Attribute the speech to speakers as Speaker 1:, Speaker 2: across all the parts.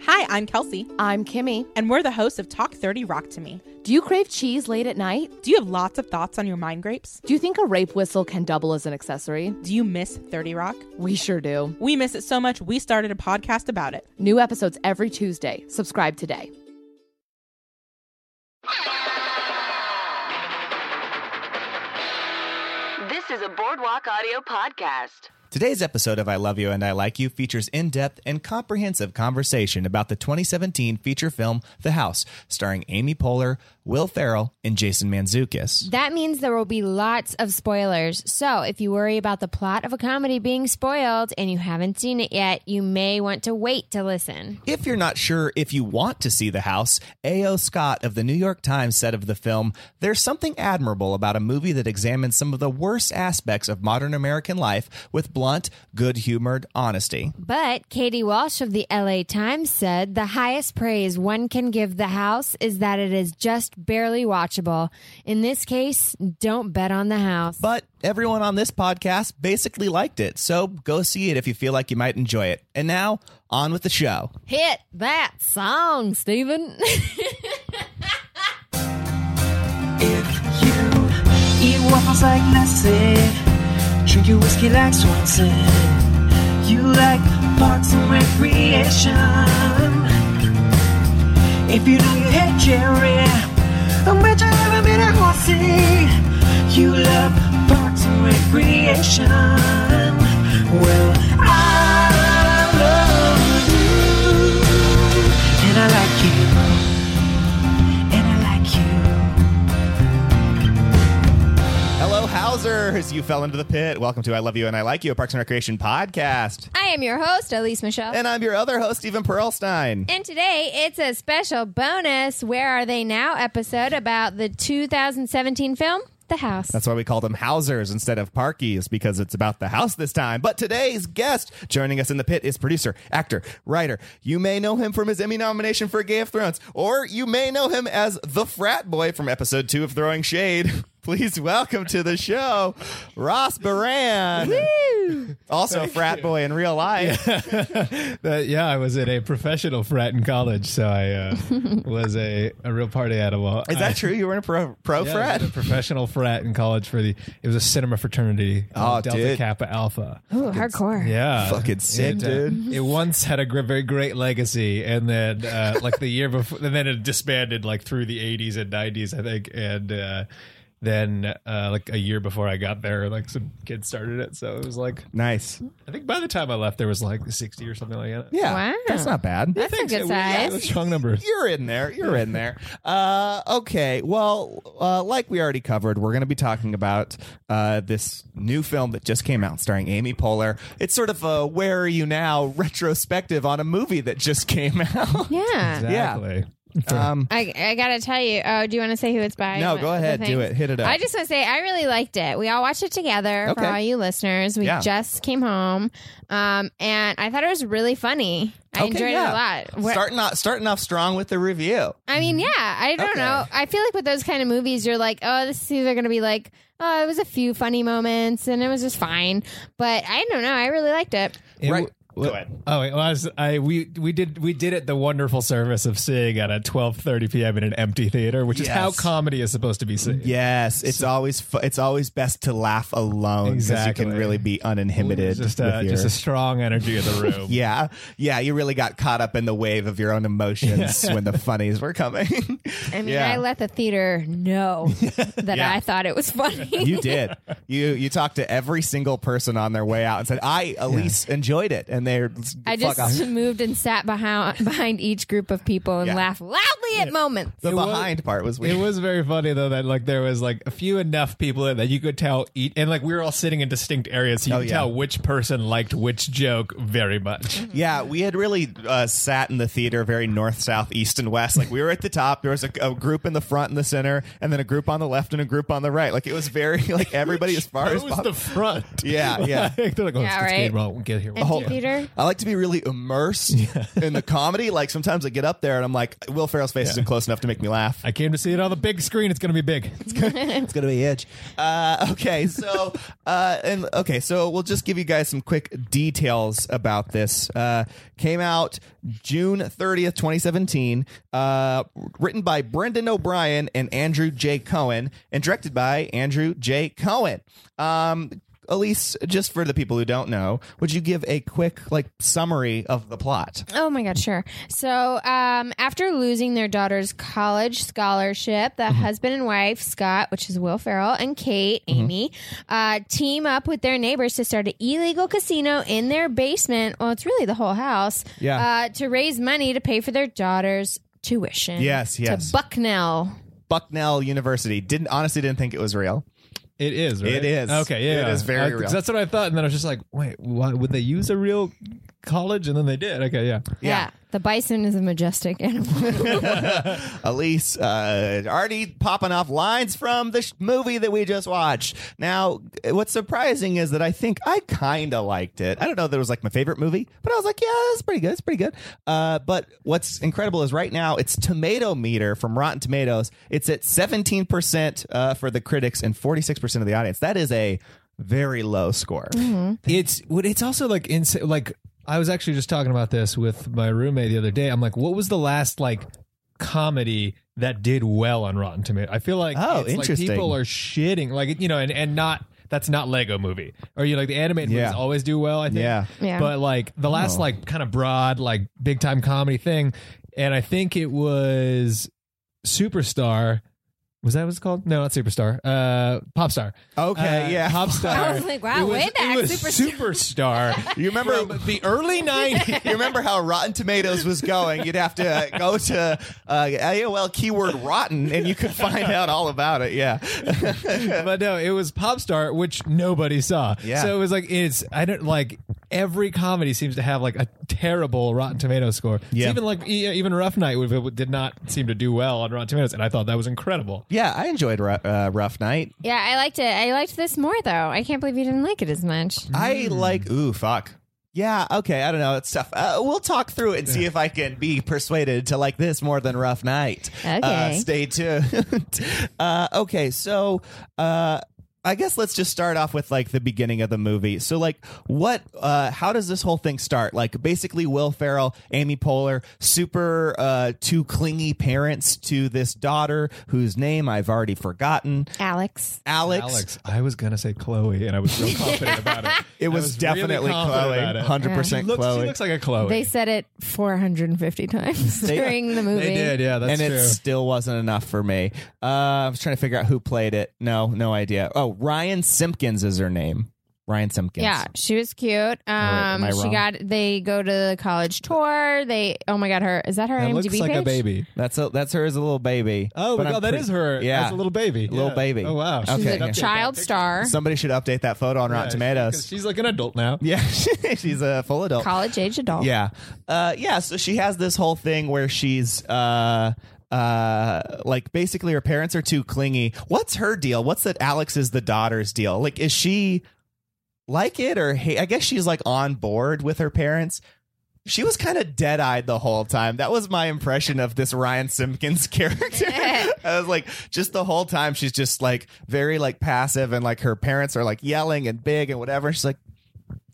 Speaker 1: Hi, I'm Kelsey,
Speaker 2: I'm Kimmy.
Speaker 1: and we're the hosts of Talk 30 Rock to Me.
Speaker 2: Do you crave cheese late at night?
Speaker 1: Do you have lots of thoughts on your mind grapes?
Speaker 2: Do you think a rape whistle can double as an accessory?
Speaker 1: Do you miss 30 Rock?
Speaker 2: We sure do.
Speaker 1: We miss it so much, we started a podcast about it.
Speaker 2: New episodes every Tuesday. Subscribe today.
Speaker 3: This is a Boardwalk Audio podcast.
Speaker 4: Today's episode of I Love You and I Like You features in depth and comprehensive conversation about the 2017 feature film The House, starring Amy Poehler, Will Ferrell, and Jason Manzukis.
Speaker 5: That means there will be lots of spoilers. So, if you worry about the plot of a comedy being spoiled and you haven't seen it yet, you may want to wait to listen.
Speaker 4: If you're not sure if you want to see The House, A.O. Scott of the New York Times said of the film, There's something admirable about a movie that examines some of the worst aspects of modern American life with blunt, good humored honesty.
Speaker 5: But Katie Walsh of the LA Times said the highest praise one can give the house is that it is just barely watchable. In this case, don't bet on the house.
Speaker 4: But everyone on this podcast basically liked it, so go see it if you feel like you might enjoy it. And now, on with the show.
Speaker 5: Hit that song, Steven.
Speaker 6: Eat waffles like Nestle. Drink your whiskey like Swanson. You like parks and recreation. If you know you hate Jerry, I bet you never been a horsey. You love parks and recreation. Well, I love you, and I like you, and I like you.
Speaker 4: Hello, Housers! You fell into the pit. Welcome to I Love You and I Like You, a Parks and Recreation podcast.
Speaker 5: I am your host, Elise Michelle.
Speaker 4: And I'm your other host, Stephen Perlstein.
Speaker 5: And today it's a special bonus Where Are They Now episode about the 2017 film, The House.
Speaker 4: That's why we call them Housers instead of Parkies, because it's about the house this time. But today's guest joining us in the pit is producer, actor, writer. You may know him from his Emmy nomination for Game of Thrones, or you may know him as the frat boy from episode two of Throwing Shade. Please welcome to the show, Ross Baran. Also, a frat boy in real life.
Speaker 7: That, yeah, I was at a professional frat in college, so I uh, was a, a real party animal.
Speaker 4: Is that true? You were in a pro, pro
Speaker 7: Yeah, I
Speaker 4: frat?
Speaker 7: was at a professional frat in college for the it was a cinema fraternity called
Speaker 4: Oh,
Speaker 7: Delta
Speaker 4: dude.
Speaker 7: Kappa Alpha.
Speaker 5: Ooh, hardcore.
Speaker 7: Yeah,
Speaker 4: Fucking sick,
Speaker 7: it, uh,
Speaker 4: dude.
Speaker 7: It once had a gr- very great legacy, and then uh, like the year before, and then it disbanded like through the '80s and '90s, I think, and. Uh, then, uh, like a year before I got there, like some kids started it, so it was like
Speaker 4: Nice.
Speaker 7: I think by the time I left, there was like sixty or something like that.
Speaker 4: Yeah.
Speaker 5: Wow.
Speaker 4: That's not bad.
Speaker 5: That's a good
Speaker 7: Yeah,
Speaker 5: size.
Speaker 7: that's a strong number.
Speaker 4: You're in there. You're in there. Uh, okay. Well, uh, like we already covered, we're going to be talking about uh, this new film that just came out starring Amy Poehler. It's sort of a where are you now retrospective on a movie that just came out.
Speaker 5: Yeah.
Speaker 7: Exactly.
Speaker 4: Um,
Speaker 5: I, I gotta tell you. Oh, do you want to say who it's by?
Speaker 4: No,
Speaker 5: What-
Speaker 4: go
Speaker 5: the
Speaker 4: ahead. Do
Speaker 5: things?
Speaker 4: it. Hit it up.
Speaker 5: I just want to say I really liked it. We all watched it together for
Speaker 4: Okay.
Speaker 5: all you listeners. We
Speaker 4: Yeah.
Speaker 5: just came home, um, and I thought it was really funny. I
Speaker 4: okay,
Speaker 5: enjoyed
Speaker 4: yeah.
Speaker 5: it a lot. What-
Speaker 4: Starting off, starting off strong with the review.
Speaker 5: I mean, yeah, I don't
Speaker 4: Mm-hmm. Okay.
Speaker 5: know. I feel like with those kind of movies, you're like, oh, this is either going to be like, oh, it was a few funny moments and it was just fine. But I don't know. I really liked it.
Speaker 7: And
Speaker 4: right.
Speaker 7: w-
Speaker 4: Go ahead.
Speaker 7: Oh, wait, well, I, was, I we we did we did it the wonderful service of seeing at a twelve thirty p.m. in an empty theater, which is
Speaker 4: Yes.
Speaker 7: how comedy is supposed to be seen.
Speaker 4: Yes, it's always fu- it's always best to laugh alone because you
Speaker 7: Exactly.
Speaker 4: can really be uninhibited.
Speaker 7: just a,
Speaker 4: with your-
Speaker 7: just a strong energy of the room.
Speaker 4: Yeah, yeah, you really got caught up in the wave of your own emotions when the funnies were coming.
Speaker 5: I mean,
Speaker 4: Yeah.
Speaker 5: I let the theater know that
Speaker 4: Yeah.
Speaker 5: I thought it was funny.
Speaker 4: you did. You you talked to every single person on their way out and said, "I Elise enjoyed it," and they're
Speaker 5: I
Speaker 4: fuck off.
Speaker 5: just moved and sat behind behind each group of people and
Speaker 4: Yeah.
Speaker 5: laughed loudly at moments.
Speaker 4: the
Speaker 7: It was-
Speaker 4: behind part was weird.
Speaker 7: It was very funny though that like there was like a few enough people in that you could tell eat and like we were all sitting in distinct areas, so you
Speaker 4: Oh,
Speaker 7: could
Speaker 4: yeah. Mm-hmm.
Speaker 7: tell which person liked which joke very much.
Speaker 4: Yeah, we had really uh, sat in the theater very north, south, east, and west. Like we were at the top. There was a, a group in the front and the center, and then a group on the left and a group on the right. Like it was very like everybody as far
Speaker 7: That
Speaker 4: as
Speaker 7: was
Speaker 4: possible.
Speaker 7: the front.
Speaker 4: Yeah, yeah.
Speaker 7: Like, they're like, oh,
Speaker 5: Yeah,
Speaker 7: it's, it's
Speaker 5: right.
Speaker 7: getting wrong. Get here. Oh,
Speaker 5: Empty theater theater.
Speaker 4: I like to be really immersed in the comedy. Like sometimes I get up there and I'm like, Will Ferrell's face isn't close enough to make me laugh.
Speaker 7: I came to see it on the big screen. It's going to be big.
Speaker 4: It's gonna be edge. Uh, okay, so uh, and okay, so we'll just give you guys some quick details about this. Uh, came out June thirtieth, twenty seventeen. Uh, written by Brendan O'Brien and Andrew J. Cohen, and directed by Andrew J. Cohen. Um, Elise, just for the people who don't know, would you give a quick like summary of the plot?
Speaker 5: Oh my God, sure. So, um, after losing their daughter's college scholarship, the
Speaker 4: Mm-hmm.
Speaker 5: husband and wife, Scott, which is Will Ferrell, and Kate, Amy, uh, team up with their neighbors to start an illegal casino in their basement. Well, it's really the whole house.
Speaker 4: Yeah.
Speaker 5: Uh, to raise money to pay for their daughter's tuition.
Speaker 4: Yes, yes.
Speaker 5: To Bucknell.
Speaker 4: Bucknell University didn't honestly didn't think it was real.
Speaker 7: It is, right?
Speaker 4: It is.
Speaker 7: Okay, yeah.
Speaker 4: It
Speaker 7: yeah.
Speaker 4: is very
Speaker 7: I- 'cause
Speaker 4: real.
Speaker 7: That's what I thought. And then I was just like, wait, why would they use a real college? And then they did. Okay, yeah.
Speaker 4: Yeah.
Speaker 5: The bison is a majestic animal.
Speaker 4: Elise uh, already popping off lines from the sh- movie that we just watched. Now, what's surprising is that I think I kind of liked it. I don't know that it was like my favorite movie, but I was like, yeah, it's pretty good. It's pretty good. Uh, but what's incredible is right now its tomato meter from Rotten Tomatoes, it's at 17% uh, for the critics and 46% of the audience. That is a very low score.
Speaker 7: It's what it's also like insane. Like I was actually just talking about this with my roommate the other day. I'm like, what was the last like comedy that did well on Rotten Tomato? I feel like
Speaker 4: Oh,
Speaker 7: it's
Speaker 4: interesting.
Speaker 7: Like people are shitting like you know, and and not that's not Lego Movie or you know, like the animated
Speaker 4: Yeah.
Speaker 7: movies always do well. I think.
Speaker 4: Yeah.
Speaker 5: Yeah.
Speaker 7: But like the last
Speaker 4: Oh.
Speaker 7: like kind of broad like big time comedy thing, and I think it was Superstar. Was that what it's called? No, not Superstar. Uh, Popstar.
Speaker 4: Okay,
Speaker 7: Uh,
Speaker 4: yeah.
Speaker 7: Popstar.
Speaker 5: I was like, wow,
Speaker 7: it was,
Speaker 5: way back,
Speaker 7: It was superstar.
Speaker 4: You remember
Speaker 7: from the early 90s.
Speaker 4: you remember how Rotten Tomatoes was going? You'd have to uh, go to uh, AOL keyword rotten and you could find out all about it. Yeah.
Speaker 7: but no, it was Popstar, which nobody saw.
Speaker 4: Yeah.
Speaker 7: So it was like it's I don't like every comedy seems to have like a terrible Rotten Tomato score. It's
Speaker 4: Yeah.
Speaker 7: even like e- even Rough Night would- would- did not seem to do well on Rotten Tomatoes, and I thought that was incredible.
Speaker 4: Yeah, I enjoyed Ru- uh, Rough Night.
Speaker 5: yeah, I liked it. I liked this more, though. I can't believe you didn't like it as much.
Speaker 4: I like,
Speaker 7: Mm.
Speaker 4: ooh, fuck. Yeah, okay, I don't know. It's tough. Uh, we'll talk through it and see if I can be persuaded to like this more than Rough Night. Uh,
Speaker 5: Okay.
Speaker 4: stay tuned. uh, okay, so. Uh, I guess let's just start off with like the beginning of the movie. So like what uh how does this whole thing start? Like basically Will Ferrell, Amy Poehler, super uh two clingy parents to this daughter whose name I've already forgotten.
Speaker 5: Alex.
Speaker 7: Alex, I was gonna say Chloe, and I was so confident about it.
Speaker 4: It
Speaker 7: I
Speaker 4: was,
Speaker 7: really
Speaker 4: definitely
Speaker 7: confident about
Speaker 4: Chloe.
Speaker 7: it.
Speaker 4: Hundred percent
Speaker 7: She looks,
Speaker 4: Chloe.
Speaker 7: she looks like a Chloe.
Speaker 5: They said it 450 times during the movie.
Speaker 7: Oh, They did, yeah, that's
Speaker 4: and
Speaker 7: true.
Speaker 4: it still wasn't enough for me. Uh, I was trying to figure out who played it. No, no idea. Oh, Ryan Simpkins is her name. Ryan Simpkins.
Speaker 5: Yeah, she was cute. Um,
Speaker 4: am I
Speaker 5: she
Speaker 4: wrong?
Speaker 5: got. They go to the college tour. They. Oh my God, her is that her
Speaker 7: That
Speaker 5: IMDb
Speaker 7: looks like
Speaker 5: page?
Speaker 7: a baby.
Speaker 4: that's a, that's her as a little baby.
Speaker 7: Oh
Speaker 4: But
Speaker 7: my
Speaker 4: I'm
Speaker 7: god, that
Speaker 4: pretty-
Speaker 7: is her.
Speaker 4: Yeah,
Speaker 7: as a little baby.
Speaker 4: Little
Speaker 7: Yeah.
Speaker 4: baby.
Speaker 7: Oh wow,
Speaker 4: She's
Speaker 5: She's
Speaker 4: Okay.
Speaker 5: a child star,
Speaker 4: Somebody should update that photo on Rotten Tomatoes.
Speaker 7: She's like an adult now.
Speaker 4: yeah, she's a full adult.
Speaker 5: college age adult.
Speaker 4: Yeah. Uh, yeah. So she has this whole thing where she's. Uh, uh, like basically her parents are too clingy. What's her deal? What's that Alex is the daughter's deal? Like, is she like it or hate? I guess she's like on board with her parents. She was kind of dead eyed the whole time. That was my impression of this Ryan Simpkins character. I was like, just the whole time, she's just like very like passive and like her parents are like yelling and big and whatever. She's like,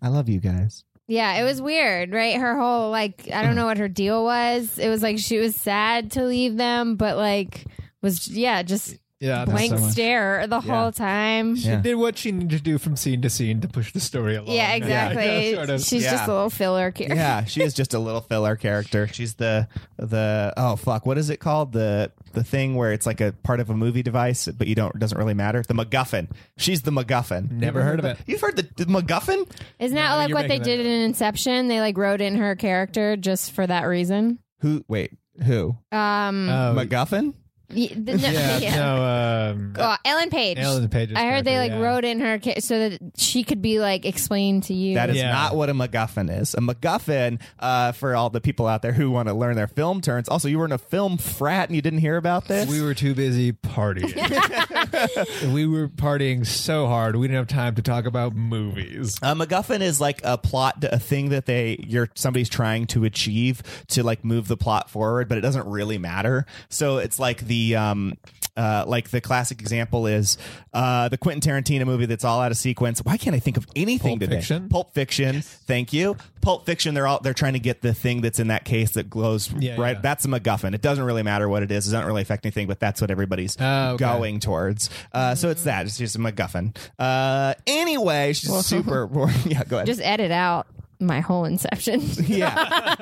Speaker 4: I love you guys.
Speaker 5: yeah, it was weird, right? Her whole like, I don't know what her deal was. It was like she was sad to leave them, but like was yeah, just
Speaker 7: Yeah,
Speaker 5: blank stare the whole time.
Speaker 7: She did what she needed to do from scene to scene to push the story along.
Speaker 5: Yeah, exactly.
Speaker 7: Yeah, sort of.
Speaker 5: She's
Speaker 4: Yeah.
Speaker 5: just a little filler character.
Speaker 4: yeah, she is just a little filler character. She's the the oh fuck, what is it called? The the thing where it's like a part of a movie device, but you don't doesn't really matter. The MacGuffin. She's the MacGuffin.
Speaker 7: Never heard of it.
Speaker 4: You've heard the, the MacGuffin?
Speaker 5: Isn't that like
Speaker 7: you're
Speaker 5: what they
Speaker 7: making that
Speaker 5: did in Inception? They like wrote in her character just for that reason.
Speaker 4: Who? Wait, who?
Speaker 5: Um,
Speaker 7: Oh,
Speaker 4: MacGuffin?
Speaker 5: Y- the- no,
Speaker 7: Yeah,
Speaker 5: yeah.
Speaker 7: no, um,
Speaker 5: Well, Ellen Page.
Speaker 7: Ellen Page's
Speaker 5: I heard they like
Speaker 7: character, yeah.
Speaker 5: wrote in her ca- so that she could be like explained to you.
Speaker 4: That is
Speaker 7: Yeah.
Speaker 4: not what a MacGuffin is. A MacGuffin, uh, for all the people out there who want to learn their film turns. Also, you were in a film frat and you didn't hear about this.
Speaker 7: We were too busy partying. we were partying so hard, we didn't have time to talk about movies.
Speaker 4: A Uh, MacGuffin is like a plot, a thing that they you're somebody's trying to achieve to like move the plot forward, but it doesn't really matter. So it's like the um, uh, like the classic example is uh, the Quentin Tarantino movie that's all out of sequence. Why can't I think of anything
Speaker 7: Pulp
Speaker 4: today?
Speaker 7: Fiction?
Speaker 4: Pulp Fiction. Thank you. Pulp Fiction. They're all they're trying to get the thing that's in that case that glows
Speaker 7: Yeah,
Speaker 4: right.
Speaker 7: yeah.
Speaker 4: That's a MacGuffin. It doesn't really matter what it is. It doesn't really affect anything, but that's what everybody's
Speaker 7: Oh, okay.
Speaker 4: going towards. Uh, so it's that. It's just a MacGuffin. Uh, anyway, she's super boring. Yeah, go ahead.
Speaker 5: Just edit out my whole inception.
Speaker 4: yeah.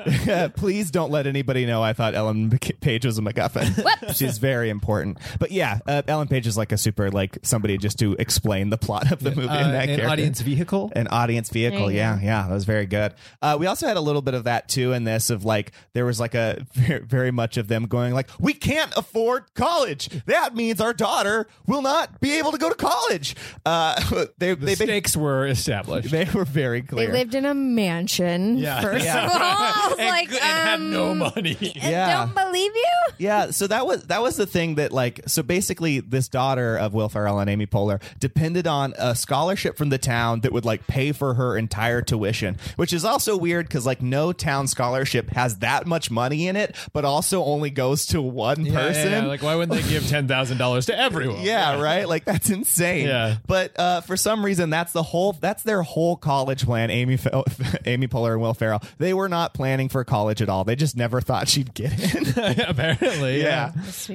Speaker 4: Please don't let anybody know I thought Ellen Mc- Page was a MacGuffin. she's very important. But yeah, uh, Ellen Page is like a super, like somebody just to explain the plot of the movie
Speaker 7: Uh,
Speaker 4: in that
Speaker 7: an
Speaker 4: character.
Speaker 7: audience vehicle.
Speaker 4: an audience vehicle. Yeah, yeah, that was very good. Uh, we also had a little bit of that too in this of like there was like a very, very much of them going like we can't afford college. That means our daughter will not be able to go to college. Uh, they
Speaker 7: the
Speaker 4: they, they
Speaker 7: stakes were established.
Speaker 4: they were very
Speaker 5: They
Speaker 4: clear.
Speaker 5: lived in a mansion.
Speaker 7: Yeah.
Speaker 5: First
Speaker 7: Yeah.
Speaker 5: of all, I was
Speaker 7: and,
Speaker 5: like,
Speaker 7: and had
Speaker 5: um,
Speaker 7: no money.
Speaker 5: I
Speaker 4: Yeah.
Speaker 5: don't believe you.
Speaker 4: yeah, so that was that was the thing that like so basically this daughter of Will Ferrell and Amy Poehler depended on a scholarship from the town that would like pay for her entire tuition, which is also weird because like no town scholarship has that much money in it, but also only goes to one
Speaker 7: Yeah, yeah,
Speaker 4: person.
Speaker 7: yeah. Like, why wouldn't they give ten thousand dollars to everyone?
Speaker 4: Yeah, right. Like that's insane.
Speaker 7: Yeah.
Speaker 4: But uh, for some reason, that's the whole. That's their whole college plan. Amy, Fe- Amy Poehler and Will Ferrell. They were not planning for college at all. They just never thought she'd get in.
Speaker 7: Apparently.
Speaker 4: yeah.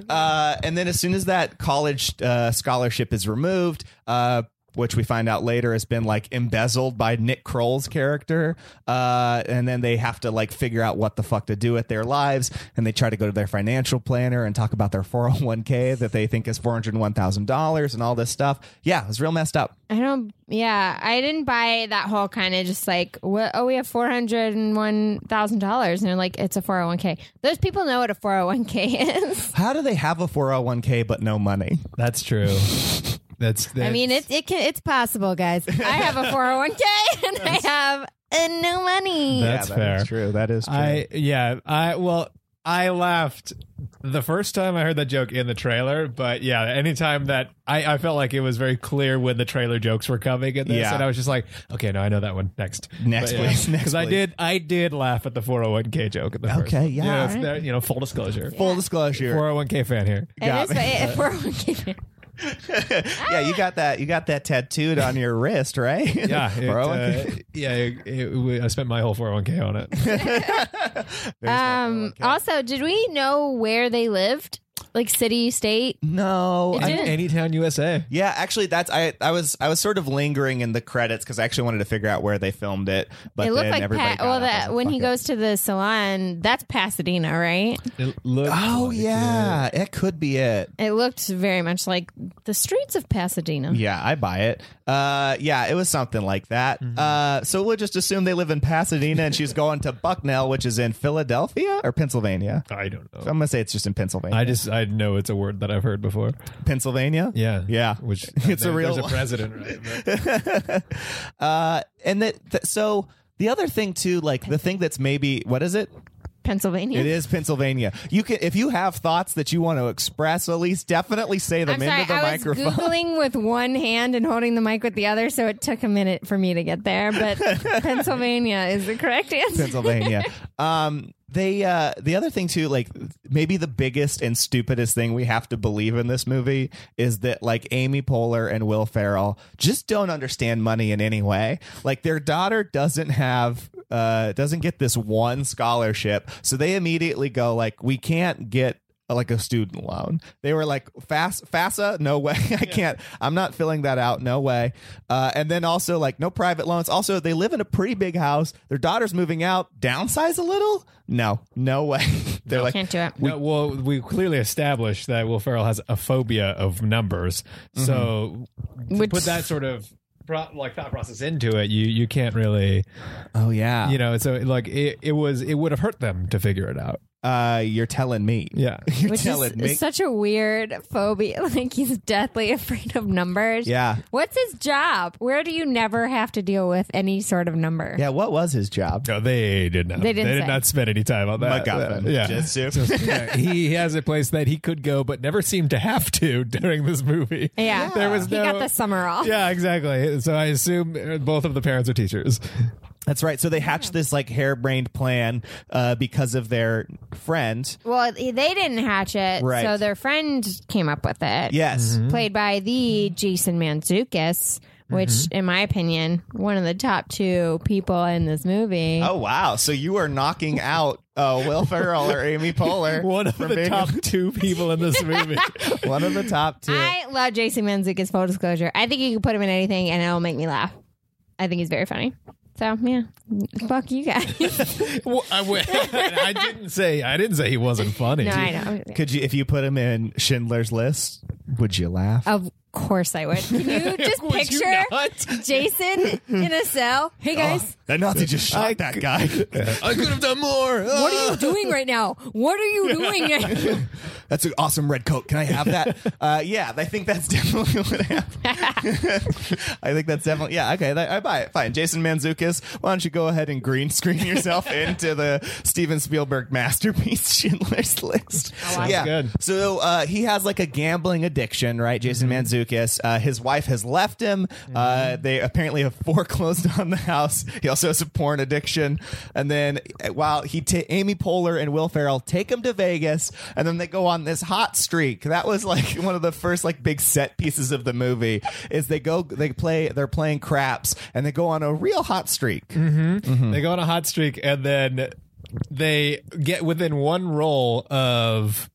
Speaker 4: Uh, and then as soon as that college uh, scholarship is removed, uh, which we find out later has been like embezzled by Nick Kroll's character, uh, and then they have to like figure out what the fuck to do with their lives, and they try to go to their financial planner and talk about their four hundred one k that they think is four hundred one thousand dollars and all this stuff. Yeah, it was real messed up.
Speaker 5: I don't. Yeah, I didn't buy that whole kind of just like, what, oh, we have four hundred and one thousand dollars, and they're like, it's a four hundred one k. Those people know what a four hundred one k is.
Speaker 4: How do they have a four hundred one k but no money?
Speaker 7: That's true. That's, that's
Speaker 5: I mean, it it can it's possible, guys. I have a four hundred one k, and I have uh, no money.
Speaker 7: That's
Speaker 4: yeah,
Speaker 7: fair.
Speaker 4: That's true. That is true.
Speaker 7: I yeah, I well I laughed the first time I heard that joke in the trailer, but yeah, anytime that I, I felt like it was very clear when the trailer jokes were coming in this,
Speaker 4: Yeah.
Speaker 7: and I was just like, okay, no, I know that one. Next,
Speaker 4: Next, please. Next,
Speaker 7: because I
Speaker 4: please.
Speaker 7: did, I did laugh at the 401k joke. At the first
Speaker 4: Okay, yeah.
Speaker 7: one. you know,
Speaker 4: All
Speaker 7: it's there- you know, full disclosure,
Speaker 4: Full disclosure.
Speaker 7: 401k fan here.
Speaker 5: It is a four hundred one k.
Speaker 4: yeah, you got that. You got that tattooed on your wrist, right?
Speaker 7: Yeah, it,
Speaker 4: 401k.
Speaker 7: uh, yeah. It, it- I spent my whole 401k on it.
Speaker 4: oh
Speaker 5: Um. Also, did we know where they lived? Like city, state.
Speaker 4: No,
Speaker 5: It
Speaker 4: I-
Speaker 5: didn't.
Speaker 7: Anytown USA.
Speaker 4: yeah, actually, that's I. I was I was sort of lingering in the credits because I actually wanted to figure out where they filmed it, but
Speaker 5: It looked
Speaker 4: then
Speaker 5: like
Speaker 4: everybody.
Speaker 5: Pat.
Speaker 4: got
Speaker 5: Well,
Speaker 4: up. I was
Speaker 5: that
Speaker 4: like,
Speaker 5: when
Speaker 4: "Fuck
Speaker 5: he
Speaker 4: it."
Speaker 5: goes to the salon, that's Pasadena, right?
Speaker 7: It looked
Speaker 4: Oh
Speaker 7: like
Speaker 4: yeah, it could be it.
Speaker 5: It looked very much like the streets of Pasadena.
Speaker 4: Yeah, I buy it. Uh, yeah, it was something like that.
Speaker 7: Mm-hmm.
Speaker 4: Uh, so we'll just assume they live in Pasadena, and she's going to Bucknell, which is in Philadelphia or Pennsylvania.
Speaker 7: I don't know.
Speaker 4: I'm gonna say it's just in Pennsylvania.
Speaker 7: I just I know it's a word that I've heard before.
Speaker 4: Pennsylvania.
Speaker 7: Yeah,
Speaker 4: yeah.
Speaker 7: Which
Speaker 4: it's a
Speaker 7: there-
Speaker 4: real
Speaker 7: There's a
Speaker 4: one.
Speaker 7: president, right? But-
Speaker 4: uh, and that th- so the other thing too, like the thing that's maybe what is it?
Speaker 5: Pennsylvania.
Speaker 4: It is Pennsylvania. You can if you have thoughts that you want to express, Elise, definitely say them
Speaker 5: I'm sorry,
Speaker 4: into the
Speaker 5: I
Speaker 4: microphone.
Speaker 5: was googling with one hand and holding the mic with the other, so it took a minute for me to get there. But Pennsylvania is the correct answer.
Speaker 4: Pennsylvania. um, they uh, the other thing too, like maybe the biggest and stupidest thing we have to believe in this movie is that like Amy Poehler and Will Ferrell just don't understand money in any way. Like their daughter doesn't have uh, doesn't get this one scholarship, so they immediately go like, we can't get like a student loan. They were like fast FAFSA, no way. I can't. I'm not filling that out. No way. Uh, and then also like no private loans. Also, they live in a pretty big house. Their daughter's moving out. Downsize a little? No, no way. They're like
Speaker 5: Can't do it.
Speaker 7: No, well, we clearly established that Will Ferrell has a phobia of numbers,
Speaker 4: Mm-hmm.
Speaker 7: so to
Speaker 5: Which-
Speaker 7: put that sort of pro- like thought process into it, you you can't really,
Speaker 4: oh yeah,
Speaker 7: you know. So like it, it was it would have hurt them to figure it out.
Speaker 4: Uh, you're telling me.
Speaker 7: Yeah.
Speaker 4: You're
Speaker 5: Which
Speaker 4: telling
Speaker 5: is
Speaker 4: me.
Speaker 5: such a weird phobia. Like he's deathly afraid of numbers.
Speaker 4: Yeah.
Speaker 5: What's his job? Where do you never have to deal with any sort of number?
Speaker 4: yeah, what was his job?
Speaker 7: No, they did not.
Speaker 5: They didn't
Speaker 7: They did
Speaker 5: say.
Speaker 7: not spend any time on that.
Speaker 4: MacGuffin.
Speaker 7: Uh, yeah.
Speaker 4: Just to-
Speaker 7: Yeah, he has a place that he could go, but never seemed to have to during this movie.
Speaker 5: Yeah.
Speaker 7: there was
Speaker 5: He
Speaker 7: no.
Speaker 5: got the summer off.
Speaker 7: Yeah, exactly. So I assume uh, both of the parents are teachers.
Speaker 4: That's right. So they hatched this like harebrained plan uh, because of their friend.
Speaker 5: Well, they didn't hatch it,
Speaker 4: Right.
Speaker 5: so their friend came up with it.
Speaker 4: Yes.
Speaker 5: Played by the Jason Manzukis, which, in my opinion, one of the top two people in this movie.
Speaker 4: Oh wow! So you are knocking out uh, Will Ferrell or Amy Poehler,
Speaker 7: One of
Speaker 4: from
Speaker 7: the
Speaker 4: being-
Speaker 7: top two people in this movie.
Speaker 4: one of the top two.
Speaker 5: I love Jason Manzukis. Full disclosure, I think you can put him in anything, and it'll make me laugh. I think he's very funny. So yeah, fuck you guys.
Speaker 7: well, I, w- I didn't say I didn't say he wasn't funny.
Speaker 5: no, I know.
Speaker 4: Could you, if you put him in Schindler's List, would you laugh?
Speaker 5: Of course I would. Can you just
Speaker 7: Would you
Speaker 5: picture
Speaker 7: not?
Speaker 5: Jason in a cell? Hey guys,
Speaker 4: Oh, that Nazi just shot
Speaker 7: I
Speaker 4: that
Speaker 7: could-
Speaker 4: guy.
Speaker 7: I could have done more.
Speaker 5: what are you doing right now? What are you doing?
Speaker 4: That's an awesome red coat. Can I have that? uh, yeah, I think that's definitely what happened. I think that's definitely yeah. Okay, that, I buy it. Fine, Jason Manzukis, why don't you go ahead and green screen yourself into the Steven Spielberg masterpiece Schindler's List? yeah.
Speaker 7: good.
Speaker 4: So uh, he has like a gambling addiction, right? Jason Manzukis. Uh, his wife has left him. Uh, they apparently have foreclosed on the house. He also has a porn addiction. And then uh, while he, ta- Amy Poehler and Will Ferrell take him to Vegas, and then they go on this hot streak. That was like one of the first like big set pieces of the movie. Is they go, they play, they're playing craps, and they go on a real hot streak.
Speaker 7: Mm-hmm. They go on a hot streak and then they get within one roll of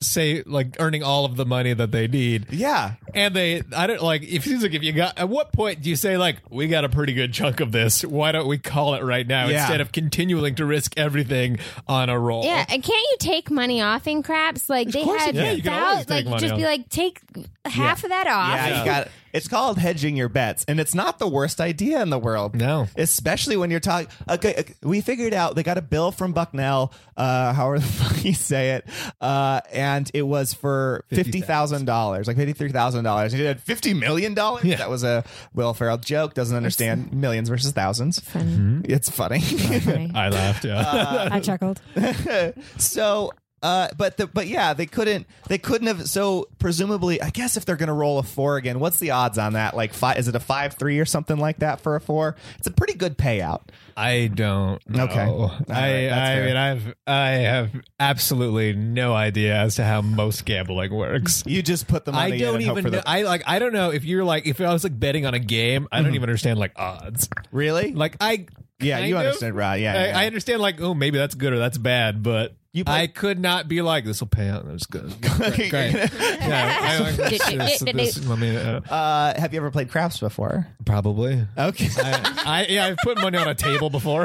Speaker 7: say like earning all of the money that they need.
Speaker 4: Yeah.
Speaker 7: And they I don't like if seems like if you got at what point do you say like we got a pretty good chunk of this, why don't we call it right now
Speaker 4: Yeah.
Speaker 7: instead of continuing to risk everything on a roll?
Speaker 5: yeah, and can't you take money off in craps? Like they
Speaker 7: course
Speaker 5: had,
Speaker 7: you can. Yeah, you can
Speaker 5: thou-
Speaker 7: always take
Speaker 5: like
Speaker 7: money
Speaker 5: just be
Speaker 7: off.
Speaker 5: like take half of that off.
Speaker 4: Yeah, you got. It's called hedging your bets, and it's not the worst idea in the world.
Speaker 7: No.
Speaker 4: especially when you're talking. Okay, okay, we figured out they got a bill from Bucknell. Uh, however the fuck you say it, uh, and it was for fifty thousand dollars, like fifty three thousand dollars. He had fifty million dollars.
Speaker 7: Yeah.
Speaker 4: That was a Will Ferrell joke. Doesn't understand millions versus thousands. It's funny.
Speaker 7: I laughed, yeah.
Speaker 4: Uh,
Speaker 5: I chuckled.
Speaker 4: so uh but the but yeah they couldn't they couldn't have so presumably i guess if they're gonna roll a four again what's the odds on that like five is it a five three or something like that for a four it's a pretty good payout
Speaker 7: I don't. Know.
Speaker 4: Okay. All right,
Speaker 7: I
Speaker 4: that's fair.
Speaker 7: I mean I've I have absolutely no idea as to how most gambling works.
Speaker 4: you just put the money
Speaker 7: I
Speaker 4: in
Speaker 7: don't
Speaker 4: and hope
Speaker 7: even
Speaker 4: for
Speaker 7: know.
Speaker 4: the-
Speaker 7: I like. I don't know if you're like. If I was like betting on a game, I don't even understand like odds.
Speaker 4: really
Speaker 7: Like I.
Speaker 4: Mm-hmm. yeah
Speaker 7: kind
Speaker 4: you
Speaker 7: of-
Speaker 4: understand right yeah,
Speaker 7: I,
Speaker 4: yeah,
Speaker 7: I
Speaker 4: yeah.
Speaker 7: understand like oh maybe that's good or that's bad, but
Speaker 4: You play-
Speaker 7: I could not be like this will pay out. That's good. Great, great. Yeah, I like this, this, this, I mean, uh,
Speaker 4: uh have you ever played craps before
Speaker 7: probably.
Speaker 4: okay
Speaker 7: I, I yeah, I've put money on a table
Speaker 4: i
Speaker 7: before.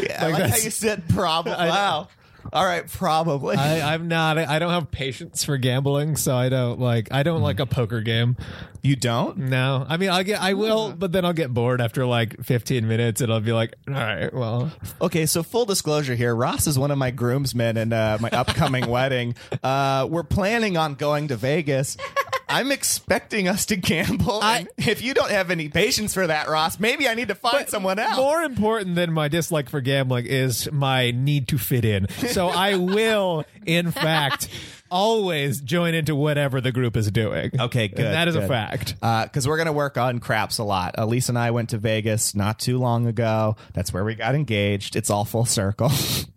Speaker 4: like how
Speaker 7: that's-
Speaker 4: you said probably wow all right probably
Speaker 7: I, I'm not. I don't have patience for gambling, so I don't like. I don't like a poker game.
Speaker 4: you don't
Speaker 7: No, I mean, I'll get. I will,
Speaker 4: Hmm.
Speaker 7: but then I'll get bored after like 15 minutes, and I'll be like, all right, well,
Speaker 4: Okay, so full disclosure here, Ross is one of my groomsmen in uh, my upcoming wedding. Uh, we're planning on going to Vegas. I'm expecting us to gamble. and if you don't have any patience for that, Ross, maybe I need to find someone else.
Speaker 7: More important than my dislike for gambling is my need to fit in. So I will, in fact, always join into whatever the group is doing.
Speaker 4: Okay, good,
Speaker 7: And that is
Speaker 4: good.
Speaker 7: a fact.
Speaker 4: because Uh, we're going to work on craps a lot. Elise and I went to Vegas not too long ago. That's where we got engaged. It's all full circle.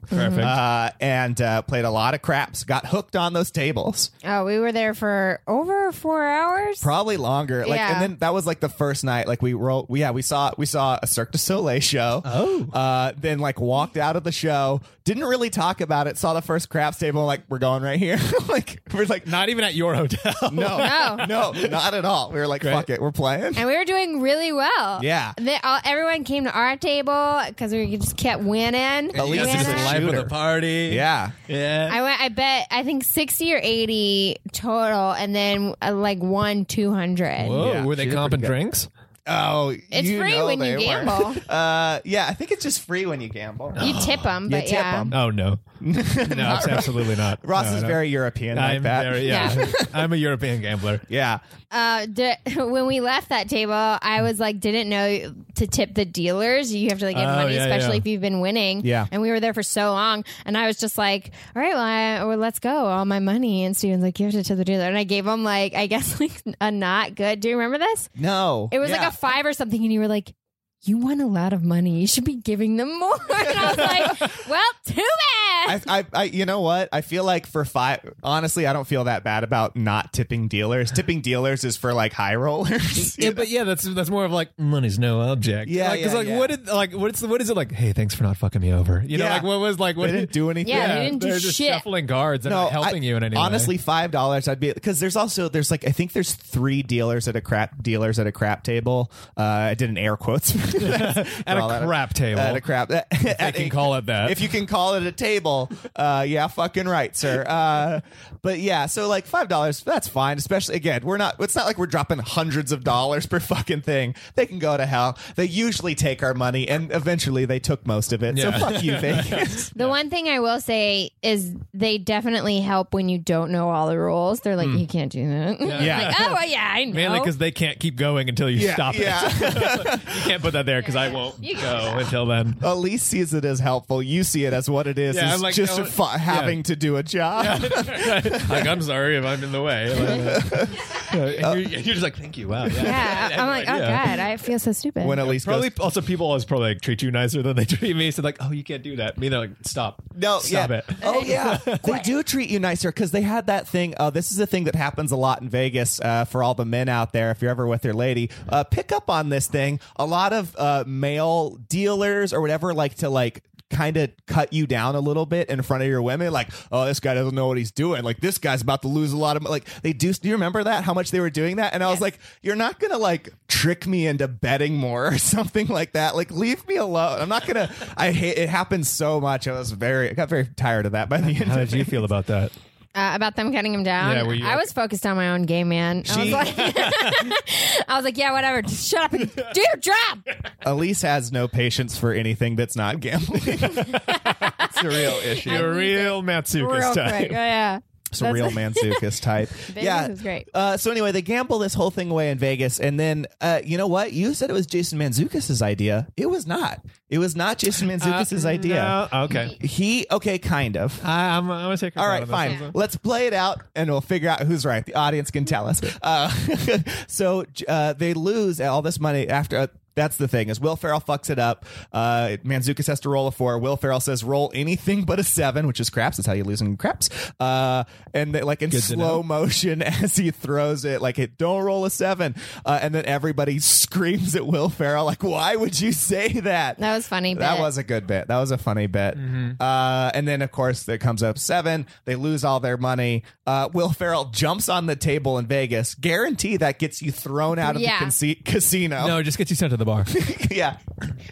Speaker 7: Perfect.
Speaker 4: uh, and uh, played a lot of craps. Got hooked on those tables.
Speaker 5: Oh, we were there for over four hours.
Speaker 4: probably longer. Like,
Speaker 5: Yeah.
Speaker 4: and then that was like the first night. Like, we rolled. We, yeah, we saw we saw a Cirque du Soleil show. Oh, uh, then like walked out of the show. Didn't really talk about it. Saw the first craps table. Like, we're going right here. like, we're like,
Speaker 7: Not even at your hotel.
Speaker 4: no,
Speaker 5: No.
Speaker 4: no, not at all. We were like, fuck it, we're playing.
Speaker 5: and we were doing really well.
Speaker 4: Yeah.
Speaker 5: They, all, everyone came to our table because we just kept winning.
Speaker 4: At least
Speaker 5: Winning.
Speaker 4: it's a
Speaker 7: life of
Speaker 4: shooter.
Speaker 7: the party.
Speaker 4: Yeah,
Speaker 7: Yeah.
Speaker 5: I went. I bet. I think sixty or eighty total, and then uh, like one two hundred.
Speaker 7: Whoa,
Speaker 4: Yeah,
Speaker 7: were they
Speaker 4: she did pretty
Speaker 7: comping
Speaker 4: good.
Speaker 7: drinks?
Speaker 4: Oh,
Speaker 5: It's
Speaker 4: you
Speaker 5: free
Speaker 4: know
Speaker 5: when
Speaker 4: they
Speaker 5: you
Speaker 4: were.
Speaker 5: gamble.
Speaker 4: Uh, yeah, I think it's just free when you gamble.
Speaker 5: You tip them, but
Speaker 4: tip
Speaker 5: yeah.
Speaker 4: 'em.
Speaker 7: Oh no, no, it's absolutely not.
Speaker 4: Ross
Speaker 7: No,
Speaker 4: is
Speaker 7: no.
Speaker 4: very European like
Speaker 7: I'm
Speaker 4: that.
Speaker 7: very yeah. I'm a European gambler.
Speaker 4: yeah.
Speaker 5: Uh, d- when we left that table, I was like, didn't know to tip the dealers. You have to like give
Speaker 7: Oh,
Speaker 5: money,
Speaker 7: yeah,
Speaker 5: especially
Speaker 7: yeah.
Speaker 5: if you've been winning.
Speaker 4: Yeah.
Speaker 5: And we were there for so long, and I was just like, all right, well, I, well let's go. All my money. And Steven's like, give it to the dealer. And I gave him like, I guess like a not good. Do you remember this?
Speaker 4: No.
Speaker 5: It was like
Speaker 4: Yeah.
Speaker 5: a five or something, and you were like. You won a lot of money. You should be giving them more. And I was like, well, too bad.
Speaker 4: I, I, I, you know what? I feel like for five, honestly, I don't feel that bad about not tipping dealers. Tipping dealers is for like high rollers.
Speaker 7: Yeah, but yeah, that's that's more of like money's no object.
Speaker 4: Yeah,
Speaker 7: like, 'cause,
Speaker 4: yeah,
Speaker 7: like
Speaker 4: yeah.
Speaker 7: what did like what's what is it like? Hey, thanks for not fucking me over. You know,
Speaker 4: Yeah.
Speaker 7: like what was like what
Speaker 4: they didn't do anything.
Speaker 5: Yeah, they didn't do
Speaker 7: are just
Speaker 5: shit.
Speaker 7: shuffling cards and not helping
Speaker 4: I-
Speaker 7: you in any
Speaker 4: honestly
Speaker 7: way.
Speaker 4: five dollars i'd be because there's also there's like i think there's three dealers at a crap dealers at a crap table uh i did an air quotes at
Speaker 7: At a crap table.
Speaker 4: at a crap at
Speaker 7: They can call it that.
Speaker 4: if you can call it a table uh yeah fucking right sir uh but yeah so like five dollars that's fine especially again we're not it's not like we're dropping hundreds of dollars per fucking thing they can go to hell they usually take our money and eventually they took most of it
Speaker 7: Yeah.
Speaker 4: so fuck you vegas
Speaker 5: The one thing I will say is they definitely help when you don't know all the rules. They're like, you can't do that.
Speaker 4: Hmm. Yeah.
Speaker 5: like, oh, well, yeah, I know.
Speaker 7: Mainly because they can't keep going until you stop it. you can't put that there because I won't
Speaker 5: You can
Speaker 7: go until then.
Speaker 4: Elise sees it as helpful. You see it as what it is.
Speaker 7: Yeah,
Speaker 4: it's
Speaker 7: I'm like,
Speaker 4: just
Speaker 7: no,
Speaker 4: a fu-
Speaker 7: yeah.
Speaker 4: having to do a job.
Speaker 7: like I'm sorry if I'm in the way. Like, uh, and you're, and you're just like, thank you. Wow. Yeah.
Speaker 5: yeah, I'm like, oh, God, I feel so stupid.
Speaker 4: When Elise
Speaker 7: Probably
Speaker 4: goes,
Speaker 7: also people always probably like, treat you nicer than they treat me. So like, oh, you can't do that. Me, they're like, stop.
Speaker 4: no,
Speaker 7: stop
Speaker 4: yeah.
Speaker 7: it.
Speaker 4: Oh yeah, they do treat you nicer because they had that thing. Uh, this is a thing that happens a lot in Vegas uh, for all the men out there. If you're ever with your lady, uh, pick up on this thing. A lot of uh, male dealers or whatever like to like kind of cut you down a little bit in front of your women like oh this guy doesn't know what he's doing like this guy's about to lose a lot of mo-" like they do do you remember that how much they were doing that and i was like you're not gonna like trick me into betting more or something like that like leave me alone i'm not gonna i hate it happens so much i was very i got very tired of that by the end
Speaker 7: How
Speaker 4: of
Speaker 7: did you feel about that?
Speaker 5: uh, about them cutting him down,
Speaker 7: Yeah, were you-
Speaker 5: I was focused on my own game, man. I was
Speaker 4: She-
Speaker 5: like, I was like, yeah, whatever. Just shut up and do your job.
Speaker 4: elise has no patience for anything that's not gambling it's a real issue
Speaker 7: You're a real Matsuka's
Speaker 5: Real
Speaker 7: type.
Speaker 5: quick. Oh, Yeah.
Speaker 4: It's a real Manzukis type. yeah,
Speaker 5: is great.
Speaker 4: Uh, so anyway, they gamble this whole thing away in Vegas, and then uh, you know what? You said it was Jason Manzukis' idea. It was not. It was not Jason
Speaker 7: Uh,
Speaker 4: Manzukis' idea.
Speaker 7: No, okay.
Speaker 4: He okay, kind of.
Speaker 7: I, I'm, I'm gonna take.
Speaker 4: All right, fine. Let's play it out, and we'll figure out who's right. The audience can tell us. Uh, so j- uh, they lose all this money after. Uh, that's the thing is Will Ferrell fucks it up. Uh, Manzukis has to roll a four. Will Ferrell says roll anything but a seven, which is craps. That's how you lose in craps. Uh, and they, like in
Speaker 7: Good to
Speaker 4: slow motion as he throws it, like it don't roll a seven. Uh, and then everybody screams at Will Ferrell, like, why would you say that?
Speaker 5: That was funny.
Speaker 4: That
Speaker 5: but-
Speaker 4: was a good bit. That was a funny bit. Uh, and then, of course, there comes up seven. They lose all their money. Uh, Will Ferrell jumps on the table in Vegas. Guarantee that gets you thrown out of
Speaker 5: Yeah.
Speaker 4: the casi- casino.
Speaker 7: No, just get you sent to the bar.
Speaker 4: yeah,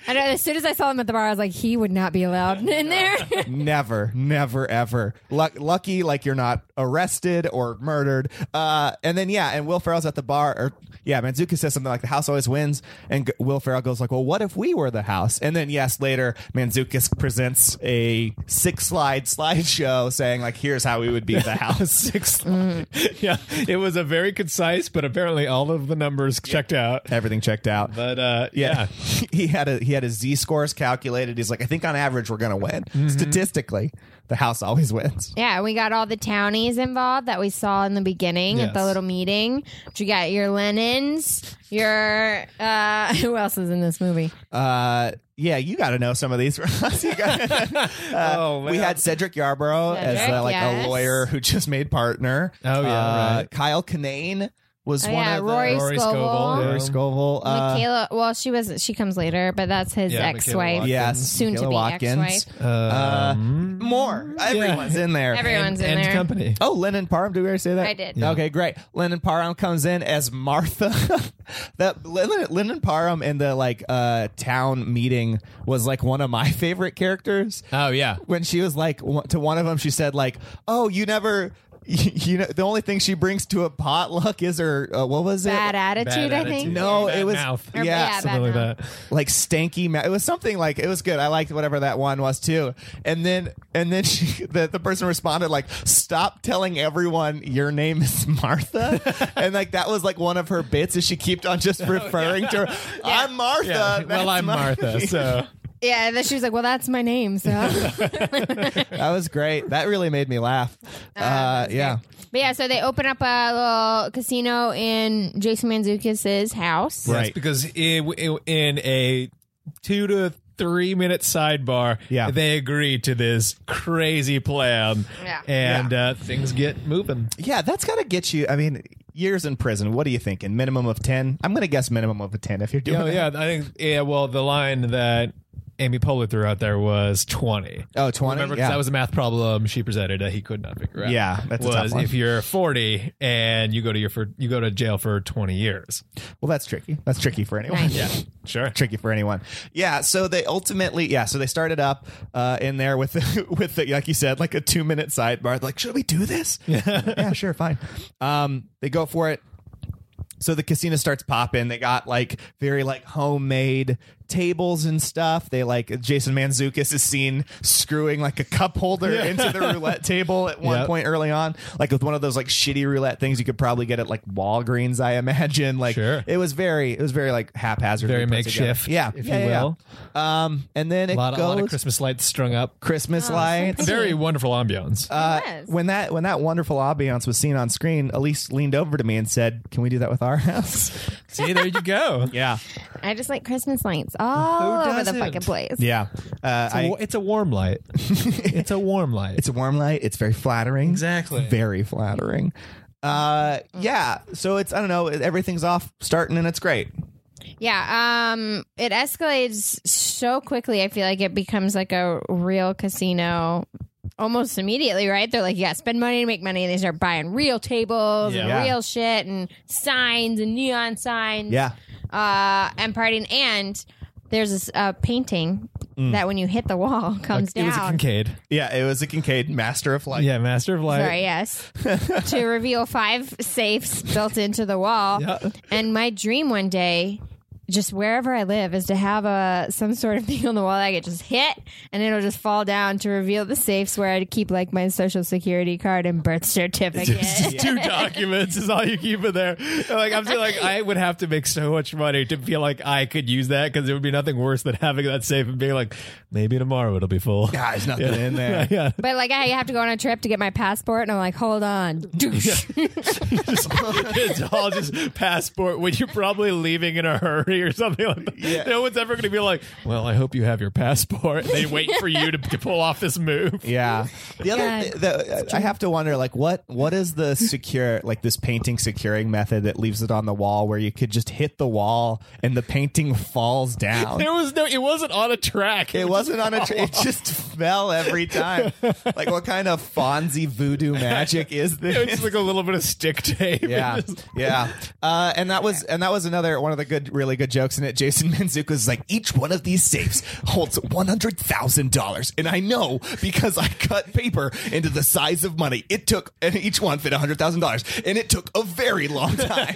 Speaker 5: I know, as soon as I saw him at the bar, I was like, he would not be allowed in there.
Speaker 4: never, never, ever. Luck- lucky, like you're not arrested or murdered. Uh, and then, yeah, and Will Ferrell's at the bar. Or yeah, Manzuka says something like the house always wins. And G- Will Ferrell goes like, "Well, what if we were the house?" And then, yes, later Manzukis presents a six slide slideshow saying like, "Here's how we would be the house."
Speaker 7: Six. Yeah, it was a very concise, but apparently all of the numbers checked out.
Speaker 4: Everything checked out.
Speaker 7: But uh, yeah.
Speaker 4: he had a he had his z scores calculated. He's like, I think on average we're gonna win
Speaker 7: Mm-hmm.
Speaker 4: statistically. The house always wins.
Speaker 5: Yeah, we got all the townies involved that we saw in the beginning at the
Speaker 7: Yes.
Speaker 5: little meeting. But you got your Lennons, your uh who else is in this movie?
Speaker 4: Uh, yeah, you got to know some of these. Ross. You gotta- uh,
Speaker 7: oh,
Speaker 4: we had Cedric Yarborough as
Speaker 5: Cedric,
Speaker 4: uh, like
Speaker 5: yes.
Speaker 4: a lawyer who just made partner.
Speaker 7: Oh, yeah,
Speaker 4: Uh,
Speaker 7: right.
Speaker 4: Kyle Kinane was
Speaker 5: Oh,
Speaker 4: one
Speaker 5: yeah,
Speaker 4: of the
Speaker 5: Rory,
Speaker 7: Rory
Speaker 5: Scovel.
Speaker 7: Scovel,
Speaker 4: Rory Scovel. Uh,
Speaker 5: Michaela well, she was she comes later, but that's his
Speaker 7: Yeah,
Speaker 5: ex wife.
Speaker 7: Michaela
Speaker 4: yes,
Speaker 5: Soon to
Speaker 4: Michaela
Speaker 5: be
Speaker 4: Watkins.
Speaker 5: ex-wife.
Speaker 7: Um,
Speaker 4: More. Everyone's in there.
Speaker 5: Everyone's in
Speaker 7: and
Speaker 5: there.
Speaker 7: company.
Speaker 4: Oh, Lennon Parham. Did we already say that?
Speaker 5: I did.
Speaker 4: Okay, great. Lennon Parham comes in as Martha. that Lennon, Lennon Parham in the like uh town meeting was like one of my favorite characters.
Speaker 7: Oh yeah.
Speaker 4: When she was like w- to one of them, she said like, "Oh, you never." you know, the only thing she brings to a potluck is her uh, what was it?
Speaker 5: Bad attitude, I think.
Speaker 4: No. it
Speaker 7: Bad
Speaker 4: was-
Speaker 7: mouth.
Speaker 4: Or- yeah,
Speaker 5: bad
Speaker 7: something like
Speaker 5: mouth.
Speaker 7: that.
Speaker 4: like stanky ma- it was something like it was good i liked whatever that one was too and then and then she the, the person responded like stop telling everyone your name is martha and like that was like one of her bits is she kept on just referring to her i'm martha
Speaker 7: Oh, Yeah.
Speaker 4: that's
Speaker 7: well, I'm
Speaker 4: my-"
Speaker 7: Martha, so
Speaker 5: Yeah, and then she was like, "Well, that's my name." So, but
Speaker 4: that was great that really made me laugh uh, yeah
Speaker 5: yeah, so they open up a little casino in Jason Manzukis's house.
Speaker 4: Right.
Speaker 7: That's because in, in, in a two to three minute sidebar,
Speaker 4: Yeah.
Speaker 7: they agree to this crazy plan,
Speaker 5: Yeah.
Speaker 7: and Uh, things get moving.
Speaker 4: yeah that's gotta get you i mean years in prison what are you thinking minimum of 10 i'm gonna guess minimum of a 10 if you're doing
Speaker 7: Oh
Speaker 4: it.
Speaker 7: yeah, I think yeah. Well, the line that Amy Poehler threw out there was twenty.
Speaker 4: oh 20
Speaker 7: Remember, 'cause
Speaker 4: yeah.
Speaker 7: that was a math problem she presented that he could not figure out.
Speaker 4: Yeah, that's a
Speaker 7: was
Speaker 4: tough one.
Speaker 7: if you're 40 and you go to your for, you go to jail for 20 years.
Speaker 4: well that's tricky that's tricky for anyone yeah
Speaker 7: Sure.
Speaker 4: tricky for anyone. Yeah, so they ultimately, yeah, so they started up uh, in there with with the, like you said, like a two minute sidebar. Like, should we do this? Yeah, sure, fine. Um, they go for it. So the casino starts popping. They got like very like homemade tables and stuff. They like Jason Manzukis is seen screwing like a cup holder into the roulette table at one
Speaker 7: Yep.
Speaker 4: point early on, like with one of those like shitty roulette things you could probably get at like Walgreens, I imagine. Like
Speaker 7: Sure.
Speaker 4: it was very, it was very like haphazard
Speaker 7: Very
Speaker 4: put together.
Speaker 7: makeshift,
Speaker 4: yeah,
Speaker 7: if
Speaker 4: yeah,
Speaker 7: you
Speaker 4: yeah,
Speaker 7: will.
Speaker 4: yeah. Um, and then it
Speaker 7: A lot, a
Speaker 4: goes
Speaker 7: lot of Christmas lights strung up.
Speaker 4: Christmas lights.
Speaker 7: Very wonderful ambiance.
Speaker 4: Uh, when that when that wonderful ambiance was seen on screen, Elise leaned over to me and said, "Can we do that with our house?"
Speaker 7: See, there you go.
Speaker 4: yeah,
Speaker 5: I just like Christmas lights all
Speaker 7: Who
Speaker 5: over the
Speaker 7: doesn't?
Speaker 5: fucking place.
Speaker 4: yeah. Uh,
Speaker 7: It's a wa-
Speaker 4: I,
Speaker 7: it's a warm light. it's a warm light.
Speaker 4: it's a warm light. It's very flattering.
Speaker 7: Exactly.
Speaker 4: Very flattering. Uh, yeah. So it's I don't know. Everything's off starting and it's great.
Speaker 5: Yeah, um, it escalates so quickly. I feel like it becomes like a real casino almost immediately, right? They're like, yeah, spend money to make money. And they start buying real tables and
Speaker 4: Yeah.
Speaker 5: real shit and signs and neon signs.
Speaker 4: Yeah.
Speaker 5: Uh, and partying. And there's this uh, painting that when you hit the wall comes
Speaker 7: it
Speaker 5: down.
Speaker 7: was a Kincaid.
Speaker 4: Yeah. It was a Kincaid master of flight.
Speaker 7: Uh, Yeah, Master of Light.
Speaker 5: Sorry, yes. to reveal five safes built into the wall.
Speaker 7: Yeah.
Speaker 5: And my dream one day, just wherever I live, is to have a some sort of thing on the wall that I could just hit and it'll just fall down to reveal the safes where I'd keep like my social security card and birth certificate.
Speaker 7: Just two documents is all you keep in there. And, Like I'm saying, like I would have to make so much money to feel like I could use that because it would be nothing worse than having that safe and being like, maybe tomorrow it'll be full.
Speaker 4: Ah, there's nothing in there.
Speaker 7: yeah,
Speaker 5: but like I have to go on a trip to get my passport and I'm like, hold on. Douche.
Speaker 7: just, it's all just passport when you're probably leaving in a hurry or something like that. No one's ever going to be like, well, I hope you have your passport. They wait for you to, to pull off this move.
Speaker 4: Yeah. The other, th- the, uh, I have to wonder, like, what what is the secure, like, this painting securing method that leaves it on the wall where you could just hit the wall and the painting falls down?
Speaker 7: There was no, it wasn't on a track.
Speaker 4: It wasn't on a. Tra- it just fell every time. Like, what kind of Fonzie voodoo magic is this?
Speaker 7: It was just like a little bit of stick tape.
Speaker 4: Yeah, yeah, uh, and that was and that was another one of the good, really good jokes in it. Jason Manzukis is like, each one of these safes holds one hundred thousand dollars, and I know because I cut paper into the size of money. It took and each one fit hundred thousand dollars, and it took a very long time.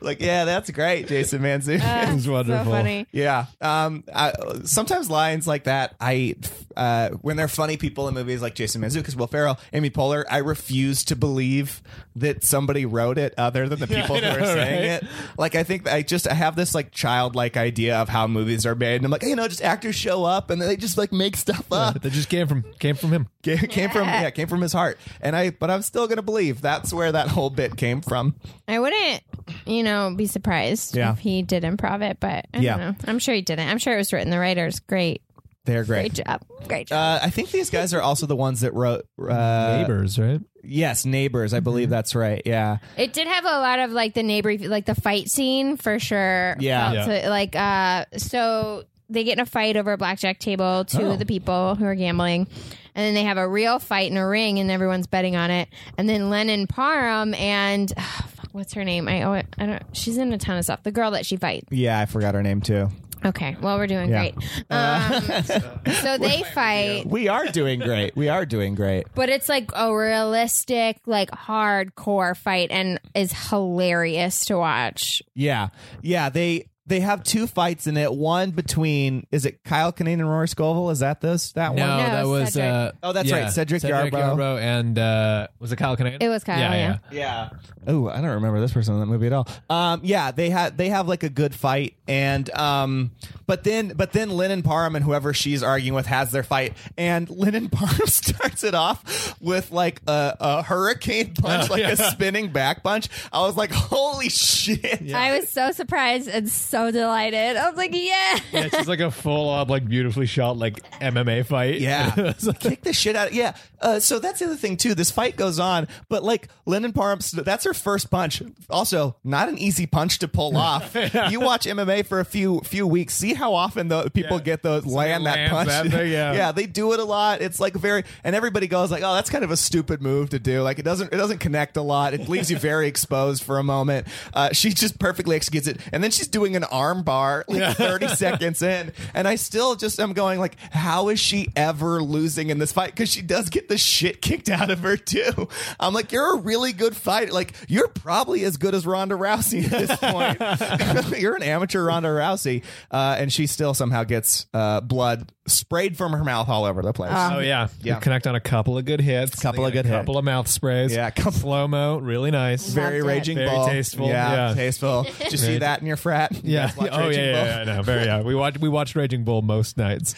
Speaker 4: like, yeah, that's great, Jason Manzukis.
Speaker 7: It was wonderful.
Speaker 5: so funny.
Speaker 4: Yeah. Um. I, sometimes lines like that, I, uh, when they're funny people in movies like Jason Manzukis, Will Ferrell, Amy Poehler, I refuse to believe that somebody wrote it other than the people who are saying it. Like, I think I just I have this like childlike idea of how movies are made, and I'm like, you know, just actors show up and they just like make stuff up.
Speaker 7: But that Uh, just came from came from him.
Speaker 4: Came, came from yeah, came from his heart, and I. But I'm still gonna believe that's where that whole bit came from.
Speaker 5: I wouldn't, you know, be surprised
Speaker 4: Yeah.
Speaker 5: if he did improv it, but I
Speaker 4: Yeah.
Speaker 5: don't know. I'm sure he didn't. I'm sure it was written. The writer's great.
Speaker 4: They're great.
Speaker 5: Great job. Great job.
Speaker 4: Uh, I think these guys are also the ones that wrote. Uh,
Speaker 7: Neighbors, right?
Speaker 4: Yes, neighbors. I believe that's right. Yeah.
Speaker 5: It did have a lot of like the neighbor, like the fight scene for sure.
Speaker 4: Yeah.
Speaker 5: Felt to- like, uh, so they get in a fight over a blackjack table, Two
Speaker 4: Oh.
Speaker 5: of the people who are gambling. And then they have a real fight in a ring and everyone's betting on it. And then Lennon Parham and fuck, what's her name? I, oh, I don't, she's in a ton of stuff. The girl that she fights.
Speaker 4: Yeah, I forgot her name too.
Speaker 5: Okay. Well, we're doing
Speaker 4: Yeah. Uh.
Speaker 5: great. Um, so they fight,
Speaker 4: We are doing great. We are doing great.
Speaker 5: but it's like a realistic, like hardcore fight, and is hilarious to watch.
Speaker 4: Yeah. Yeah. They they have two fights in it. One between is it Kyle Kinane and Rory Scovel? Is that this that
Speaker 7: No,
Speaker 4: one?
Speaker 7: that was
Speaker 5: Cedric.
Speaker 7: uh,
Speaker 4: Oh, that's
Speaker 7: yeah,
Speaker 4: right, Cedric Yarbrough.
Speaker 7: Yarbrough and uh, was it Kyle Kinane?
Speaker 5: It was Kyle, yeah.
Speaker 4: Yeah. Oh, I don't remember this person in that movie at all. Um, yeah, they had they have like a good fight, and um, but then but then Lynn and Parham and whoever she's arguing with has their fight, and Lynn and Parham starts it off with like a, a hurricane punch, like a spinning back punch. I was like, holy shit!
Speaker 5: I was so surprised and so delighted. I was like, yeah.
Speaker 7: Yeah, it's just like a full on, like beautifully shot, like MMA fight.
Speaker 4: Yeah. Kick the shit out. Yeah. Uh, so that's the other thing, too. This fight goes on, but like Lennon Parham, that's her first punch. Also, not an easy punch to pull off. You watch MMA for a few few weeks, see how often the people
Speaker 7: Yeah.
Speaker 4: get those, land that
Speaker 7: lands
Speaker 4: punch.
Speaker 7: that thing, yeah.
Speaker 4: they do it a lot. It's like very, and everybody goes like, oh, that's kind of a stupid move to do. Like it doesn't, it doesn't connect a lot. It leaves you very exposed for a moment. Uh, she just perfectly executes it. And then she's doing an arm bar like 30 seconds in. And I still just am going like, how is she ever losing in this fight? Cause she does get the shit kicked out of her too. I'm like, you're a really good fighter. Like you're probably as good as Ronda Rousey at this point. you're an amateur Ronda Rousey. Uh, and she still somehow gets, uh, blood sprayed from her mouth all over the place.
Speaker 7: Oh yeah,
Speaker 4: Yeah.
Speaker 7: You connect on a couple of good hits,
Speaker 4: Couple
Speaker 7: They
Speaker 4: of
Speaker 7: get
Speaker 4: good
Speaker 7: a couple
Speaker 4: hit.
Speaker 7: of mouth sprays,
Speaker 4: Yeah, couple-
Speaker 7: slow mo, really nice.
Speaker 4: very
Speaker 5: Loved it.
Speaker 4: raging
Speaker 7: Very
Speaker 4: bull.
Speaker 7: tasteful,
Speaker 4: Yeah,
Speaker 7: yeah.
Speaker 4: tasteful. Did you see that in your frat? You
Speaker 7: yeah.
Speaker 4: guys watch
Speaker 7: Oh yeah,
Speaker 4: Raging
Speaker 7: yeah,
Speaker 4: Bull?
Speaker 7: yeah, I know. Very yeah. We watch we watch Raging Bull most nights,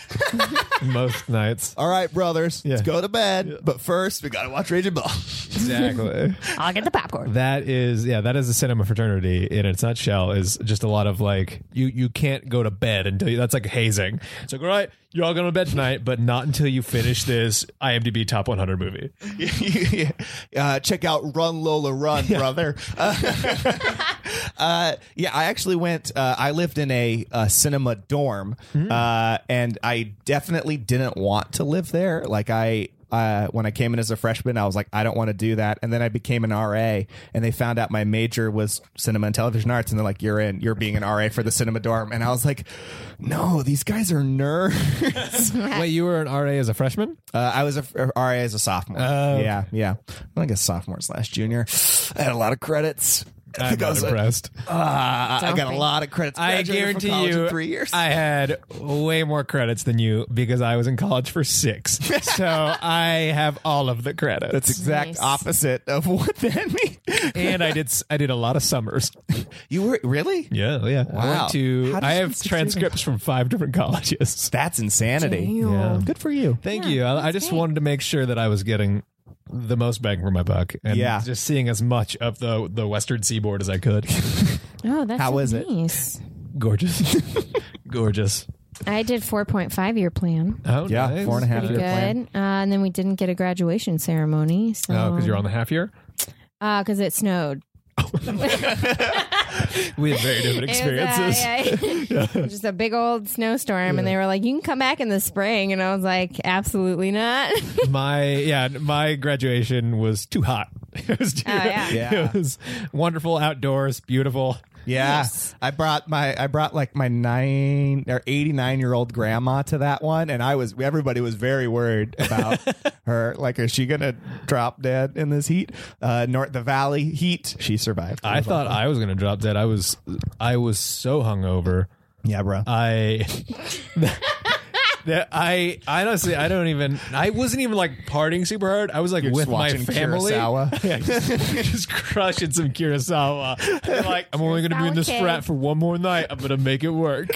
Speaker 7: most nights.
Speaker 4: All right, brothers, let's
Speaker 7: Yeah.
Speaker 4: go to bed. But first, we gotta watch Raging Bull.
Speaker 7: Exactly.
Speaker 5: I'll get the popcorn.
Speaker 7: That is, yeah, that is a cinema fraternity in its nutshell. Is just a lot of like you you can't go to bed until you, that's like hazing. It's like all right, you're all going to bed tonight, but not until you finish this IMDb top 100 movie.
Speaker 4: uh, check out Run Lola Run, brother. Uh, uh, yeah, I actually went. Uh, I lived in a, uh cinema dorm, uh, and I definitely didn't want to live there. Like I. Uh, when I came in as a freshman, I was like, I don't want to do that. And then I became an RA, and they found out my major was cinema and television arts, and they're like, "You're in. You're being an RA for the cinema dorm." And I was like, "No, these guys are nerds."
Speaker 7: Wait, you were an RA as a freshman?
Speaker 4: Uh, I was a a RA as a sophomore.
Speaker 7: Oh, okay.
Speaker 4: yeah, yeah. I guess sophomore slash junior. I had a lot of credits. I
Speaker 7: I'm
Speaker 4: think I
Speaker 7: not
Speaker 4: was like,
Speaker 7: impressed.
Speaker 4: "Ah, I got a
Speaker 5: Don't
Speaker 4: lot of credits.
Speaker 7: I
Speaker 4: Graduated from
Speaker 7: guarantee
Speaker 4: college in
Speaker 7: you,
Speaker 4: three years.
Speaker 7: I had way more credits than you because I was in college for six. so I have all of the credits.
Speaker 4: That's exact
Speaker 5: Nice.
Speaker 4: opposite of what that means.
Speaker 7: and I did s- I did a lot of summers.
Speaker 4: you were really?
Speaker 7: Yeah, yeah. I
Speaker 4: oh, Wow.
Speaker 7: went to
Speaker 4: How did
Speaker 7: I
Speaker 4: you
Speaker 7: have
Speaker 4: succeed?
Speaker 7: transcripts from five different colleges.
Speaker 4: That's insanity.
Speaker 7: Yeah.
Speaker 4: Good for you.
Speaker 7: Thank you. I, I just wanted to make sure that I was getting the most bang for my buck and
Speaker 4: Yeah.
Speaker 7: just seeing as much of the the western seaboard as I could.
Speaker 5: Oh, that's
Speaker 4: How
Speaker 5: so
Speaker 4: is it?
Speaker 5: nice.
Speaker 7: Gorgeous. Gorgeous.
Speaker 5: I did 4.5 year plan.
Speaker 7: Oh,
Speaker 4: Yeah,
Speaker 7: nice.
Speaker 4: four and a half year
Speaker 5: Pretty
Speaker 4: plan.
Speaker 5: good. Uh, and then we didn't get a graduation ceremony. So,
Speaker 7: Oh, because you're on the half year?
Speaker 5: Uh, 'cause it snowed.
Speaker 7: We had very different experiences.
Speaker 5: It was, uh, yeah. Just a big old snowstorm, and they were like, "You can come back in the spring," and I was like, "Absolutely not."
Speaker 7: my yeah, my graduation was too hot. It was too,
Speaker 5: Oh, yeah.
Speaker 4: Yeah.
Speaker 7: It was wonderful outdoors, beautiful.
Speaker 4: Yeah, I brought my I brought like my nine or eighty nine year old grandma to that one, and I was everybody was very worried about her. Like, is she gonna drop dead in this heat? Uh, North the Valley heat. She survived.
Speaker 7: I thought I was gonna drop dead. I was I was so hungover.
Speaker 4: yeah, bro.
Speaker 7: I that I I honestly I don't even I wasn't even like partying super hard. I was like
Speaker 4: You're just
Speaker 7: with my
Speaker 4: watching
Speaker 7: family.
Speaker 4: Kurosawa.
Speaker 7: Yeah, just, just crushing some Kurosawa. And, like I'm only gonna be in this
Speaker 5: Kurosawa
Speaker 7: frat
Speaker 5: kid.
Speaker 7: for one more night. I'm gonna make it work.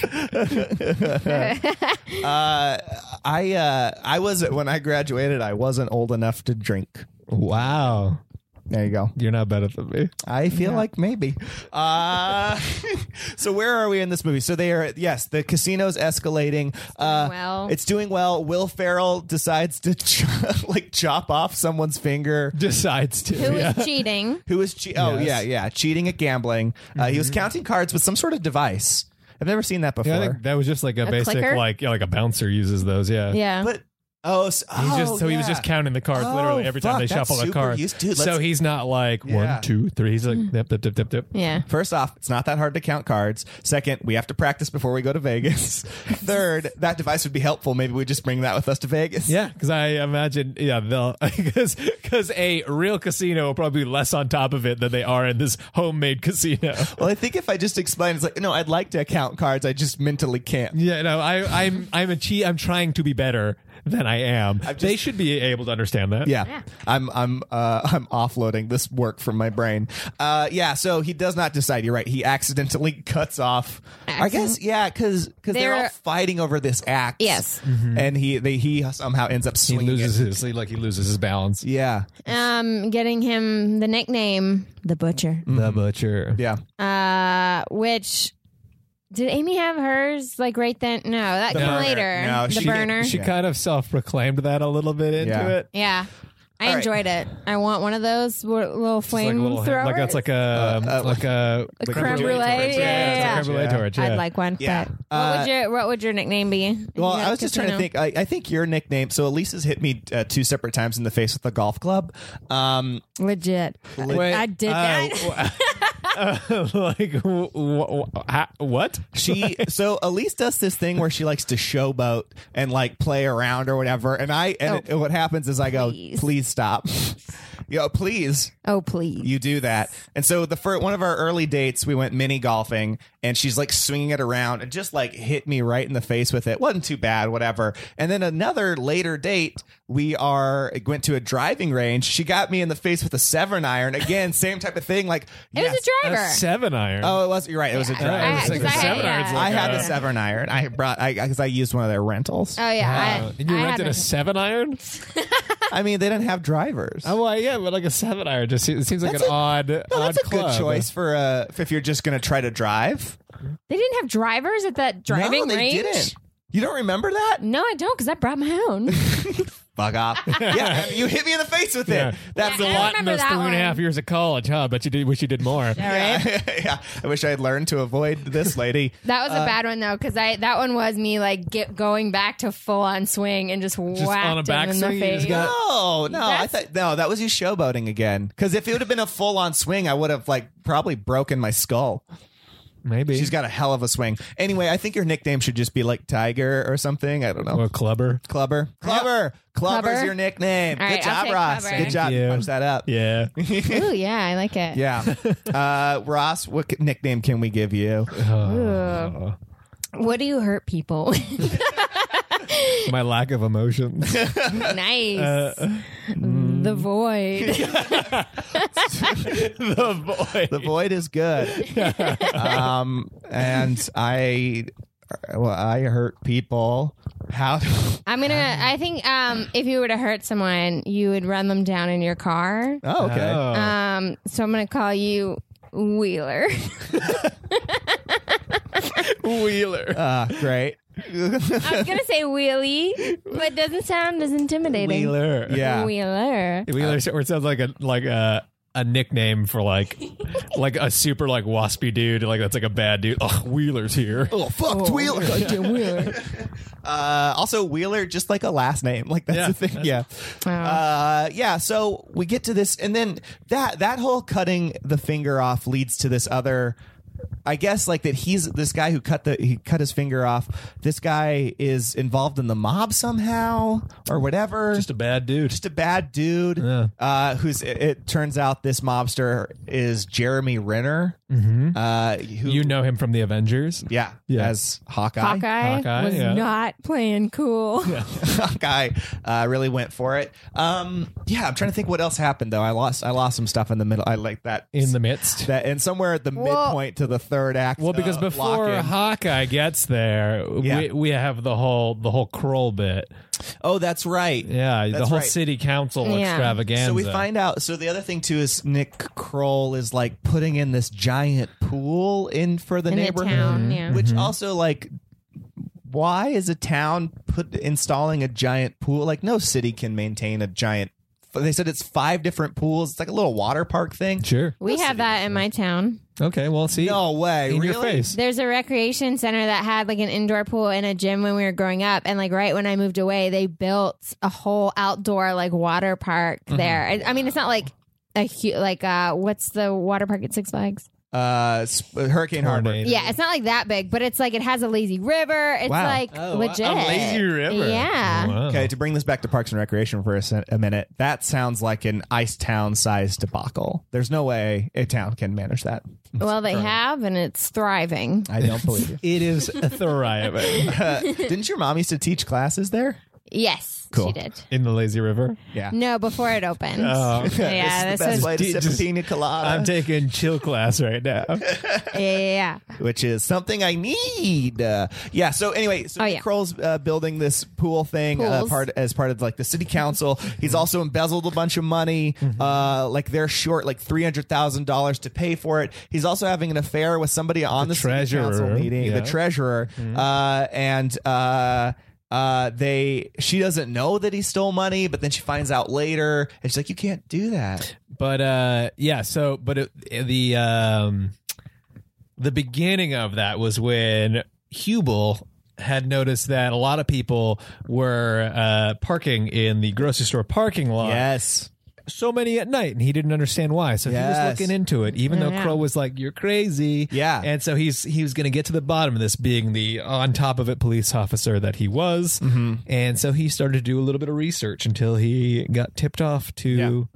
Speaker 4: I uh, I was when I graduated, I wasn't old enough to drink.
Speaker 7: Wow.
Speaker 4: There you go.
Speaker 7: You're not better than me.
Speaker 4: I feel like maybe. Uh, so where are we in this movie? So they are yes, the casino's escalating. Uh,
Speaker 5: well.
Speaker 4: it's doing well. Will Ferrell decides to ch- like chop off someone's finger.
Speaker 7: Decides to.
Speaker 5: Who
Speaker 7: yeah.
Speaker 5: was cheating?
Speaker 4: Who was che- oh
Speaker 7: Yes. Mm-hmm.
Speaker 4: yeah yeah cheating at gambling? Uh, he was counting cards with some sort of device. I've never seen that before.
Speaker 7: Yeah, I think that was just like a, basic
Speaker 5: clicker?
Speaker 7: like yeah, like a bouncer uses those. Yeah.
Speaker 5: Yeah,
Speaker 4: but Oh, so,
Speaker 7: He's
Speaker 4: oh,
Speaker 7: just so he was
Speaker 4: yeah.
Speaker 7: just counting the cards
Speaker 4: Oh,
Speaker 7: literally every time
Speaker 4: fuck,
Speaker 7: they
Speaker 4: that's
Speaker 7: shuffle the
Speaker 4: super
Speaker 7: cards.
Speaker 4: used- dude,
Speaker 7: so
Speaker 4: let's-
Speaker 7: he's not like
Speaker 4: Yeah.
Speaker 7: one, two, three. He's like dip, dip, dip, dip, dip.
Speaker 5: Yeah.
Speaker 4: First off, it's not that hard to count cards. Second, we have to practice before we go to Vegas. Third, that device would be helpful. Maybe we just bring that with us to Vegas.
Speaker 7: Yeah, because I imagine, yeah, they'll because a real casino will probably be less on top of it than they are in this homemade casino.
Speaker 4: Well, I think if I just explain, it's like, no, I'd like to count cards. I just mentally can't.
Speaker 7: Yeah, no, I, I'm I'm a chi- I'm trying to be better than I am. they should be able to understand that.
Speaker 4: Yeah, I'm I'm uh, I'm offloading this work from my brain. Uh, yeah, so he does not decide. You're right. He accidentally cuts off. I guess yeah, because because they're, all
Speaker 5: They're-
Speaker 4: fighting over this axe.
Speaker 5: Yes.
Speaker 4: and he they, he somehow ends up
Speaker 7: Mm-hmm. he
Speaker 4: swinging.
Speaker 7: loses
Speaker 4: it.
Speaker 7: his he, like he loses his balance.
Speaker 4: Yeah,
Speaker 5: Um, getting him the nickname the Butcher.
Speaker 7: The butcher.
Speaker 4: yeah.
Speaker 5: Uh, which did Amy have hers like right then? No, that came
Speaker 4: burner.
Speaker 5: later.
Speaker 4: No,
Speaker 5: the
Speaker 4: she-
Speaker 5: burner.
Speaker 7: Oh, She kind of self proclaimed that a little bit into
Speaker 4: Yeah.
Speaker 7: it.
Speaker 5: yeah. I
Speaker 4: right.
Speaker 5: enjoyed it. I want one of those w- little
Speaker 7: It's
Speaker 5: flame
Speaker 7: little-
Speaker 5: throwers.
Speaker 7: like that's like a like a
Speaker 5: creme brulee. Yeah, yeah,
Speaker 7: it's a
Speaker 5: yeah.
Speaker 7: creme brulee
Speaker 4: Yeah.
Speaker 7: torch. Uh, Yeah.
Speaker 5: I'd like one.
Speaker 4: Yeah.
Speaker 5: But
Speaker 4: Uh,
Speaker 5: what would your What would your nickname be? if you
Speaker 4: Well,
Speaker 5: had
Speaker 4: I
Speaker 5: a
Speaker 4: was just trying to
Speaker 5: casino?
Speaker 4: think. I, I think your nickname. So Elisa's hit me uh, two separate times in the face with a golf club. Um,
Speaker 5: Legit.
Speaker 7: Wait,
Speaker 5: I did
Speaker 7: uh,
Speaker 5: that.
Speaker 7: w- like w- w- ha- what?
Speaker 4: She so Elise does this thing where she likes to showboat and like play around or whatever. And I and it- what happens is I go, please,
Speaker 5: Oh, Please.
Speaker 4: stop. Yo, please,
Speaker 5: Oh please.
Speaker 4: you do that. And so the first one of our early dates, we went mini golfing, and she's like swinging it around and just like hit me right in the face with it. wasn't too bad, whatever. And then another later date, we are went to a driving range. She got me in the face with a seven iron again, same type of thing. Like
Speaker 5: It was
Speaker 4: yes.
Speaker 5: a driver.
Speaker 7: A seven iron.
Speaker 4: Oh, it was. You're right. It was a
Speaker 5: Yeah,
Speaker 4: driver.
Speaker 5: I-
Speaker 7: It was like a
Speaker 5: I had-
Speaker 7: seven iron's
Speaker 5: yeah.
Speaker 7: like
Speaker 4: I had
Speaker 7: a-
Speaker 4: a seven iron. I brought I because I used one of their rentals.
Speaker 5: oh yeah.
Speaker 7: Uh,
Speaker 5: I,
Speaker 7: you
Speaker 5: I had
Speaker 7: rented
Speaker 5: one.
Speaker 7: a seven iron?
Speaker 4: I mean, they didn't have drivers.
Speaker 7: Oh, well, yeah, but like a seven iron just seems, it seems like
Speaker 4: That's
Speaker 7: an
Speaker 4: a-
Speaker 7: odd,
Speaker 4: No,
Speaker 7: odd
Speaker 4: that's a
Speaker 7: club.
Speaker 4: good choice for uh, if you're just going to try to drive.
Speaker 5: They didn't have drivers at that driving
Speaker 4: no, they
Speaker 5: range.
Speaker 4: didn't. You don't remember that?
Speaker 5: No, I don't, because I brought my own.
Speaker 4: Fuck off. yeah, you hit me in the face with it.
Speaker 7: Yeah.
Speaker 4: That's
Speaker 5: Yeah,
Speaker 4: the
Speaker 5: I
Speaker 4: one.
Speaker 7: Lot in
Speaker 5: remember
Speaker 7: those
Speaker 5: that
Speaker 7: three and a
Speaker 5: one.
Speaker 7: half years of college, huh? But you did, wish you did more.
Speaker 4: yeah, I wish I had learned to avoid this lady.
Speaker 5: That was
Speaker 7: Uh,
Speaker 5: a bad one though, because I that one was me like get going back to full on swing and just,
Speaker 7: Just on a
Speaker 5: whacked him in the
Speaker 7: backswing, you
Speaker 5: face.
Speaker 7: just got-
Speaker 4: No, no, I
Speaker 5: That's-
Speaker 4: thought no, that was you showboating again. Because if it would have been a full on swing, I would have like probably broken my skull.
Speaker 7: Maybe.
Speaker 4: She's got a hell of a swing. Anyway, I think your nickname should just be like Tiger or something. I don't know.
Speaker 7: or a clubber.
Speaker 4: Clubber. Clubber. Clubber's
Speaker 5: Clubber.
Speaker 4: your nickname.
Speaker 5: All
Speaker 4: Good
Speaker 5: right, I'll
Speaker 4: job,
Speaker 5: take
Speaker 4: Ross.
Speaker 5: Clubber.
Speaker 4: Good job.
Speaker 7: Thank you.
Speaker 4: Punch that up.
Speaker 7: Yeah.
Speaker 5: Ooh, yeah, I like it.
Speaker 4: Yeah. Uh, Ross, what c- nickname can we give you?
Speaker 5: Ooh. What do you hurt people? with?
Speaker 7: My lack of emotions.
Speaker 5: nice.
Speaker 7: Uh, mm.
Speaker 5: the void.
Speaker 7: the boy.
Speaker 4: The void is good. um, and I, well, I hurt people. How?
Speaker 5: I'm gonna. I think um, if you were to hurt someone, you would run them down in your car.
Speaker 4: Oh, okay.
Speaker 7: Oh.
Speaker 5: Um, so I'm gonna call you Wheeler.
Speaker 7: Wheeler.
Speaker 4: Uh, great.
Speaker 5: I was gonna say Wheelie, but it doesn't sound as intimidating.
Speaker 7: Wheeler.
Speaker 4: Yeah.
Speaker 5: Wheeler.
Speaker 4: Uh,
Speaker 7: Wheeler or it sounds like a like a a nickname for like like a super like waspy dude like that's like a bad dude. Oh, Wheeler's here.
Speaker 4: Oh, fuck Wheeler. Uh, also, Wheeler, just like a last name. Like, that's
Speaker 7: Yeah,
Speaker 4: the thing. Yeah. Uh, yeah. So we get to this, and then that, that whole cutting the finger off leads to this other. I guess like that he's this guy who cut the he cut his finger off. This guy is involved in the mob somehow or whatever.
Speaker 7: Just a bad dude.
Speaker 4: Just a bad dude. Uh, who's it, it turns out this mobster is Jeremy Renner. Mm-hmm. Uh, who
Speaker 7: You know him from the Avengers.
Speaker 4: yeah,
Speaker 7: Yeah.
Speaker 4: as Hawkeye.
Speaker 5: Hawkeye,
Speaker 7: Hawkeye,
Speaker 5: was
Speaker 7: yeah.
Speaker 5: not playing cool.
Speaker 4: guy uh, really went for it. Um, yeah, I'm trying to think what else happened though. I lost I lost some stuff in the middle. I like that
Speaker 7: In the midst.
Speaker 4: that and somewhere at the
Speaker 5: Well-
Speaker 4: midpoint to the third act.
Speaker 7: Well, because
Speaker 4: uh,
Speaker 7: before
Speaker 4: lock-in.
Speaker 7: Hawkeye gets there,
Speaker 4: Yeah.
Speaker 7: we, we have the whole the whole Kroll bit.
Speaker 4: oh, that's right.
Speaker 7: Yeah, the
Speaker 4: That's
Speaker 7: whole
Speaker 4: right.
Speaker 7: city council
Speaker 5: Yeah.
Speaker 7: extravaganza.
Speaker 4: So we find out. So the other thing too is Nick Kroll is like putting in this giant pool in for the
Speaker 5: In the
Speaker 4: neighborhood,
Speaker 5: town, yeah.
Speaker 7: Mm-hmm.
Speaker 4: which also like. Why is a town put installing a giant pool? Like no city can maintain a giant. They said it's five different pools. It's like a little water park thing.
Speaker 7: sure.
Speaker 5: We have that in my town.
Speaker 7: Okay, well, see,
Speaker 4: No way,
Speaker 7: in your
Speaker 4: really?
Speaker 7: face.
Speaker 5: There's a recreation center that had like an indoor pool and a gym when we were growing up, and like right when I moved away, they built a whole outdoor like water park
Speaker 7: Mm-hmm.
Speaker 5: there. I, I mean, it's not like a huge like uh, what's the water park at Six Flags?
Speaker 4: Uh, sp- Hurricane Harbor.
Speaker 7: Tornado.
Speaker 5: Yeah, it's not like that big, but it's like it has a lazy river. It's
Speaker 4: Oh, Wow.
Speaker 5: like
Speaker 7: Oh,
Speaker 5: legit.
Speaker 7: A lazy river. Oh,
Speaker 5: Yeah.
Speaker 7: Wow.
Speaker 4: Okay, to bring this back to Parks and Recreation for a, se- a minute, that sounds like an Ice Town sized debacle. There's no way a town can manage that.
Speaker 5: Well, they have, and it's thriving.
Speaker 4: I don't believe you.
Speaker 7: It is thriving
Speaker 4: Didn't your mom used to teach classes there?
Speaker 5: Yes,
Speaker 4: Cool.
Speaker 5: she did.
Speaker 7: in the lazy river.
Speaker 4: Yeah.
Speaker 5: No, before it opened. yeah,
Speaker 7: Oh,
Speaker 4: It's
Speaker 5: this
Speaker 4: the best
Speaker 5: was
Speaker 4: way to sip a
Speaker 7: just-
Speaker 4: pina colada,
Speaker 7: I'm taking chill class right now.
Speaker 5: yeah.
Speaker 4: which is something I need. Uh, yeah. So anyway, so
Speaker 5: Oh, yeah.
Speaker 4: Kroll's uh, building this pool thing uh,
Speaker 5: Pools.
Speaker 4: part as part of like the city council.
Speaker 7: Mm-hmm.
Speaker 4: He's also embezzled a bunch of money. Uh, like they're short like three hundred thousand dollars to pay for it. He's also having an affair with somebody on the, city council
Speaker 7: treasurer.
Speaker 4: meeting. The
Speaker 7: Yeah. Mm-hmm.
Speaker 4: treasurer uh, and. Uh, uh, they she doesn't know that he stole money, but then she finds out later, and she's like, "You can't do that."
Speaker 7: But uh, yeah, so but it, the um, the beginning of that was when Hubel had noticed that a lot of people were uh, parking in the grocery store parking lot.
Speaker 4: Yes,
Speaker 7: So many at night, and he didn't understand why. So he
Speaker 4: Yes.
Speaker 7: was looking into it, even though Crow was like, "You're crazy."
Speaker 4: Yeah.
Speaker 7: and so he's he was going to get to the bottom of this, being the on top of it police officer that he was.
Speaker 4: Mm-hmm.
Speaker 7: And so he started to do a little bit of research until he got tipped off to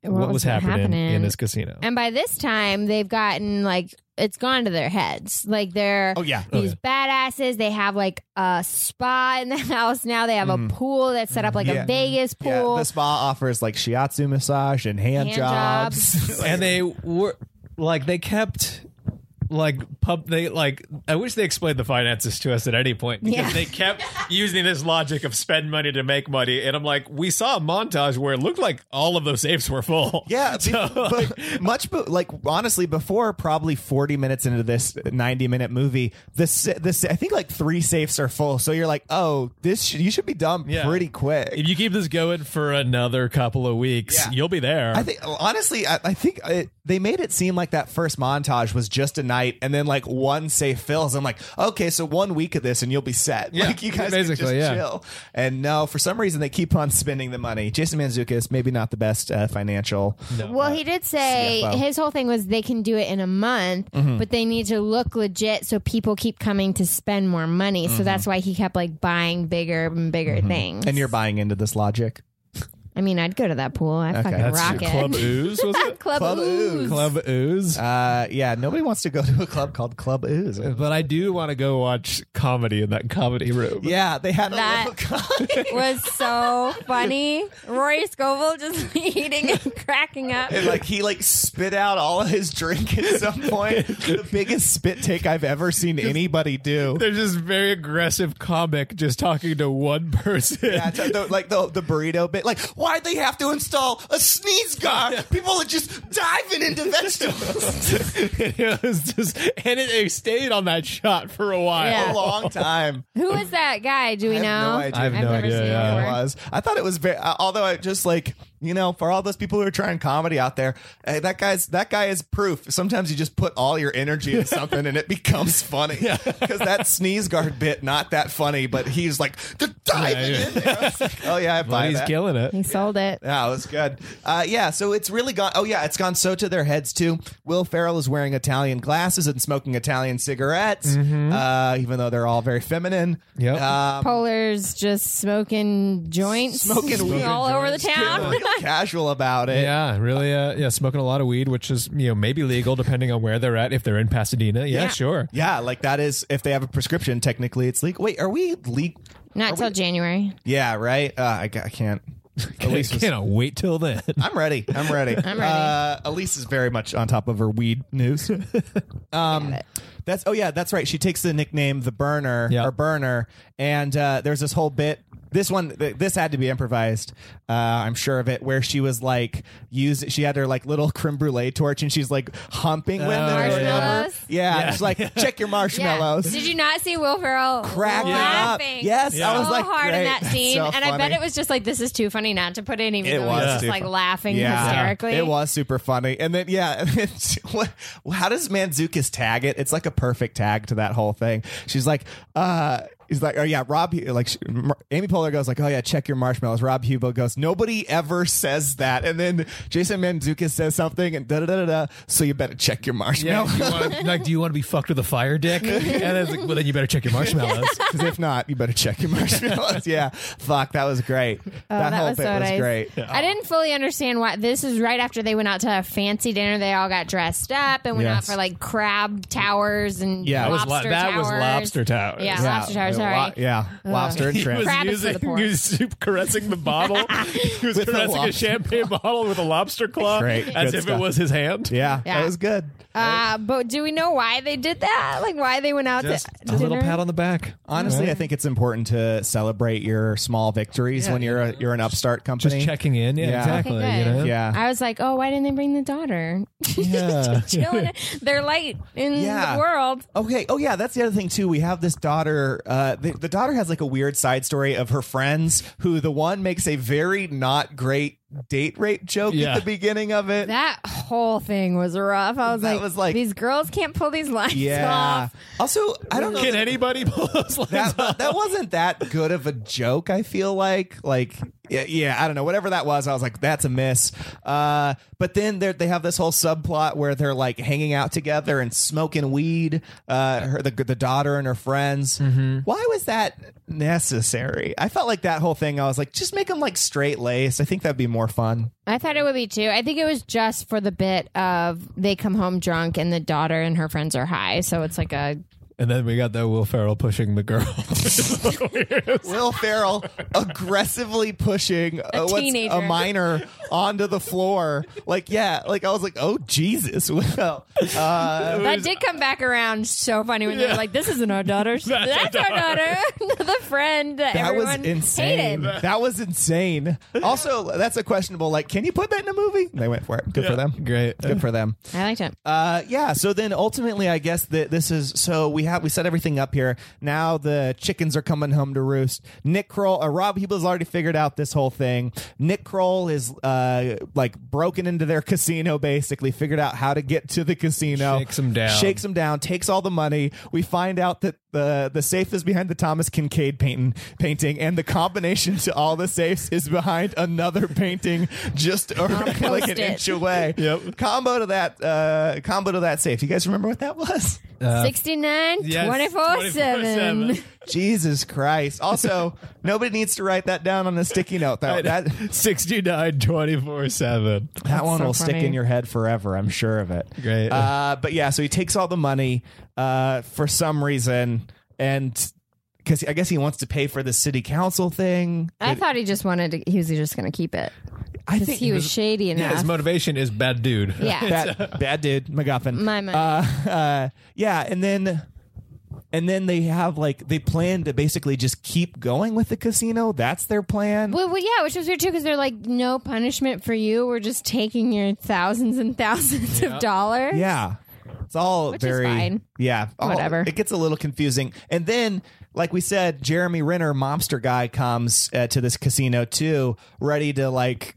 Speaker 7: what, was, happening, in this casino.
Speaker 5: And by this time, they've gotten like it's gone to their heads. Like they're
Speaker 4: Oh, yeah.
Speaker 5: these badasses. They have like a spa in the house now. They have a pool that's set up like
Speaker 4: Mm-hmm. Yeah.
Speaker 5: a Vegas pool.
Speaker 4: Yeah, the spa offers like shiatsu massage and hand,
Speaker 5: Hand
Speaker 4: jobs.
Speaker 7: and they were like they kept like pub they like i wish they explained the finances to us at any point because
Speaker 5: Yeah.
Speaker 7: they kept using this logic of spend money to make money and i'm like we saw a montage where it looked like all of those safes were full
Speaker 4: Yeah, be-
Speaker 7: so, like,
Speaker 4: but much be- like honestly, before probably forty minutes into this ninety-minute movie, this this I think like three safes are full. So you're like, oh, this sh- you should be done
Speaker 7: Yeah.
Speaker 4: pretty quick.
Speaker 7: if you keep this going for another couple of weeks
Speaker 4: Yeah.
Speaker 7: you'll be there
Speaker 4: I think honestly, I, I think it, they made it seem like that first montage was just a night, and then like one safe fills. I'm like, okay, so one week of this, and you'll be set.
Speaker 7: Yeah,
Speaker 4: like you guys can just
Speaker 7: basically, yeah.
Speaker 4: chill. And no, for some reason, they keep on spending the money. Jason Manzukis, maybe not the best uh, financial.
Speaker 5: well, he did say
Speaker 4: CFO.
Speaker 5: his whole thing was they can do it in a month,
Speaker 4: Mm-hmm.
Speaker 5: but they need to look legit so people keep coming to spend more money. So that's why he kept like buying bigger and bigger things.
Speaker 4: Mm-hmm. And you're buying into this logic.
Speaker 5: I mean, I'd go to that pool. I'd fucking
Speaker 7: that's
Speaker 5: rock it.
Speaker 7: club ooze was it
Speaker 5: Club
Speaker 4: Club
Speaker 5: Ooze.
Speaker 7: club ooze
Speaker 4: Uh, yeah, nobody wants to go to a club called Club Ooze.
Speaker 7: but i do want to go watch comedy in that comedy room
Speaker 4: Yeah, they had
Speaker 5: That-
Speaker 4: a little guy.
Speaker 5: was so funny. Rory Scovel just eating and cracking up.
Speaker 4: And like he like spit out all of his drink at some point. the biggest spit take I've ever seen anybody do.
Speaker 7: There's this very aggressive comic just talking to one person.
Speaker 4: Yeah, t- the- like the, the burrito bit. Like, why'd they have to install a sneeze guard? People are just diving into vegetables.
Speaker 7: it was just, and it, it stayed on that shot for a while.
Speaker 4: a long time.
Speaker 5: Who is that guy? Do we
Speaker 4: I
Speaker 5: know?
Speaker 4: have no idea.
Speaker 7: I have
Speaker 5: I've
Speaker 7: no
Speaker 5: never
Speaker 7: idea.
Speaker 5: seen it
Speaker 7: yeah.
Speaker 5: before.
Speaker 4: it was. I thought it was very. Uh, although I just like you know, for all those people who are trying comedy out there, hey, that guy's that guy is proof. Sometimes you just put all your energy into something and it becomes funny. Because that sneeze guard bit, not that funny, but he's like the diving
Speaker 7: Yeah, yeah.
Speaker 4: in there. I was like, oh yeah, I buy
Speaker 7: But he's
Speaker 4: that.
Speaker 7: killing it.
Speaker 5: He sold it.
Speaker 4: Yeah, it was good. Uh, yeah, so it's really gone. Oh yeah, it's gone so to their heads too. Will Ferrell is wearing Italian glasses and smoking Italian cigarettes, uh, even though they're all very feminine.
Speaker 7: Yep.
Speaker 4: Um,
Speaker 5: Polar's just smoking joints
Speaker 4: Smoking weed.
Speaker 5: all over the town.
Speaker 4: real casual about it.
Speaker 7: Yeah, really. Uh, yeah, smoking a lot of weed, which is you know maybe legal depending on where they're at. If they're in Pasadena, yeah, sure.
Speaker 4: Yeah, like that is if they have a prescription, technically it's legal. Wait, are we legal?
Speaker 5: Not till January.
Speaker 4: Yeah, right. Uh, I, ca- I can't.
Speaker 7: Elise cannot wait till then.
Speaker 4: I'm ready. I'm ready. I'm
Speaker 5: ready.
Speaker 4: Uh, Elise is very much on top of her weed news. um, that's oh yeah, that's right. She takes the nickname the burner
Speaker 7: Yeah.
Speaker 4: or burner, and uh, there's this whole bit This one, th- this had to be improvised. Uh, I'm sure of it. Where she was like, use. She had her like little creme brulee torch, and she's like humping women. or whatever.
Speaker 5: Marshmallows?
Speaker 4: Oh, Yeah, she's like, check your marshmallows.
Speaker 5: Did you not see Will Ferrell
Speaker 4: Cracking up.
Speaker 5: laughing
Speaker 4: Yes,
Speaker 5: so
Speaker 4: I was like,
Speaker 5: hard in
Speaker 4: great.
Speaker 5: that
Speaker 4: That's
Speaker 5: scene,
Speaker 4: so
Speaker 5: and I bet
Speaker 4: funny.
Speaker 5: it was just like this is too funny not to put in, even
Speaker 4: It
Speaker 5: though
Speaker 4: was
Speaker 5: he was just
Speaker 4: too
Speaker 5: like
Speaker 4: fu-
Speaker 5: laughing hysterically.
Speaker 4: It was super funny. And then, yeah, and then she- what, how does Manzukis tag it? It's like a perfect tag to that whole thing. She's like, uh, he's like, oh yeah, Rob, Hu- like she, Mar- Amy Poehler goes like, oh yeah, check your marshmallows. Rob Hubo goes, nobody ever says that. And then Jason Manzukis says something and da da da da. da, So you better check your
Speaker 7: Yeah,
Speaker 4: marshmallows.
Speaker 7: you wanna- like, do you want to be fucked with a fire dick? and it's like, well, then you better check your marshmallows.
Speaker 4: Because if not, you better check your marshmallows. yeah, fuck, that was great.
Speaker 5: Oh,
Speaker 4: that, whole
Speaker 5: was
Speaker 4: bit
Speaker 5: so
Speaker 4: was
Speaker 5: nice.
Speaker 4: great.
Speaker 5: I didn't fully understand why. This is right after they went out to a fancy dinner. They all got dressed up and went
Speaker 4: Yes.
Speaker 5: out for like crab towers and
Speaker 4: Yeah,
Speaker 7: That was,
Speaker 5: lobster
Speaker 7: lo- that was
Speaker 5: towers.
Speaker 7: lobster tower.
Speaker 5: Yeah,
Speaker 4: Yeah,
Speaker 5: lobster tower.
Speaker 4: lo-
Speaker 5: Sorry.
Speaker 4: yeah, lobster and
Speaker 7: He
Speaker 4: shrimp.
Speaker 7: was
Speaker 5: Crab is for
Speaker 7: using,
Speaker 5: the poor.
Speaker 7: he was caressing the bottle. he was
Speaker 4: With a
Speaker 7: caressing a,
Speaker 4: lobster
Speaker 7: champagne bottle with a lobster claw
Speaker 4: Great,
Speaker 7: as
Speaker 4: good
Speaker 7: if
Speaker 4: stuff.
Speaker 7: it was his hand.
Speaker 4: Yeah, that
Speaker 5: Yeah.
Speaker 4: was good.
Speaker 5: Uh, but do we know why they did that? Like why they went out
Speaker 7: Just
Speaker 5: to
Speaker 7: a
Speaker 5: dinner?
Speaker 7: little pat on the back.
Speaker 4: Honestly, I think it's important to celebrate your small victories when you're a, you're an upstart company.
Speaker 7: Just checking in. Yeah,
Speaker 4: Yeah.
Speaker 7: exactly.
Speaker 5: Okay,
Speaker 7: you
Speaker 5: good.
Speaker 7: know?
Speaker 4: Yeah.
Speaker 5: I was like, oh, why didn't they bring the daughter?
Speaker 7: Yeah.
Speaker 5: Chilling. They're light in
Speaker 4: Yeah.
Speaker 5: the world.
Speaker 4: Okay. Oh yeah, that's the other thing too. We have this daughter. Uh, the, the daughter has like a weird side story of her friends, who the one makes a very not great date rape joke
Speaker 7: Yeah.
Speaker 4: at the beginning of it.
Speaker 5: That whole thing was rough. I was,
Speaker 4: That
Speaker 5: like,
Speaker 4: was like-
Speaker 5: these girls can't pull these lines
Speaker 4: yeah.
Speaker 5: off.
Speaker 4: Also, I don't know.
Speaker 7: Can
Speaker 4: that-
Speaker 7: anybody pull those lines
Speaker 4: that,
Speaker 7: off?
Speaker 4: that wasn't that good of a joke. I feel like like yeah, yeah, I don't know whatever that was. I was like that's a miss. Uh, but then they they have this whole subplot where they're like hanging out together and smoking weed. Uh, her the the daughter and her friends. Why was that necessary? I felt like that whole thing. I was like just make them like straight laced. I think that'd be more fun.
Speaker 5: I thought it would be too. I think it was just for the bit of they come home drunk and the daughter and her friends are high. So it's like a
Speaker 7: And then we got that Will Ferrell pushing the girl.
Speaker 4: Will Ferrell aggressively pushing uh, what's-
Speaker 5: teenager.
Speaker 4: a minor onto the floor. Like, yeah, like I was like, oh Jesus, Will. Uh,
Speaker 5: that did come back around so funny when they were like, "This isn't our daughter. That's, our daughter." the friend that,
Speaker 4: that was
Speaker 5: everyone
Speaker 4: insane.
Speaker 5: hated.
Speaker 4: That was insane. Also, that's a questionable. Like, can you put that in a movie? They went for it. Good for them.
Speaker 7: Great.
Speaker 4: Good for them.
Speaker 5: I liked it.
Speaker 4: Uh, yeah. So then, ultimately, I guess that this is so we have we set everything up here. Now the chickens are coming home to roost. Nick Kroll, uh, Rob Hebel's already figured out this whole thing. Nick Kroll is uh like broken into their casino, basically figured out how to get to the casino,
Speaker 7: Shakes 'em down.
Speaker 4: shakes them down, takes all the money. We find out that the the safe is behind the Thomas Kincaid painting, painting, and the combination to all the safes is behind another painting just around, like an
Speaker 5: Post-it.
Speaker 4: inch away. Yep. Combo to that uh, combo to that safe. You guys remember what that was?
Speaker 5: 69,
Speaker 7: Yes,
Speaker 5: 24 7.
Speaker 7: 24/7.
Speaker 4: Jesus Christ. Also, nobody needs to write that down on a sticky note. That that,
Speaker 7: 69 24 7.
Speaker 4: that one
Speaker 5: so
Speaker 4: will stick
Speaker 5: funny.
Speaker 4: in your head forever, I'm sure of it.
Speaker 7: Great.
Speaker 4: Uh, but yeah, so he takes all the money uh, for some reason and because I guess he wants to pay for the city council thing.
Speaker 5: I thought he just wanted to, he was just going to keep it.
Speaker 4: I
Speaker 5: Because he was shady
Speaker 7: Yeah, his
Speaker 5: enough.
Speaker 7: motivation is bad dude.
Speaker 5: Yeah.
Speaker 4: bad, bad dude, MacGuffin.
Speaker 5: My money.
Speaker 4: Uh, uh, yeah, and then and then they have like they plan to basically just keep going with the casino. That's their plan.
Speaker 5: Well, well, yeah, which was weird too, because they're like, no punishment for you. We're just taking your thousands and thousands of dollars.
Speaker 4: Yeah. It's all
Speaker 5: Which is
Speaker 4: very
Speaker 5: fine.
Speaker 4: yeah, all-
Speaker 5: Whatever.
Speaker 4: It gets a little confusing. And then like we said, Jeremy Renner, mobster guy comes uh, to this casino too, ready to like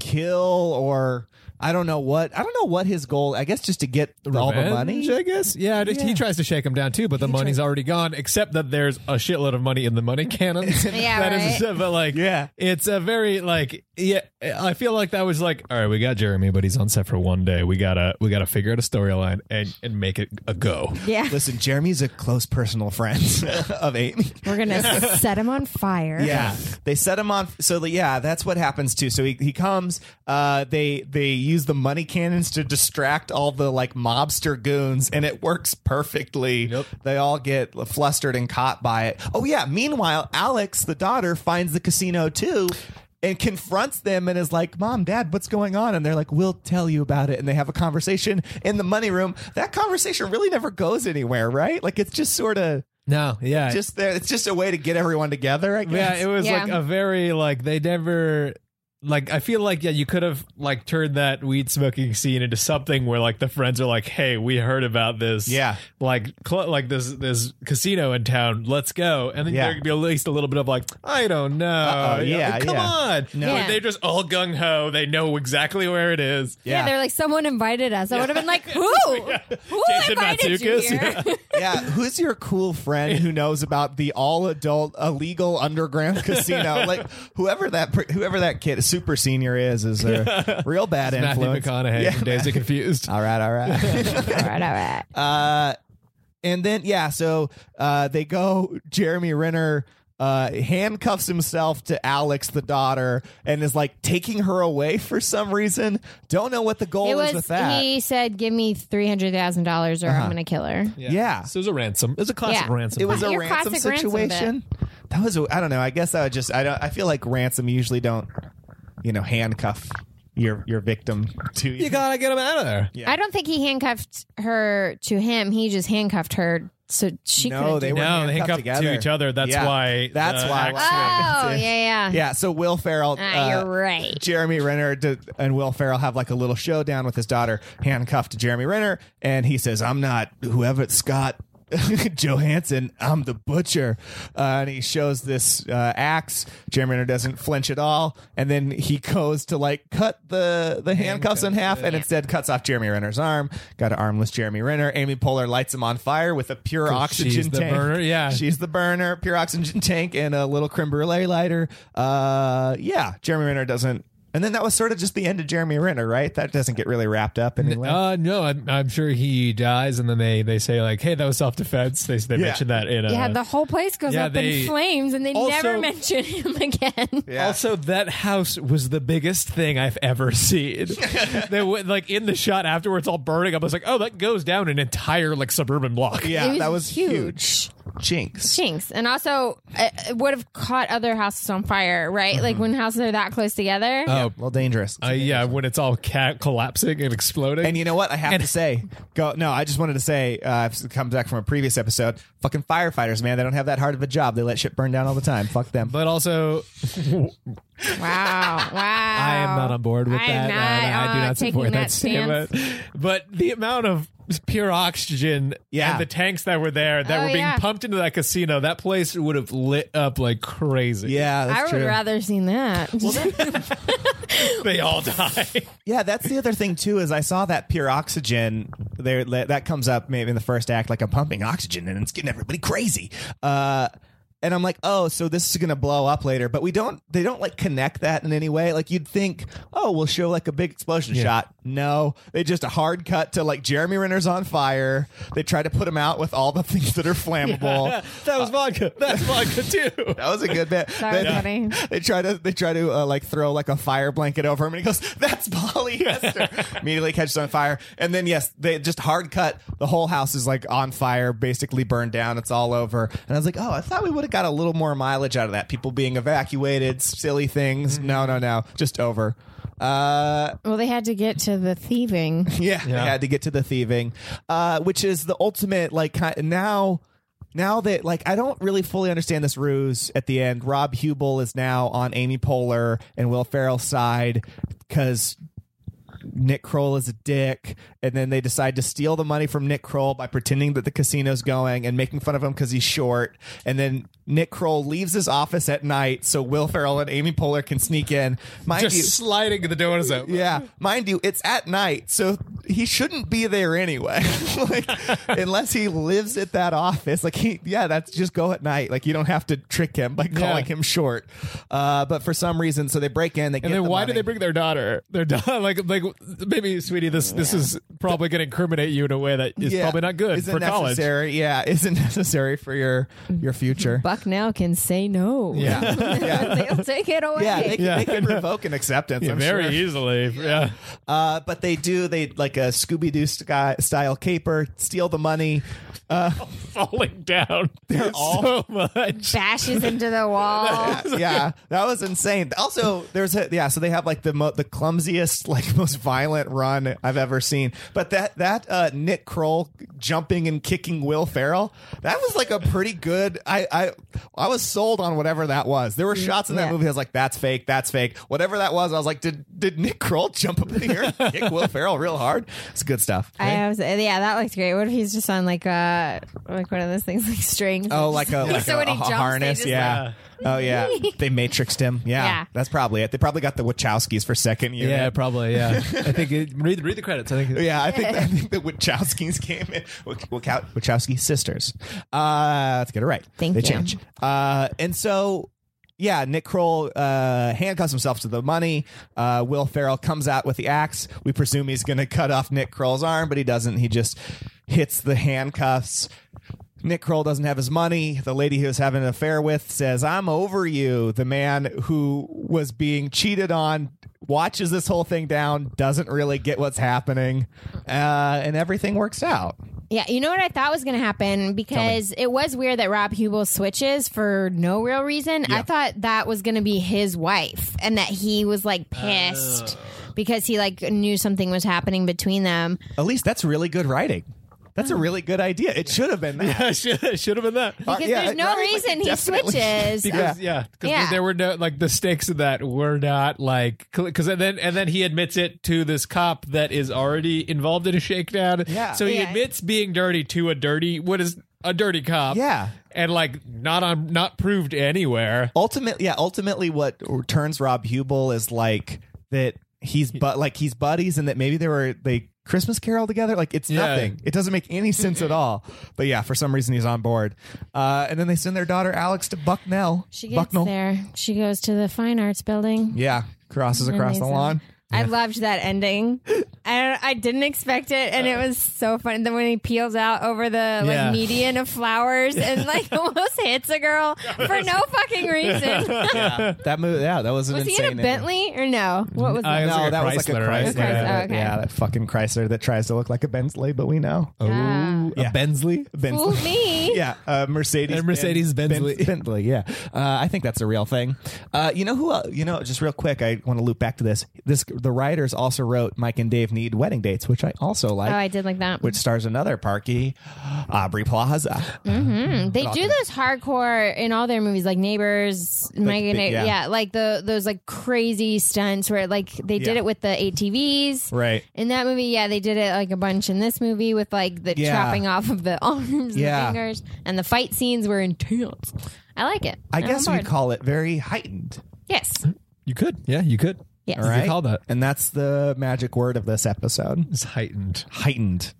Speaker 4: kill or I don't know what. I don't know what his goal. I guess just to get all the money.
Speaker 7: I guess. Yeah, just- he tries to shake him down too, but the money's already gone. Except that there's a shitload of money in the money cannons.
Speaker 5: Yeah,
Speaker 7: That is-
Speaker 5: right.
Speaker 7: but like,
Speaker 4: Yeah.
Speaker 7: it's a very like, yeah. I feel like that was like, all right, we got Jeremy, but he's on set for one day. We gotta, we gotta figure out a storyline and and make it a go.
Speaker 5: Yeah.
Speaker 4: Listen, Jeremy's a close personal friend of Amy.
Speaker 5: We're going to set him on fire.
Speaker 4: Yeah, they set him on. So the, yeah, that's what happens too. So he, he comes. Uh, they they use the money cannons to distract all the like mobster goons, and it works perfectly.
Speaker 7: Yep.
Speaker 4: They all get flustered and caught by it. Oh yeah. Meanwhile, Alex, the daughter, finds the casino too. And confronts them and is like, "Mom, Dad, what's going on?" And they're like, "We'll tell you about it." And they have a conversation in the money room. That conversation really never goes anywhere, right? Like it's just sort of
Speaker 7: No, yeah,
Speaker 4: Just there, it's just a way to get everyone together. I
Speaker 7: yeah.
Speaker 4: guess.
Speaker 7: It was
Speaker 5: Yeah.
Speaker 7: like a very like they never like I feel like yeah you could have like turned that weed smoking scene into something where like the friends are like hey we heard about this
Speaker 4: Yeah.
Speaker 7: like cl- like this this casino in town let's go and then
Speaker 4: Yeah.
Speaker 7: there could be at least a little bit of like I don't know
Speaker 4: Uh-oh,
Speaker 7: You know,
Speaker 4: yeah,
Speaker 7: come
Speaker 4: yeah.
Speaker 7: on
Speaker 4: No.
Speaker 7: But
Speaker 5: Yeah.
Speaker 7: they're just all gung ho they know exactly where it is
Speaker 5: Yeah. they're like, someone invited us. I would have been like, who? Who
Speaker 7: Jason
Speaker 5: invited you
Speaker 7: Matsukas,
Speaker 5: here?
Speaker 4: yeah. Who's your cool friend who knows about the all-adult illegal underground casino? like whoever that per- whoever that kid, super senior is, is a real bad
Speaker 7: Matthew
Speaker 4: influence.
Speaker 7: McConaughey
Speaker 4: Yeah.
Speaker 7: from Days of Confused
Speaker 4: All right, all right.
Speaker 5: all right, all right.
Speaker 4: Uh, and then yeah, so uh, they go. Jeremy Renner uh, handcuffs himself to Alex, the daughter, and is like taking her away for some reason. Don't know what the goal
Speaker 5: It
Speaker 4: is with
Speaker 5: was,
Speaker 4: that.
Speaker 5: he said, give me $300,000 or I'm going to kill her.
Speaker 4: Yeah.
Speaker 7: so it was a ransom it was a classic
Speaker 5: Yeah.
Speaker 7: ransom
Speaker 4: it was a
Speaker 5: Your
Speaker 4: ransom
Speaker 5: classic ransom
Speaker 4: situation. that was a, I don't know. I guess I would just I don't I feel like ransom usually don't you know handcuff your your victim to
Speaker 7: you gotta get him out of there
Speaker 4: Yeah.
Speaker 5: I don't think he handcuffed her to him. He just handcuffed her so she
Speaker 4: No,
Speaker 5: could.
Speaker 4: they were
Speaker 7: No, they
Speaker 4: handcuffed
Speaker 7: handcuffed to
Speaker 4: together.
Speaker 7: each other. That's
Speaker 4: Yeah.
Speaker 7: why,
Speaker 4: That's
Speaker 7: uh,
Speaker 4: why.
Speaker 7: Alex
Speaker 4: what
Speaker 5: Oh, yeah,
Speaker 4: happened.
Speaker 5: yeah.
Speaker 4: Yeah, so Will Ferrell.
Speaker 5: Ah,
Speaker 4: uh,
Speaker 5: you're right.
Speaker 4: Jeremy Renner did, and Will Ferrell have like a little showdown with his daughter, handcuffed to Jeremy Renner, and he says, "I'm not whoever it's Scott." Johansson, I'm the butcher, uh, and he shows this uh, axe. Jeremy Renner doesn't flinch at all, and then he goes to like cut the the handcuffs in half, and instead cuts off Jeremy Renner's arm. Got an armless Jeremy Renner. Amy Poehler lights him on fire with a pure oxygen
Speaker 7: she's the
Speaker 4: tank.
Speaker 7: burner, yeah.
Speaker 4: She She's the burner, pure oxygen tank, and a little creme brulee lighter. Uh, yeah, Jeremy Renner doesn't. And then that was sort of just the end of Jeremy Renner, right? That doesn't get really wrapped up anyway.
Speaker 7: Uh, no, I'm, I'm sure he dies, and then they, they say like, "Hey, that was self defense." They they
Speaker 4: Yeah.
Speaker 7: mentioned that in uh,
Speaker 5: yeah, the whole place goes
Speaker 7: yeah,
Speaker 5: up
Speaker 7: they-
Speaker 5: in flames and they
Speaker 7: Also-
Speaker 5: never mention him again.
Speaker 7: Also, that house was the biggest thing I've ever seen. they went like in the shot afterwards, all burning up. I was like, "Oh, that goes down an entire like suburban block."
Speaker 4: yeah,
Speaker 5: It was
Speaker 4: that was huge.
Speaker 5: huge.
Speaker 4: Jinx.
Speaker 5: Jinx. And also, uh, it would have caught other houses on fire, right?
Speaker 7: Mm-hmm.
Speaker 5: Like when houses are that close together.
Speaker 4: Oh, a little dangerous.
Speaker 7: Uh, yeah, when it's all ca- collapsing and exploding.
Speaker 4: And you know what? I have to say, go. No, I just wanted to say, uh, it comes back from a previous episode. Fucking firefighters, man, they don't have that hard of a job. They let shit burn down all the time. Fuck them.
Speaker 7: but also,
Speaker 5: Wow. Wow.
Speaker 7: I am not on board with
Speaker 5: I
Speaker 7: that.
Speaker 5: am
Speaker 7: and
Speaker 5: not,
Speaker 7: I do
Speaker 5: uh,
Speaker 7: not
Speaker 5: taking
Speaker 7: support that,
Speaker 5: that stance.
Speaker 7: statement. But the amount of pure oxygen
Speaker 4: Yeah.
Speaker 7: and the tanks that were there that
Speaker 5: Oh,
Speaker 7: were being
Speaker 5: yeah.
Speaker 7: pumped into that casino, that place would have lit up like crazy.
Speaker 4: yeah, that's
Speaker 5: I would
Speaker 4: true.
Speaker 5: rather seen that.
Speaker 7: They all die.
Speaker 4: Yeah, that's the other thing too. Is I saw that pure oxygen there that that comes up maybe in the first act, like I'm pumping oxygen and it's getting everybody crazy. Uh, and I'm like, oh, so this is gonna blow up later, but we don't. They don't like connect that in any way. Like you'd think, oh, we'll show like a big explosion shot. No, they just a hard cut to like Jeremy Renner's on fire. They try to put him out with all the things that are flammable.
Speaker 7: that was vodka. That's vodka too.
Speaker 4: That was a good bit.
Speaker 5: That was
Speaker 4: They-
Speaker 5: funny.
Speaker 4: They try to they try to uh, like throw like a fire blanket over him, and he goes, "That's polyester." Immediately catches on fire, and then yes, they just hard cut. The whole house is like on fire, basically burned down. It's all over. And I was like, "Oh, I thought we would have got a little more mileage out of that. People being evacuated, silly things. No, no, no, just over." Uh,
Speaker 5: well, they had to get to the thieving.
Speaker 4: yeah, they had to get to the thieving, uh, which is the ultimate like kind now. Now that like I don't really fully understand this ruse at the end. Rob Hubel is now on Amy Poehler and Will Ferrell's side because Nick Kroll is a dick, and then they decide to steal the money from Nick Kroll by pretending that the casino's going and making fun of him because he's short. And then Nick Kroll leaves his office at night so Will Ferrell and Amy Poehler can sneak in. Mind
Speaker 7: Just
Speaker 4: you,
Speaker 7: sliding the donuts out.
Speaker 4: yeah, mind you, it's at night, so he shouldn't be there anyway. like, unless he lives at that office, like he, yeah, that's just go at night. Like you don't have to trick him by calling him short. Uh, but for some reason, so they break in. They
Speaker 7: And then why do they bring their daughter? Their daughter, like, like maybe, sweetie, this this is probably going to incriminate you in a way that is probably not good
Speaker 4: isn't
Speaker 7: for college.
Speaker 4: necessary, Yeah, isn't necessary for your your future.
Speaker 5: Buck now can say no.
Speaker 4: yeah, yeah.
Speaker 5: They'll take it away.
Speaker 4: Yeah, they, can-
Speaker 7: Yeah.
Speaker 4: they can revoke an acceptance.
Speaker 7: Yeah,
Speaker 4: I'm
Speaker 7: very
Speaker 4: sure.
Speaker 7: easily. Yeah.
Speaker 4: Uh, but they do. They like a Scooby Doo style caper, steal the money.
Speaker 7: falling down. They're all so much.
Speaker 5: Bashes into the wall.
Speaker 4: yeah, that was insane. Also, there's a yeah. So they have like the mo- the clumsiest, like most violent run I've ever seen. But that that uh, Nick Kroll jumping and kicking Will Ferrell, that was like a pretty good. I I I was sold on whatever that was. There were shots in that
Speaker 2: yeah.
Speaker 4: movie. I was like, that's fake. That's fake. Whatever that was, I was like, did did Nick Kroll jump up in the air and kick Will Ferrell real hard? It's good stuff.
Speaker 5: I was, yeah, that looked great. What if he's just on like uh like one of those things like strings?
Speaker 4: Oh, like a, like
Speaker 5: so
Speaker 4: a,
Speaker 5: when he
Speaker 4: a
Speaker 5: jumps, they
Speaker 4: harness,
Speaker 5: just,
Speaker 4: yeah. oh yeah, they matrixed him. Yeah,
Speaker 5: Yeah.
Speaker 4: that's probably it. They probably got the Wachowskis for second year.
Speaker 7: Yeah, probably. Yeah, I think it, read read the credits. I think.
Speaker 4: Yeah, I think I think the Wachowskis came in. Wachow- Wachowski sisters. Uh, let's get it right.
Speaker 5: Thank
Speaker 4: they
Speaker 5: you.
Speaker 4: change. Uh, and so. Yeah, Nick Kroll uh, handcuffs himself to the money. Uh, Will Farrell comes out with the axe. We presume he's going to cut off Nick Kroll's arm, but he doesn't. He just hits the handcuffs. Nick Kroll doesn't have his money. The lady he was having an affair with says, I'm over you. The man who was being cheated on watches this whole thing down, doesn't really get what's happening, uh, and everything works out.
Speaker 5: Yeah, you know what I thought was going to happen because it was weird that Rob Hubel switches for no real reason. I thought that was going to be his wife and that he was
Speaker 4: Oh.
Speaker 5: like pissed because he like knew something was happening between them.
Speaker 4: At least that's really good writing. That's a really good idea. It should have been that.
Speaker 7: should, should have been that.
Speaker 4: Uh,
Speaker 5: Because
Speaker 4: yeah,
Speaker 5: there's no
Speaker 4: right? Like,
Speaker 5: reason he
Speaker 4: definitely.
Speaker 5: switches.
Speaker 7: Because, Oh, yeah, because
Speaker 5: Yeah.
Speaker 7: there were no like the stakes of that were not like because and then and then he admits it to this cop that is already involved in a shakedown.
Speaker 4: Yeah.
Speaker 7: so he
Speaker 5: Yeah.
Speaker 7: admits being dirty to a dirty what is a dirty cop.
Speaker 4: Yeah.
Speaker 7: and like not on not proved anywhere.
Speaker 4: ultimately yeah ultimately what turns rob hubel is like that he's but like he's buddies and that maybe they were they christmas carol together like it's
Speaker 7: Yeah.
Speaker 4: nothing it doesn't make any sense at all but yeah for some reason he's on board uh and then they send their daughter alex to bucknell
Speaker 5: She gets
Speaker 4: bucknell
Speaker 5: there. She goes to the fine arts building.
Speaker 4: yeah crosses across the
Speaker 5: Amazing.
Speaker 4: lawn
Speaker 5: I loved that ending. I I didn't expect it, and it was so fun. Then when he peels out over the like
Speaker 7: Yeah.
Speaker 5: median of flowers and like almost hits a girl for no fucking reason.
Speaker 4: that movie yeah that was an
Speaker 5: Was he
Speaker 4: insane
Speaker 5: in a
Speaker 4: ending.
Speaker 5: Bentley or no? What was that?
Speaker 4: no,
Speaker 7: It's Uh, like a
Speaker 4: that was like a
Speaker 7: Chrysler, right?
Speaker 4: Chrysler.
Speaker 5: Okay, so- okay.
Speaker 4: Yeah, that fucking Chrysler that tries to look like a Bensley, but we know.
Speaker 7: Oh,
Speaker 4: Yeah.
Speaker 7: a Bensley.
Speaker 5: Fool
Speaker 4: Bensley.
Speaker 5: me.
Speaker 4: yeah, uh, Mercedes
Speaker 7: And Mercedes
Speaker 4: Benz-
Speaker 7: Bentley.
Speaker 4: Benz- Bentley, yeah, uh, I think that's a real thing. Uh, you know who? el- You know, just real quick, I want to loop back to this. This the writers also wrote Mike and Dave need wedding dates, which I also like.
Speaker 5: Oh, I did like that.
Speaker 4: Which stars another Parky, Aubrey Plaza.
Speaker 5: Mm-hmm. they do those hardcore in all their movies, like Neighbors, Mega
Speaker 4: big-
Speaker 5: yeah.
Speaker 4: yeah.
Speaker 5: like the those like crazy stunts where like they did
Speaker 4: Yeah.
Speaker 5: it with the ATVs.
Speaker 4: Right.
Speaker 5: In that movie, yeah, they did it like a bunch in this movie with like the
Speaker 4: Yeah.
Speaker 5: chopping off of the arms
Speaker 4: Yeah.
Speaker 5: and the fingers. And the fight scenes were intense. I like it.
Speaker 4: I
Speaker 5: I'm
Speaker 4: guess
Speaker 5: on
Speaker 4: we
Speaker 5: board.
Speaker 4: call it very heightened.
Speaker 5: Yes.
Speaker 7: You could, yeah, you could.
Speaker 5: Yes.
Speaker 4: All right.
Speaker 7: call that.
Speaker 4: And that's the magic word of this episode.
Speaker 7: It's heightened.
Speaker 4: Heightened.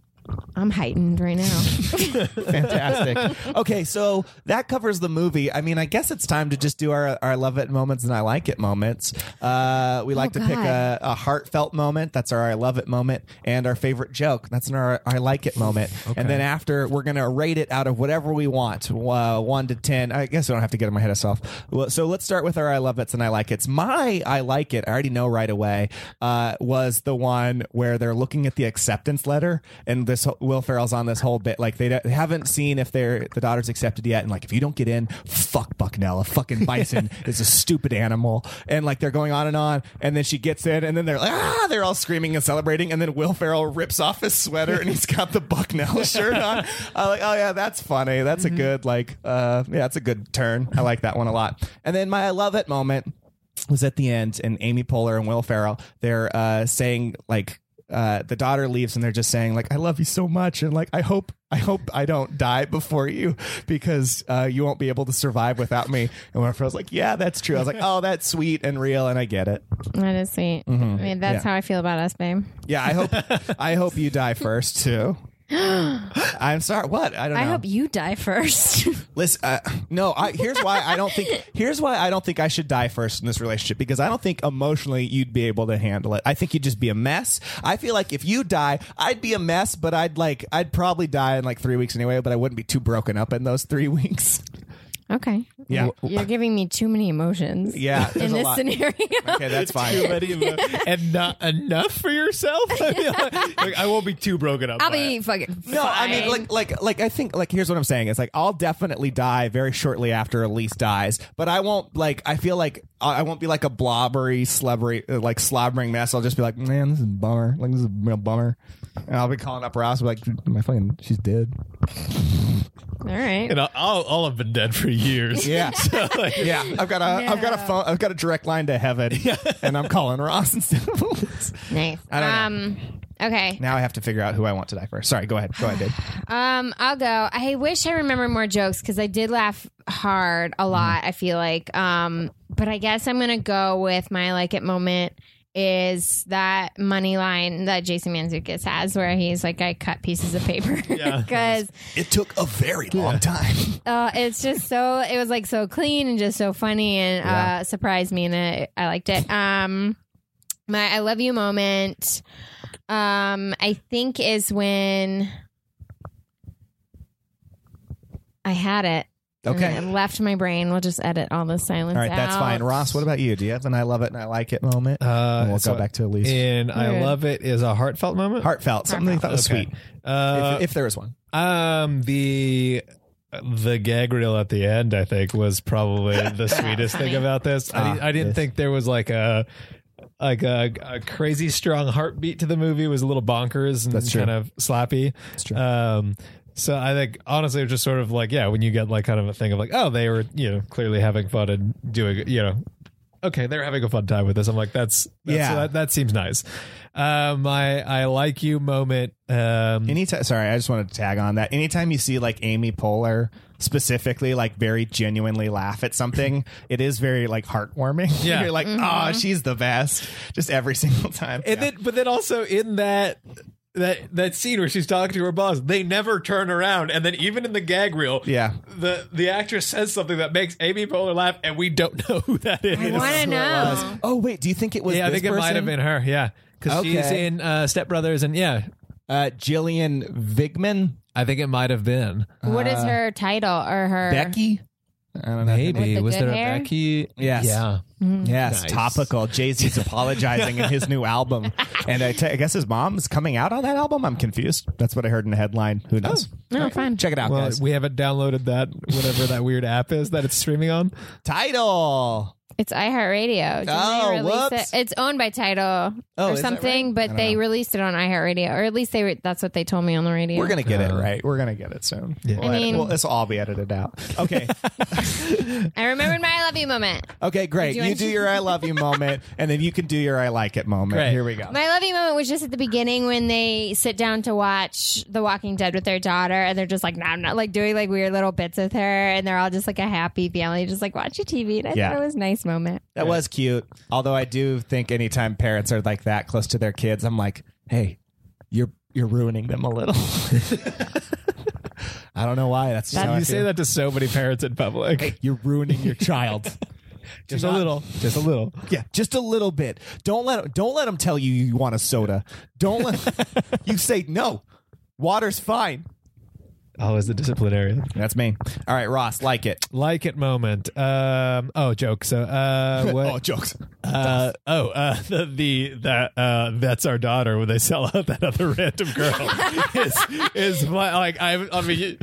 Speaker 5: I'm heightened right now.
Speaker 4: Fantastic. okay, so that covers the movie. I mean, I guess it's time to just do our, our love it moments and I like it moments. Uh, we like to pick a, a heartfelt moment. That's our I love it moment and our favorite joke. That's in our I like it moment. And then after, we're going to rate it out of whatever we want uh, one to 10. I guess I don't have to get in my head off. Well, So let's start with our I love it's and I like it's. My I like it, I already know right away, uh, was the one where they're looking at the acceptance letter and this whole- Will Ferrell's on this whole bit like they, don't- they haven't seen if they're the daughter's accepted yet and like if you don't get in, fuck Bucknell, a fucking bison is a stupid animal and like they're going on and on and then she gets in and then they're like ah they're all screaming and celebrating and then Will Ferrell rips off his sweater and he's got the Bucknell shirt on. I'm like oh yeah that's funny that's a good like uh yeah that's a good turn I like that one a lot and then my I love it moment was at the end, and Amy Poehler and Will Ferrell, they're uh, saying like. Uh, the daughter leaves and they're just saying like I love you so much and like I hope I hope I don't die before you because uh, you won't be able to survive without me and Will Ferrell's like yeah that's true I was like oh that's sweet and real and I get it
Speaker 5: that is sweet. I mean, that's
Speaker 4: Mm-hmm. Yeah.
Speaker 5: how I feel about us, babe.
Speaker 4: yeah I hope I hope you die first too I'm sorry what I don't know
Speaker 5: I hope you die first.
Speaker 4: Listen, uh, no. I, here's why I don't think. Here's why I don't think I should die first in this relationship because I don't think emotionally you'd be able to handle it. I think you'd just be a mess. I feel like if you die, I'd be a mess, but I'd like I'd probably die in like three weeks anyway. But I wouldn't be too broken up in those three weeks.
Speaker 5: Okay.
Speaker 4: Yeah.
Speaker 5: You're giving me too many emotions.
Speaker 4: Yeah, there's
Speaker 5: In
Speaker 4: a
Speaker 5: this
Speaker 4: lot.
Speaker 5: scenario.
Speaker 4: Okay, that's fine.
Speaker 7: and not enough for yourself. I, mean, like, like, I won't be too broken up.
Speaker 5: I'll
Speaker 7: by
Speaker 5: be
Speaker 7: it.
Speaker 5: fucking.
Speaker 4: No, I mean, like, like, like, I think, like, here's what I'm saying. It's like, I'll definitely die very shortly after Elise dies, but I won't, like, I feel like I I won't be like a blobbery, slobbery, uh, like, slobbering mess. I'll just be like, man, this is a bummer. Like, this is a real bummer. And I'll be calling up Ross, like, my fucking, she's dead.
Speaker 5: All right.
Speaker 7: And I'll, I'll, I'll have been dead for years.
Speaker 4: Yeah.
Speaker 7: So, like,
Speaker 4: Yeah. I've got a, have got a phone, I've got a direct line to heaven, and I'm calling Ross instead of Elise.
Speaker 5: Nice.
Speaker 4: I don't know.
Speaker 5: um. Okay.
Speaker 4: Now I have to figure out who I want to die first. Sorry, go ahead. Go ahead, dude.
Speaker 5: Um. I'll go. I wish I remember more jokes because I did laugh hard a lot. I feel like. Um. But I guess I'm gonna go with my like it moment is that money line that Jason Manzukis has where he's like I cut pieces of paper
Speaker 7: Yeah.
Speaker 5: because
Speaker 4: It took a very long time.
Speaker 5: uh, it's just so it was like so clean and just so funny and uh, surprised me and I, I liked it. Um, my I love you moment, um, I think is when I had it. and
Speaker 4: Okay.
Speaker 5: it left my brain. We'll just edit all the silence.
Speaker 4: All right, that's
Speaker 5: out.
Speaker 4: fine. Ross, what about you? Do you have an I love it and I like it moment?
Speaker 7: Uh,
Speaker 4: And we'll
Speaker 7: so
Speaker 4: go back to Elise.
Speaker 7: And I
Speaker 5: Weird.
Speaker 7: love it is a heartfelt moment.
Speaker 4: Heartfelt, something you thought was
Speaker 7: Okay.
Speaker 4: sweet.
Speaker 7: Uh,
Speaker 4: if, if there is one.
Speaker 7: Um, the the gag reel at the end, I think, was probably the sweetest thing about this. I, di- I
Speaker 4: Ah,
Speaker 7: didn't think there was like a like a, a crazy strong heartbeat to the movie. It was a little bonkers and
Speaker 4: That's true.
Speaker 7: kind of slappy. That's
Speaker 4: true.
Speaker 7: Um, so I think honestly, it was just sort of like yeah, when you get like kind of a thing of like oh, they were you know clearly having fun and doing you know. Okay, they're having a fun time with this. I'm like, that's, that's
Speaker 4: Yeah.
Speaker 7: that, that seems nice. Um, my I like you moment. Um,
Speaker 4: Anytime, sorry, I just wanted to tag on that. Anytime you see like Amy Poehler specifically, like very genuinely laugh at something, it is very like heartwarming.
Speaker 7: Yeah.
Speaker 4: You're like, oh,
Speaker 5: Mm-hmm.
Speaker 4: she's the best. Just every single time.
Speaker 7: And then, but then also in that that that scene where she's talking to her boss, they never turn around. And then even in the gag reel,
Speaker 4: Yeah.
Speaker 7: the the actress says something that makes Amy Poehler laugh, and we don't know who that is.
Speaker 5: I want to know.
Speaker 4: oh wait, do you think it was?
Speaker 7: yeah, I
Speaker 4: this
Speaker 7: think it might
Speaker 4: person?
Speaker 7: have been her. Yeah, because she's
Speaker 4: Okay.
Speaker 7: in uh, Step Brothers, and yeah,
Speaker 4: uh, Jillian Vigman,
Speaker 7: I think it might have been.
Speaker 5: What is her title or her?
Speaker 4: uh, Becky. I don't know.
Speaker 7: Maybe
Speaker 5: With the
Speaker 7: was
Speaker 5: good
Speaker 7: there
Speaker 5: hair?
Speaker 7: a Becky?
Speaker 4: Yes.
Speaker 7: Yeah.
Speaker 5: Mm.
Speaker 4: Yes,
Speaker 7: Nice.
Speaker 4: topical. Jay Z's apologizing in his new album, and I, t- I guess his mom's coming out on that album. I'm confused. That's what I heard in the headline. Who knows?
Speaker 5: Oh, No, fine.
Speaker 4: Check it out,
Speaker 7: Well,
Speaker 4: guys.
Speaker 7: we haven't downloaded that whatever that weird app is that it's streaming on.
Speaker 4: Title.
Speaker 5: It's iHeartRadio. Didn't
Speaker 4: Oh,
Speaker 5: they release
Speaker 4: whoops.
Speaker 5: It? It's owned by Title
Speaker 4: Oh,
Speaker 5: or
Speaker 4: is that
Speaker 5: something, but they released it on iHeartRadio, or at least they re- that's what they told me on the radio.
Speaker 4: We're gonna get it right. We're gonna get it soon. We'll
Speaker 5: I
Speaker 4: edit-
Speaker 5: mean-
Speaker 4: well, this will all be edited out. Okay.
Speaker 5: I remembered my I love you moment.
Speaker 4: okay. Great.
Speaker 5: you
Speaker 4: You do your I love you moment, and then you can do your I like it moment.
Speaker 7: Great.
Speaker 4: Here we go.
Speaker 5: My I love you moment was just at the beginning when they sit down to watch The Walking Dead with their daughter, and they're just like, "No, I'm not," like doing like weird little bits with her, and they're all just like a happy family, just like watch your TV. And I
Speaker 4: Yeah.
Speaker 5: thought it was a nice moment.
Speaker 4: That was cute. Although I do think anytime parents are like that close to their kids, I'm like, hey, you're you're ruining them a little. I don't know why. That's just how I
Speaker 7: You say
Speaker 4: feel.
Speaker 7: that to so many parents in public.
Speaker 4: You're ruining your child.
Speaker 7: just
Speaker 4: do
Speaker 7: a
Speaker 4: not-
Speaker 7: little. Just a little.
Speaker 4: yeah, just a little bit. Don't let don't let them tell you you want a soda. Don't let you say no. Water's fine. Oh,
Speaker 7: Always the disciplinarian.
Speaker 4: That's me. All right, Ross, like it.
Speaker 7: like it moment. Um, oh, joke. So, uh, what?
Speaker 4: Oh, jokes.
Speaker 7: uh, oh, uh, the, the that uh, that's our daughter when they sell out that other random girl is is my like I I mean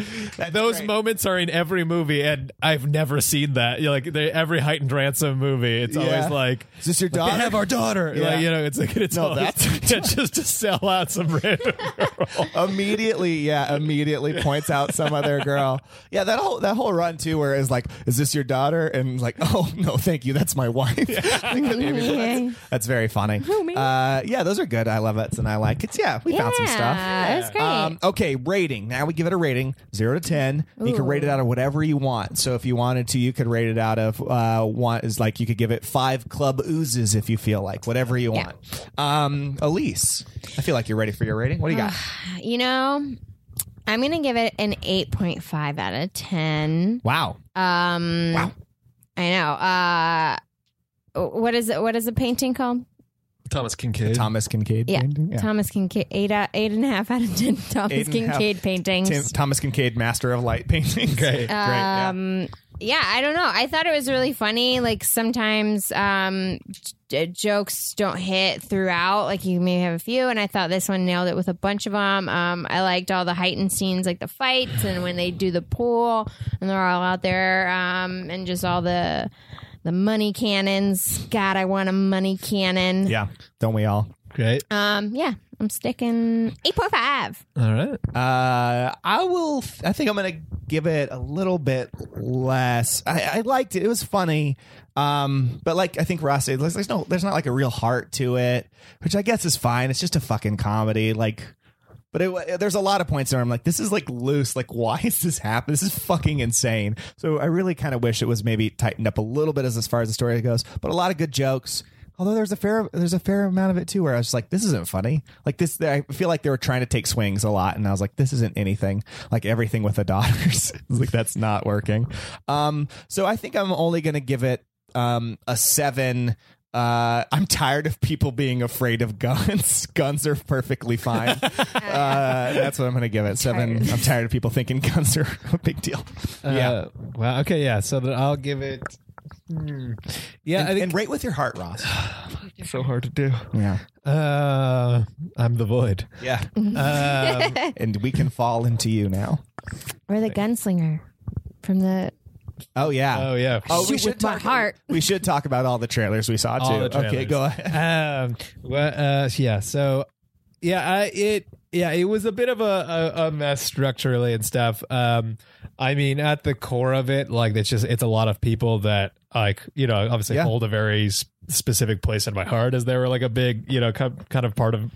Speaker 7: those
Speaker 4: great.
Speaker 7: moments are in every movie and I've never seen that. You know, like they, every heightened ransom movie, it's
Speaker 4: Yeah.
Speaker 7: always like.
Speaker 4: Is this your
Speaker 7: Like,
Speaker 4: daughter?
Speaker 7: they have our daughter.
Speaker 4: Yeah.
Speaker 7: Like, you know, it's like it's
Speaker 4: No,
Speaker 7: always-
Speaker 4: that's-
Speaker 7: yeah, just to sell out some random girl.
Speaker 4: immediately yeah immediately points out some other girl yeah that whole that whole run too where it's like is this your daughter and like oh no thank you that's my wife that's, that's very funny uh, yeah those are good i love it and i like it yeah we found some stuff
Speaker 5: Yeah, it was great.
Speaker 4: um, okay, rating. Now we give it a rating, zero to ten. You can rate it out of whatever you want. So if you wanted to, you could rate it out of uh, one is like you could give it five club oozes if you feel like whatever you want. Um, Elise, I feel like you're ready for your rating. What do you got?
Speaker 5: you know, I'm gonna give it an 8.5 out of 10.
Speaker 4: Wow,
Speaker 5: Um,
Speaker 4: Wow.
Speaker 5: I know. Uh, what is it? What is the painting called?
Speaker 7: Thomas Kincaid.
Speaker 4: Thomas Kincaid
Speaker 5: Yeah,
Speaker 4: painting?
Speaker 5: Thomas Kincaid. Eight out, eight and a half out of ten. Thomas
Speaker 4: Eight and a half.
Speaker 5: Kincaid paintings.
Speaker 4: Tim- Thomas Kincaid, master of light painting. Great. Great.
Speaker 5: um, yeah, I don't know. I thought it was really funny. Like sometimes um, j- jokes don't hit throughout. Like you may have a few, and I thought this one nailed it with a bunch of them. Um, I liked all the heightened scenes, like the fights, and when they do the pool, and they're all out there, um, and just all the the money cannons. God, I want a money cannon.
Speaker 4: Yeah, don't we all?
Speaker 7: Great.
Speaker 5: Um, yeah, I'm sticking eight point five.
Speaker 7: All right.
Speaker 4: Uh, I will. I think I'm gonna give it a little bit less. I, I liked it. It was funny. Um, but like I think Ross said, there's, there's no, there's not like a real heart to it, which I guess is fine. It's just a fucking comedy. Like, but it, wa- there's a lot of points where I'm like, this is like loose. Like, why is this happening? This is fucking insane. So I really kind of wish it was maybe tightened up a little bit as as far as the story goes. But a lot of good jokes. Although there's a fair there's a fair amount of it too where I was just like this isn't funny like this I feel like they were trying to take swings a lot and I was like this isn't anything like everything with the daughters It's like that's not working um so I think I'm only gonna give it um a seven uh I'm tired of people being afraid of guns guns are perfectly fine uh that's what I'm gonna give it seven I'm tired of people thinking guns are a big deal yeah
Speaker 7: Uh, wow. Okay. Yeah. So then I'll give it. Hmm. Yeah. I
Speaker 4: and,
Speaker 7: think
Speaker 4: and rate with your heart Ross
Speaker 7: it's so hard to do.
Speaker 4: yeah
Speaker 7: Uh, I'm the void.
Speaker 4: yeah
Speaker 5: Mm-hmm.
Speaker 7: Um,
Speaker 4: and we can fall into you now.
Speaker 5: Or the gunslinger from the
Speaker 4: Oh yeah.
Speaker 7: oh yeah.
Speaker 4: Oh, we
Speaker 5: Shoot with my heart.
Speaker 4: We should talk about all the trailers we saw
Speaker 7: All
Speaker 4: too.
Speaker 7: the
Speaker 4: Okay,
Speaker 7: trailers.
Speaker 4: go ahead.
Speaker 7: um well uh yeah so yeah I, it yeah it was a bit of a, a, a mess structurally and stuff um i mean at the core of it like it's just it's a lot of people that like you know obviously
Speaker 4: Yeah.
Speaker 7: hold a very s- specific place in my heart as they were like a big you know kind kind of part of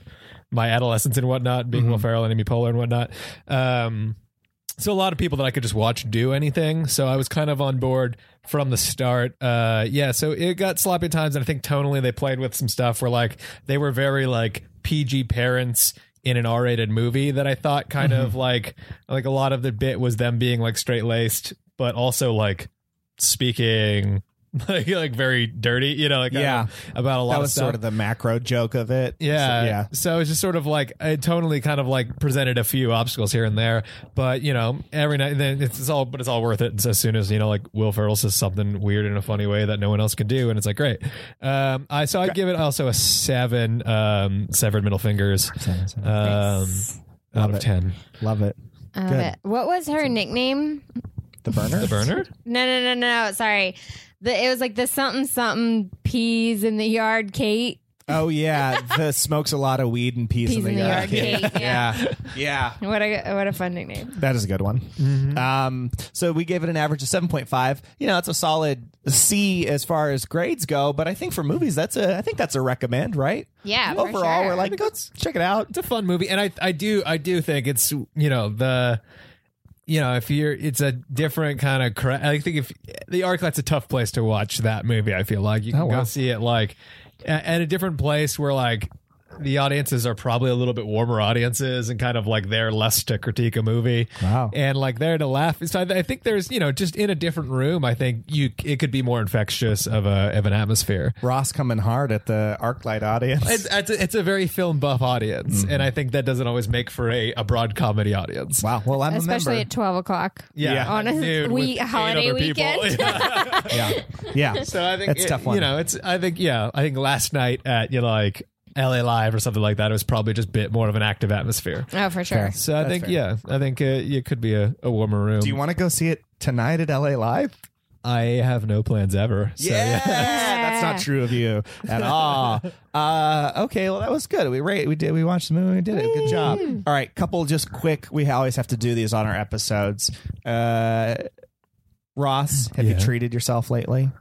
Speaker 7: my adolescence and whatnot being will ferrell and amy poehler and whatnot um so a lot of people that I could just watch do anything. So I was kind of on board from the start. Uh, yeah, so it got sloppy at times, and I think tonally they played with some stuff where like they were very like PG parents in an R-rated movie that I thought kind
Speaker 4: Mm-hmm.
Speaker 7: of like like a lot of the bit was them being like straight laced, but also like speaking like like very dirty, you know, like I
Speaker 4: Yeah.
Speaker 7: don't know, about a lot
Speaker 4: That
Speaker 7: of
Speaker 4: was
Speaker 7: stuff.
Speaker 4: sort of the macro joke of it.
Speaker 7: Yeah.
Speaker 4: So, yeah.
Speaker 7: So it's just sort of like it totally kind of like presented a few obstacles here and there, but you know, every night then it's, it's all but it's all worth it. as soon as you know, like Will Ferrell says something weird in a funny way that no one else can do, and it's like great. Um, I so I give it also a seven um, severed middle fingers um, out of ten.
Speaker 4: Love it.
Speaker 5: I love
Speaker 4: Good.
Speaker 5: it. uh, What was her nickname?
Speaker 4: The burner.
Speaker 7: The burner.
Speaker 5: No, no, no, no. Sorry, the, it was like the something something peas in the yard, Kate.
Speaker 4: oh yeah. The smokes a lot of weed and peas,
Speaker 5: Peas in the yard,
Speaker 4: Kate.
Speaker 5: Kate.
Speaker 4: yeah. Yeah.
Speaker 5: What a what a fun nickname.
Speaker 4: That is a good one.
Speaker 7: Mm-hmm.
Speaker 4: Um, so we gave it an average of 7.5. You know, it's a solid C as far as grades go, but I think for movies, that's a, I think that's a recommend, right?
Speaker 5: Yeah, for
Speaker 4: Overall,
Speaker 5: sure.
Speaker 4: we're like, go check it out.
Speaker 7: it's a fun movie and i i do i do think it's you know the you know if you're it's a different kind of cra- i think if the arc that's a tough place to watch that movie i feel like you can go see it like a- at a different place where like the audiences are probably a little bit warmer audiences and kind of like they're less to critique a movie
Speaker 4: Wow.
Speaker 7: and like there to laugh so I, I think there's you know just in a different room i think you it could be more infectious of a of an atmosphere
Speaker 4: Ross coming hard at the ArcLight audience.
Speaker 7: it's, it's, a, it's a very film buff audience,
Speaker 4: Mm-hmm.
Speaker 7: and I think that doesn't always make for a, a broad comedy audience.
Speaker 4: Wow. Well, I'm
Speaker 5: especially
Speaker 4: a member.
Speaker 5: at twelve o'clock.
Speaker 4: Yeah.
Speaker 5: on a
Speaker 7: Dude, with
Speaker 5: wee-
Speaker 7: eight
Speaker 5: holiday
Speaker 7: other people.
Speaker 5: weekend.
Speaker 7: Yeah.
Speaker 4: yeah, yeah.
Speaker 7: so I think
Speaker 4: That's a
Speaker 7: it-
Speaker 4: tough one.
Speaker 7: You know, it's I think yeah, I think last night at you know, like L.A. Live or something like that, it was probably just a bit more of an active atmosphere.
Speaker 5: Oh, for sure.
Speaker 7: So I
Speaker 4: That's
Speaker 7: think
Speaker 4: fair.
Speaker 7: yeah, I think uh, it could be a, a warmer room.
Speaker 4: Do you want to go see it tonight at LA Live?
Speaker 7: I have no plans ever. So,
Speaker 4: that's not true of you at all. uh, okay, well that was good. We rate, we did, we watched the movie, we did it. Good job. All right, couple just quick. We always have to do these on our episodes. Uh, Ross, have you
Speaker 7: Yeah.
Speaker 4: treated yourself lately?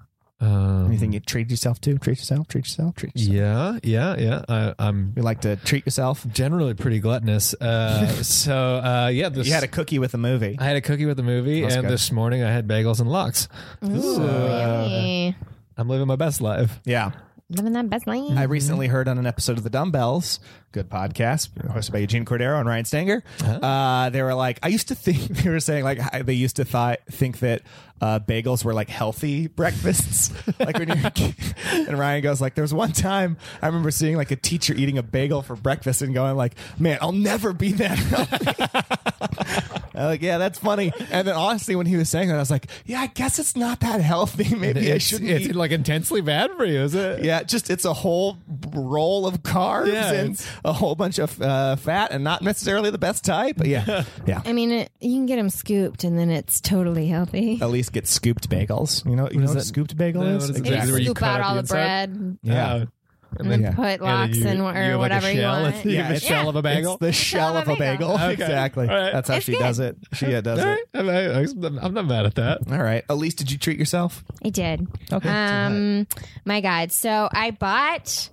Speaker 7: Um,
Speaker 4: Anything you treat yourself to? Treat yourself. Treat yourself. Treat yourself.
Speaker 7: yeah, yeah, yeah. I, I'm
Speaker 4: You like to treat yourself.
Speaker 7: generally pretty gluttonous. Uh, so uh, yeah, this,
Speaker 4: You had a cookie with a movie.
Speaker 7: I had a cookie with the movie,
Speaker 4: That's
Speaker 7: and
Speaker 4: good.
Speaker 7: this morning I had bagels and lox. uh,
Speaker 5: Yeah.
Speaker 7: I'm living my best life.
Speaker 4: yeah.
Speaker 5: Living that best life.
Speaker 7: Mm-hmm.
Speaker 4: I recently heard on an episode of The Dumbbells, good podcast, hosted by Eugene Cordero and Ryan Stanger.
Speaker 7: Uh-huh.
Speaker 4: Uh, they were like, I used to think they were saying like I- they used to th- think that uh, bagels were like healthy breakfasts, like when you're. a kid. and Ryan goes like, there was one time I remember seeing like a teacher eating a bagel for breakfast and going like, man, I'll never be that healthy. I'm like, yeah, that's funny. And then honestly, when he was saying that, I was like, yeah, I guess it's not that healthy. Maybe I
Speaker 7: it's,
Speaker 4: shouldn't.
Speaker 7: it's
Speaker 4: eat-
Speaker 7: like intensely bad for you, is it?
Speaker 4: yeah, just it's a whole b- roll of carbs
Speaker 7: Yeah,
Speaker 4: and
Speaker 7: it's-
Speaker 4: a whole bunch of uh, fat, and not necessarily the best type. But yeah, yeah.
Speaker 5: I mean, it, you can get them scooped, and then it's totally healthy.
Speaker 4: At least get scooped bagels. You know, you know
Speaker 7: is
Speaker 4: what a
Speaker 7: that?
Speaker 4: scooped bagel
Speaker 7: Yeah,
Speaker 4: is.
Speaker 7: what is it?
Speaker 5: They
Speaker 7: Exactly. Where you
Speaker 5: scoop
Speaker 7: cut
Speaker 5: out
Speaker 7: out
Speaker 5: all
Speaker 7: the
Speaker 5: the,
Speaker 7: inside?
Speaker 5: bread
Speaker 4: Yeah.
Speaker 7: Uh,
Speaker 5: and then
Speaker 4: Yeah.
Speaker 5: put
Speaker 7: and
Speaker 5: lox
Speaker 7: you-
Speaker 5: in
Speaker 7: you
Speaker 5: or
Speaker 7: have like a
Speaker 5: whatever you
Speaker 7: shell,
Speaker 5: want.
Speaker 7: You
Speaker 4: Yeah,
Speaker 7: have a
Speaker 4: it's-
Speaker 7: shell of a bagel.
Speaker 4: It's the shell of a bagel.
Speaker 7: Okay.
Speaker 4: Exactly.
Speaker 7: All right.
Speaker 4: That's how
Speaker 5: It's
Speaker 4: she
Speaker 5: good.
Speaker 4: does it. She uh, does
Speaker 7: All
Speaker 4: it.
Speaker 7: right. I'm, I- I'm not mad at that.
Speaker 4: All right. Elise, did you treat yourself?
Speaker 5: I did.
Speaker 4: Okay.
Speaker 5: Um, my God. So I bought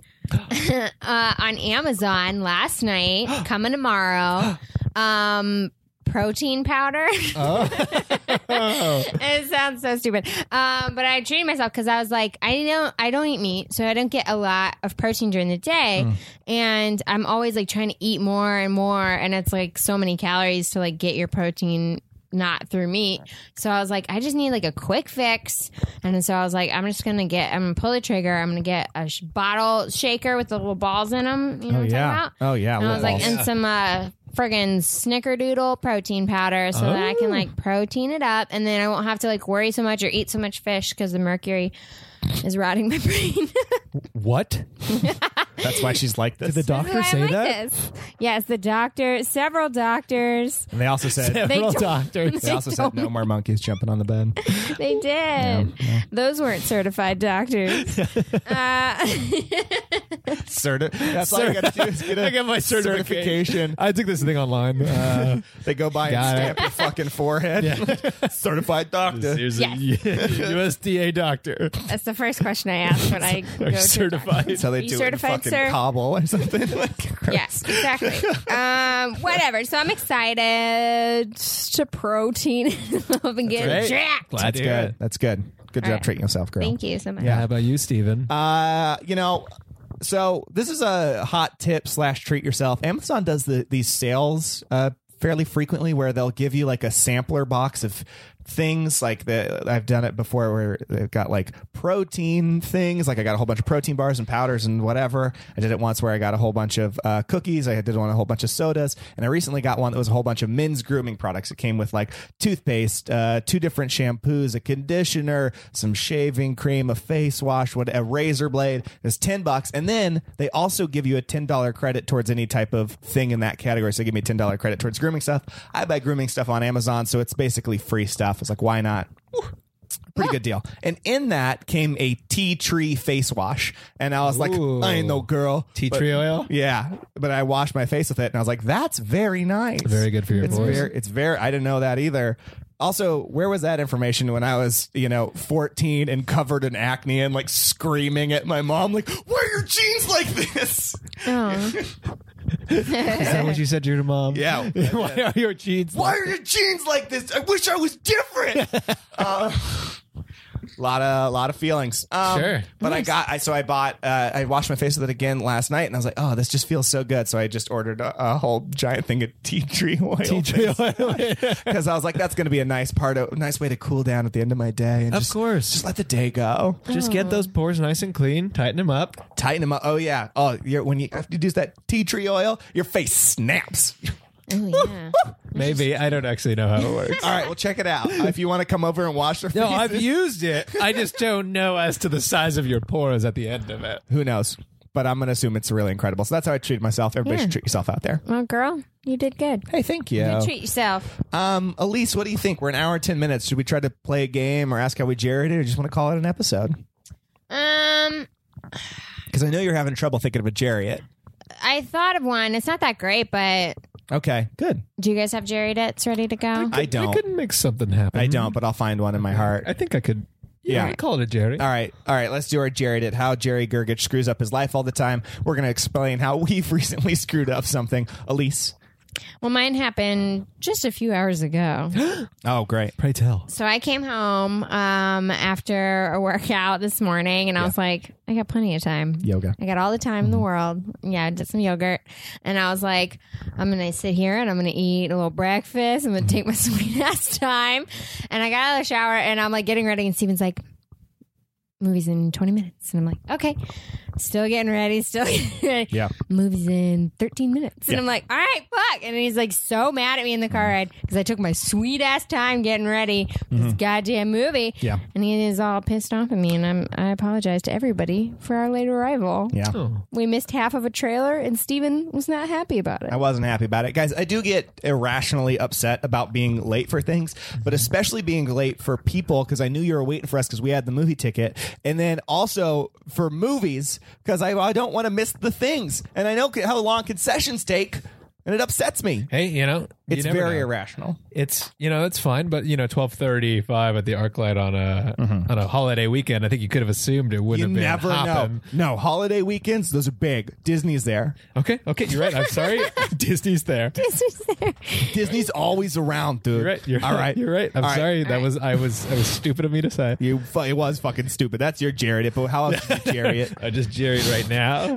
Speaker 5: uh, on Amazon last night, coming tomorrow, um, protein powder.
Speaker 4: Oh.
Speaker 5: it sounds so stupid. Um, but I treated myself because I was like, I don't, I don't eat meat, so I don't get a lot of protein during the day,
Speaker 4: Mm.
Speaker 5: and I'm always like trying to eat more and more, and it's like so many calories to like get your protein not through meat. So I was like, I just need like a quick fix, and so I was like, I'm just gonna get, I'm gonna pull the trigger, I'm gonna get a sh- bottle shaker with the little balls in them. You know what I'm talking about?
Speaker 4: Oh yeah.
Speaker 5: And I
Speaker 4: Little
Speaker 5: was like,
Speaker 4: balls.
Speaker 5: and some uh, friggin' snickerdoodle protein powder so that I can
Speaker 7: Oh.
Speaker 5: like protein it up and then I won't have to like worry so much or eat so much fish because the mercury is rotting my brain.
Speaker 7: What?
Speaker 4: That's why she's like this.
Speaker 7: Did the
Speaker 5: Why
Speaker 7: doctor
Speaker 5: I'm
Speaker 7: say
Speaker 5: like
Speaker 7: that?
Speaker 5: this. Yes, the doctor, several doctors,
Speaker 4: And they also said.
Speaker 7: Several
Speaker 5: don't-
Speaker 7: doctors.
Speaker 4: They also said no more monkeys jumping on the bed.
Speaker 5: they did. Those weren't certified doctors. uh,
Speaker 4: Certi- that's all you got to do is get a
Speaker 7: I got my certification. I took this thing online. Uh,
Speaker 4: They go by
Speaker 7: Got
Speaker 4: and stamp your fucking forehead. Certified doctor.
Speaker 7: here's a USDA doctor.
Speaker 5: that's the first question I asked when I go
Speaker 7: Are you
Speaker 5: to a
Speaker 7: certified?
Speaker 4: That's how they
Speaker 5: You
Speaker 4: do it in
Speaker 5: certified,
Speaker 4: fucking
Speaker 5: sir?
Speaker 4: Kabul or something. like,
Speaker 5: Yes, exactly. um, whatever. So I'm excited to protein up and get
Speaker 7: great.
Speaker 5: jacked.
Speaker 7: Glad
Speaker 4: That's
Speaker 7: to hear
Speaker 4: good.
Speaker 7: it.
Speaker 4: That's good. Good job
Speaker 5: right.
Speaker 4: treating yourself, girl.
Speaker 5: Thank you so much.
Speaker 7: How about you, Steven?
Speaker 4: Uh, you know, so this is a hot tip slash treat yourself. Amazon does the these sales uh fairly frequently where they'll give you like a sampler box of things like the I've done it before where they've got like protein things like I got a whole bunch of protein bars and powders and whatever I did it once where I got a whole bunch of uh, cookies I did one a whole bunch of sodas and I recently got one that was a whole bunch of men's grooming products it came with like toothpaste uh, two different shampoos a conditioner some shaving cream a face wash what a razor blade it's 10 bucks and then they also give you a $10 credit towards any type of thing in that category so they give me $10 credit towards grooming stuff i buy grooming stuff on amazon so it's basically free stuff it's like why not pretty good deal. And in that came a tea tree face wash, and I was like,
Speaker 7: Ooh.
Speaker 4: I ain't no girl.
Speaker 7: Tea
Speaker 4: But-
Speaker 7: tree oil.
Speaker 4: Yeah, but I washed my face with it, and I was like, that's very nice.
Speaker 7: Very good for your
Speaker 4: It's
Speaker 7: voice.
Speaker 4: very, it's very. I didn't know that either. Also, where was that information when I was, you know, 14 and covered in acne and like screaming at my mom, like, why are your jeans like this?
Speaker 7: Is that what you said to your mom?
Speaker 4: Yeah.
Speaker 7: Why are your jeans?
Speaker 4: Why are your jeans like this? I wish I was different. A lot of lot of feelings. Um,
Speaker 7: Sure.
Speaker 4: But I got I so I bought uh, I washed my face with it again last night, and I was like, oh, this just feels so good. So I just ordered a, a whole giant thing of tea tree oil.
Speaker 7: Tea tree oil.
Speaker 4: Because I was like, that's going to be a nice part of nice way to cool down at the end of my day. And
Speaker 7: Of
Speaker 4: just-
Speaker 7: course.
Speaker 4: just let the day go.
Speaker 7: Just
Speaker 5: Oh.
Speaker 7: get those pores nice and clean. Tighten them up.
Speaker 4: Tighten them up. Oh yeah. Oh, you're, when you after you do that tea tree oil, your face snaps.
Speaker 5: Oh, yeah.
Speaker 7: Maybe I don't actually know how it works.
Speaker 4: All right, well check it out. Uh, if you want to come over and wash your face,
Speaker 7: No, I've used it. I just don't know as to the size of your pores at the end of it.
Speaker 4: Who knows? But I'm going to assume it's really incredible. So that's how I treated myself. Everybody should treat yourself out there.
Speaker 5: Well, girl, Mm-hmm. you did good.
Speaker 4: Hey, thank you.
Speaker 5: Treat yourself.
Speaker 4: Um, Elise, what do you think? We're an hour and 10 minutes. Should we try to play a game or ask how we jared it or just want to call it an episode?
Speaker 5: Um,
Speaker 4: Because I know you're having trouble thinking of a jerry it.
Speaker 5: I thought of one. It's not that great, but
Speaker 4: Okay, good.
Speaker 5: do you guys have Jerry Dits ready to go?
Speaker 4: I
Speaker 7: I
Speaker 4: don't.
Speaker 7: could make something happen.
Speaker 4: I don't, but I'll find one in my heart.
Speaker 7: I think I could. Yeah,
Speaker 4: Yeah.
Speaker 7: I call it a Jerry.
Speaker 4: All right, all right. Let's do our Jared it. How Jerry Gergich screws up his life all the time. We're gonna explain how we've recently screwed up something. Elise.
Speaker 5: Well, mine happened just a few hours ago.
Speaker 4: Oh, great.
Speaker 7: Pray tell.
Speaker 5: so I came home um, after a workout this morning, and I was like, I got plenty of time.
Speaker 4: Yoga.
Speaker 5: I got all the time in the world. Yeah, I did some yogurt. And I was like, I'm going to sit here and I'm going to eat a little breakfast. I'm going to take my sweet ass time. And I got out of the shower and I'm like getting ready. And Steven's like, movie's in 20 minutes. And I'm like, okay. still getting ready, still getting ready.
Speaker 4: Yeah.
Speaker 5: Movies in 13 minutes.
Speaker 4: Yeah.
Speaker 5: And I'm like, all right, fuck. And he's like so mad at me in the car ride because I took my sweet ass time getting ready for this goddamn movie.
Speaker 4: Yeah.
Speaker 5: And he is all pissed off at me. And I'm, I apologize to everybody for our late arrival.
Speaker 4: Yeah.
Speaker 5: We missed half of a trailer and Steven was not happy about it.
Speaker 4: I wasn't happy about it. Guys, I do get irrationally upset about being late for things,
Speaker 7: Mm-hmm.
Speaker 4: but especially being late for people because I knew you were waiting for us because we had the movie ticket. And then also for movies because I, I don't want to miss the things. And I know c- how long concessions take, and it upsets me.
Speaker 7: Hey, you know, you
Speaker 4: It's
Speaker 7: never
Speaker 4: very
Speaker 7: know.
Speaker 4: irrational.
Speaker 7: It's you know it's fine, but you know twelve thirty five at the ArcLight on a on a holiday weekend. I think Mm-hmm. you could have assumed it would
Speaker 4: You
Speaker 7: have been
Speaker 4: never
Speaker 7: hopping.
Speaker 4: know. No, holiday weekends, those are big. Disney's there.
Speaker 7: Okay, okay, you're right. I'm sorry. Disney's there.
Speaker 4: Disney's always around, dude.
Speaker 7: You're right. You're
Speaker 4: All
Speaker 7: right.
Speaker 4: right.
Speaker 7: You're right. I'm
Speaker 4: All right.
Speaker 7: sorry. That was I was I was stupid of me to say.
Speaker 4: You, fu- it was fucking stupid. That's your Jared. But how else is Jared?
Speaker 7: I just jerry right now.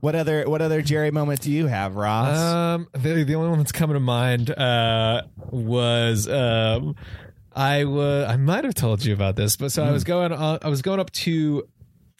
Speaker 4: What other what other Jerry moment do you have, Ross?
Speaker 7: Um, the, the only one that's coming to mind uh, was um, I was I might have told you about this, but so I was going uh, I was going up to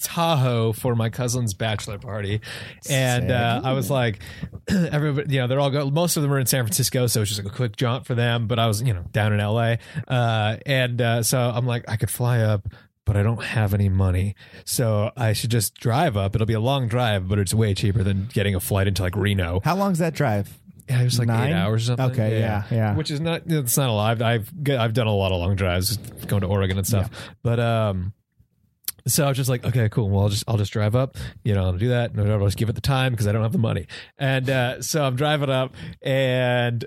Speaker 7: Tahoe for my cousin's bachelor party, and uh, I was like, everybody, you know, they're all go. Most of them are in San Francisco, so it's just like a quick jaunt for them. But I was, you know, down in L.A., uh, and uh, so I'm like, I could fly up. But I don't have any money, so I should just drive up. It'll be a long drive, but it's way cheaper than getting a flight into like Reno.
Speaker 4: How long's that drive?
Speaker 7: Yeah, it was like
Speaker 4: Nine?
Speaker 7: eight hours or something.
Speaker 4: Okay, yeah, yeah.
Speaker 7: uh, Which is not it's not a lot. I've I've, g- I've done a lot of long drives going to Oregon and stuff. But um so I was just like, okay, cool. Well, I'll just I'll just drive up. You know, I'll do that. No, I'll just give it the time because I don't have the money. And uh, so I'm driving up and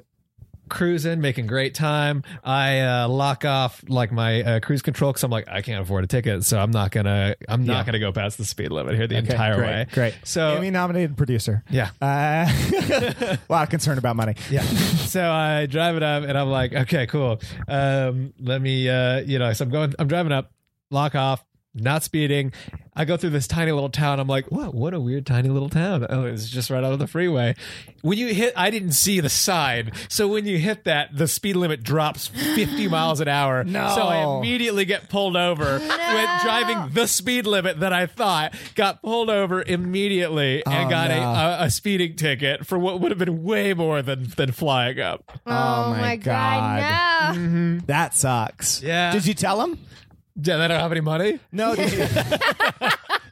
Speaker 7: cruising, making great time. I uh, lock off like my uh, cruise control because I'm like, I can't afford a ticket, so I'm not gonna I'm not gonna go past the speed limit here the entire
Speaker 4: great,
Speaker 7: way.
Speaker 4: Great.
Speaker 7: So
Speaker 4: Emmy nominated producer.
Speaker 7: yeah.
Speaker 4: Uh, a lot of concern about money.
Speaker 7: Yeah. so I drive it up and I'm like, okay, cool. Um, let me, uh, you know, so I'm going, I'm driving up, lock off, not speeding. I go through this tiny little town. I'm like, what? What a weird tiny little town. Oh, it's just right out of the freeway. When you hit, I didn't see the sign. So when you hit that, the speed limit drops 50 miles an hour.
Speaker 4: No.
Speaker 7: So I immediately get pulled over with driving the speed limit that I thought. Got pulled over immediately and
Speaker 4: Oh,
Speaker 7: got
Speaker 4: no.
Speaker 7: a, a, a speeding ticket for what would have been way more than than flying up.
Speaker 4: Oh, my God.
Speaker 5: no.
Speaker 4: That sucks.
Speaker 7: Yeah.
Speaker 4: Did you tell him?
Speaker 7: Yeah, they don't have any money.
Speaker 4: No. Did you?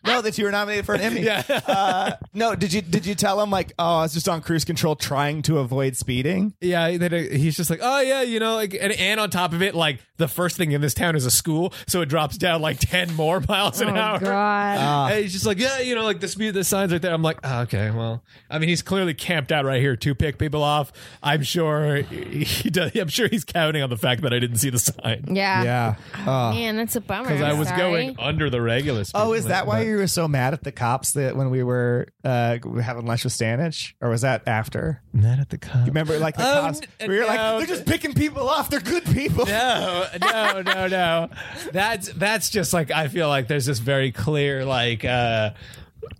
Speaker 4: no, that you were nominated for an Emmy.
Speaker 7: Yeah.
Speaker 4: Uh, no. Did you? Did you tell him like, oh, I was just on cruise control trying to avoid speeding?
Speaker 7: Yeah, they don't- he's just like, oh yeah, you know, like, and, and on top of it, like the first thing in this town is a school, so it drops down like ten more miles an hour.
Speaker 5: Oh, God.
Speaker 7: And he's just like, yeah, you know, like the speed, the signs right there. I'm like, oh, okay, well, I mean, he's clearly camped out right here to pick people off. I'm sure he does. I'm sure he's counting on the fact that I didn't see the sign
Speaker 5: yeah.
Speaker 4: Yeah. Uh,
Speaker 5: Man, that's a bummer.
Speaker 7: because
Speaker 5: I'm
Speaker 7: I was
Speaker 5: sorry.
Speaker 7: going under the regular. speed
Speaker 4: Oh, is
Speaker 7: limit,
Speaker 4: that why
Speaker 7: but-
Speaker 4: you were so mad at the cops that when we were uh, having lunch with Stanich, or was that after?
Speaker 7: Mad at the cops.
Speaker 4: Remember, like the
Speaker 7: Oh,
Speaker 4: cops,
Speaker 7: n-
Speaker 4: we were
Speaker 7: no.
Speaker 4: like, they're just picking people off. They're good people.
Speaker 7: No, no, no, no. That's that's just like I feel like there's this very clear like uh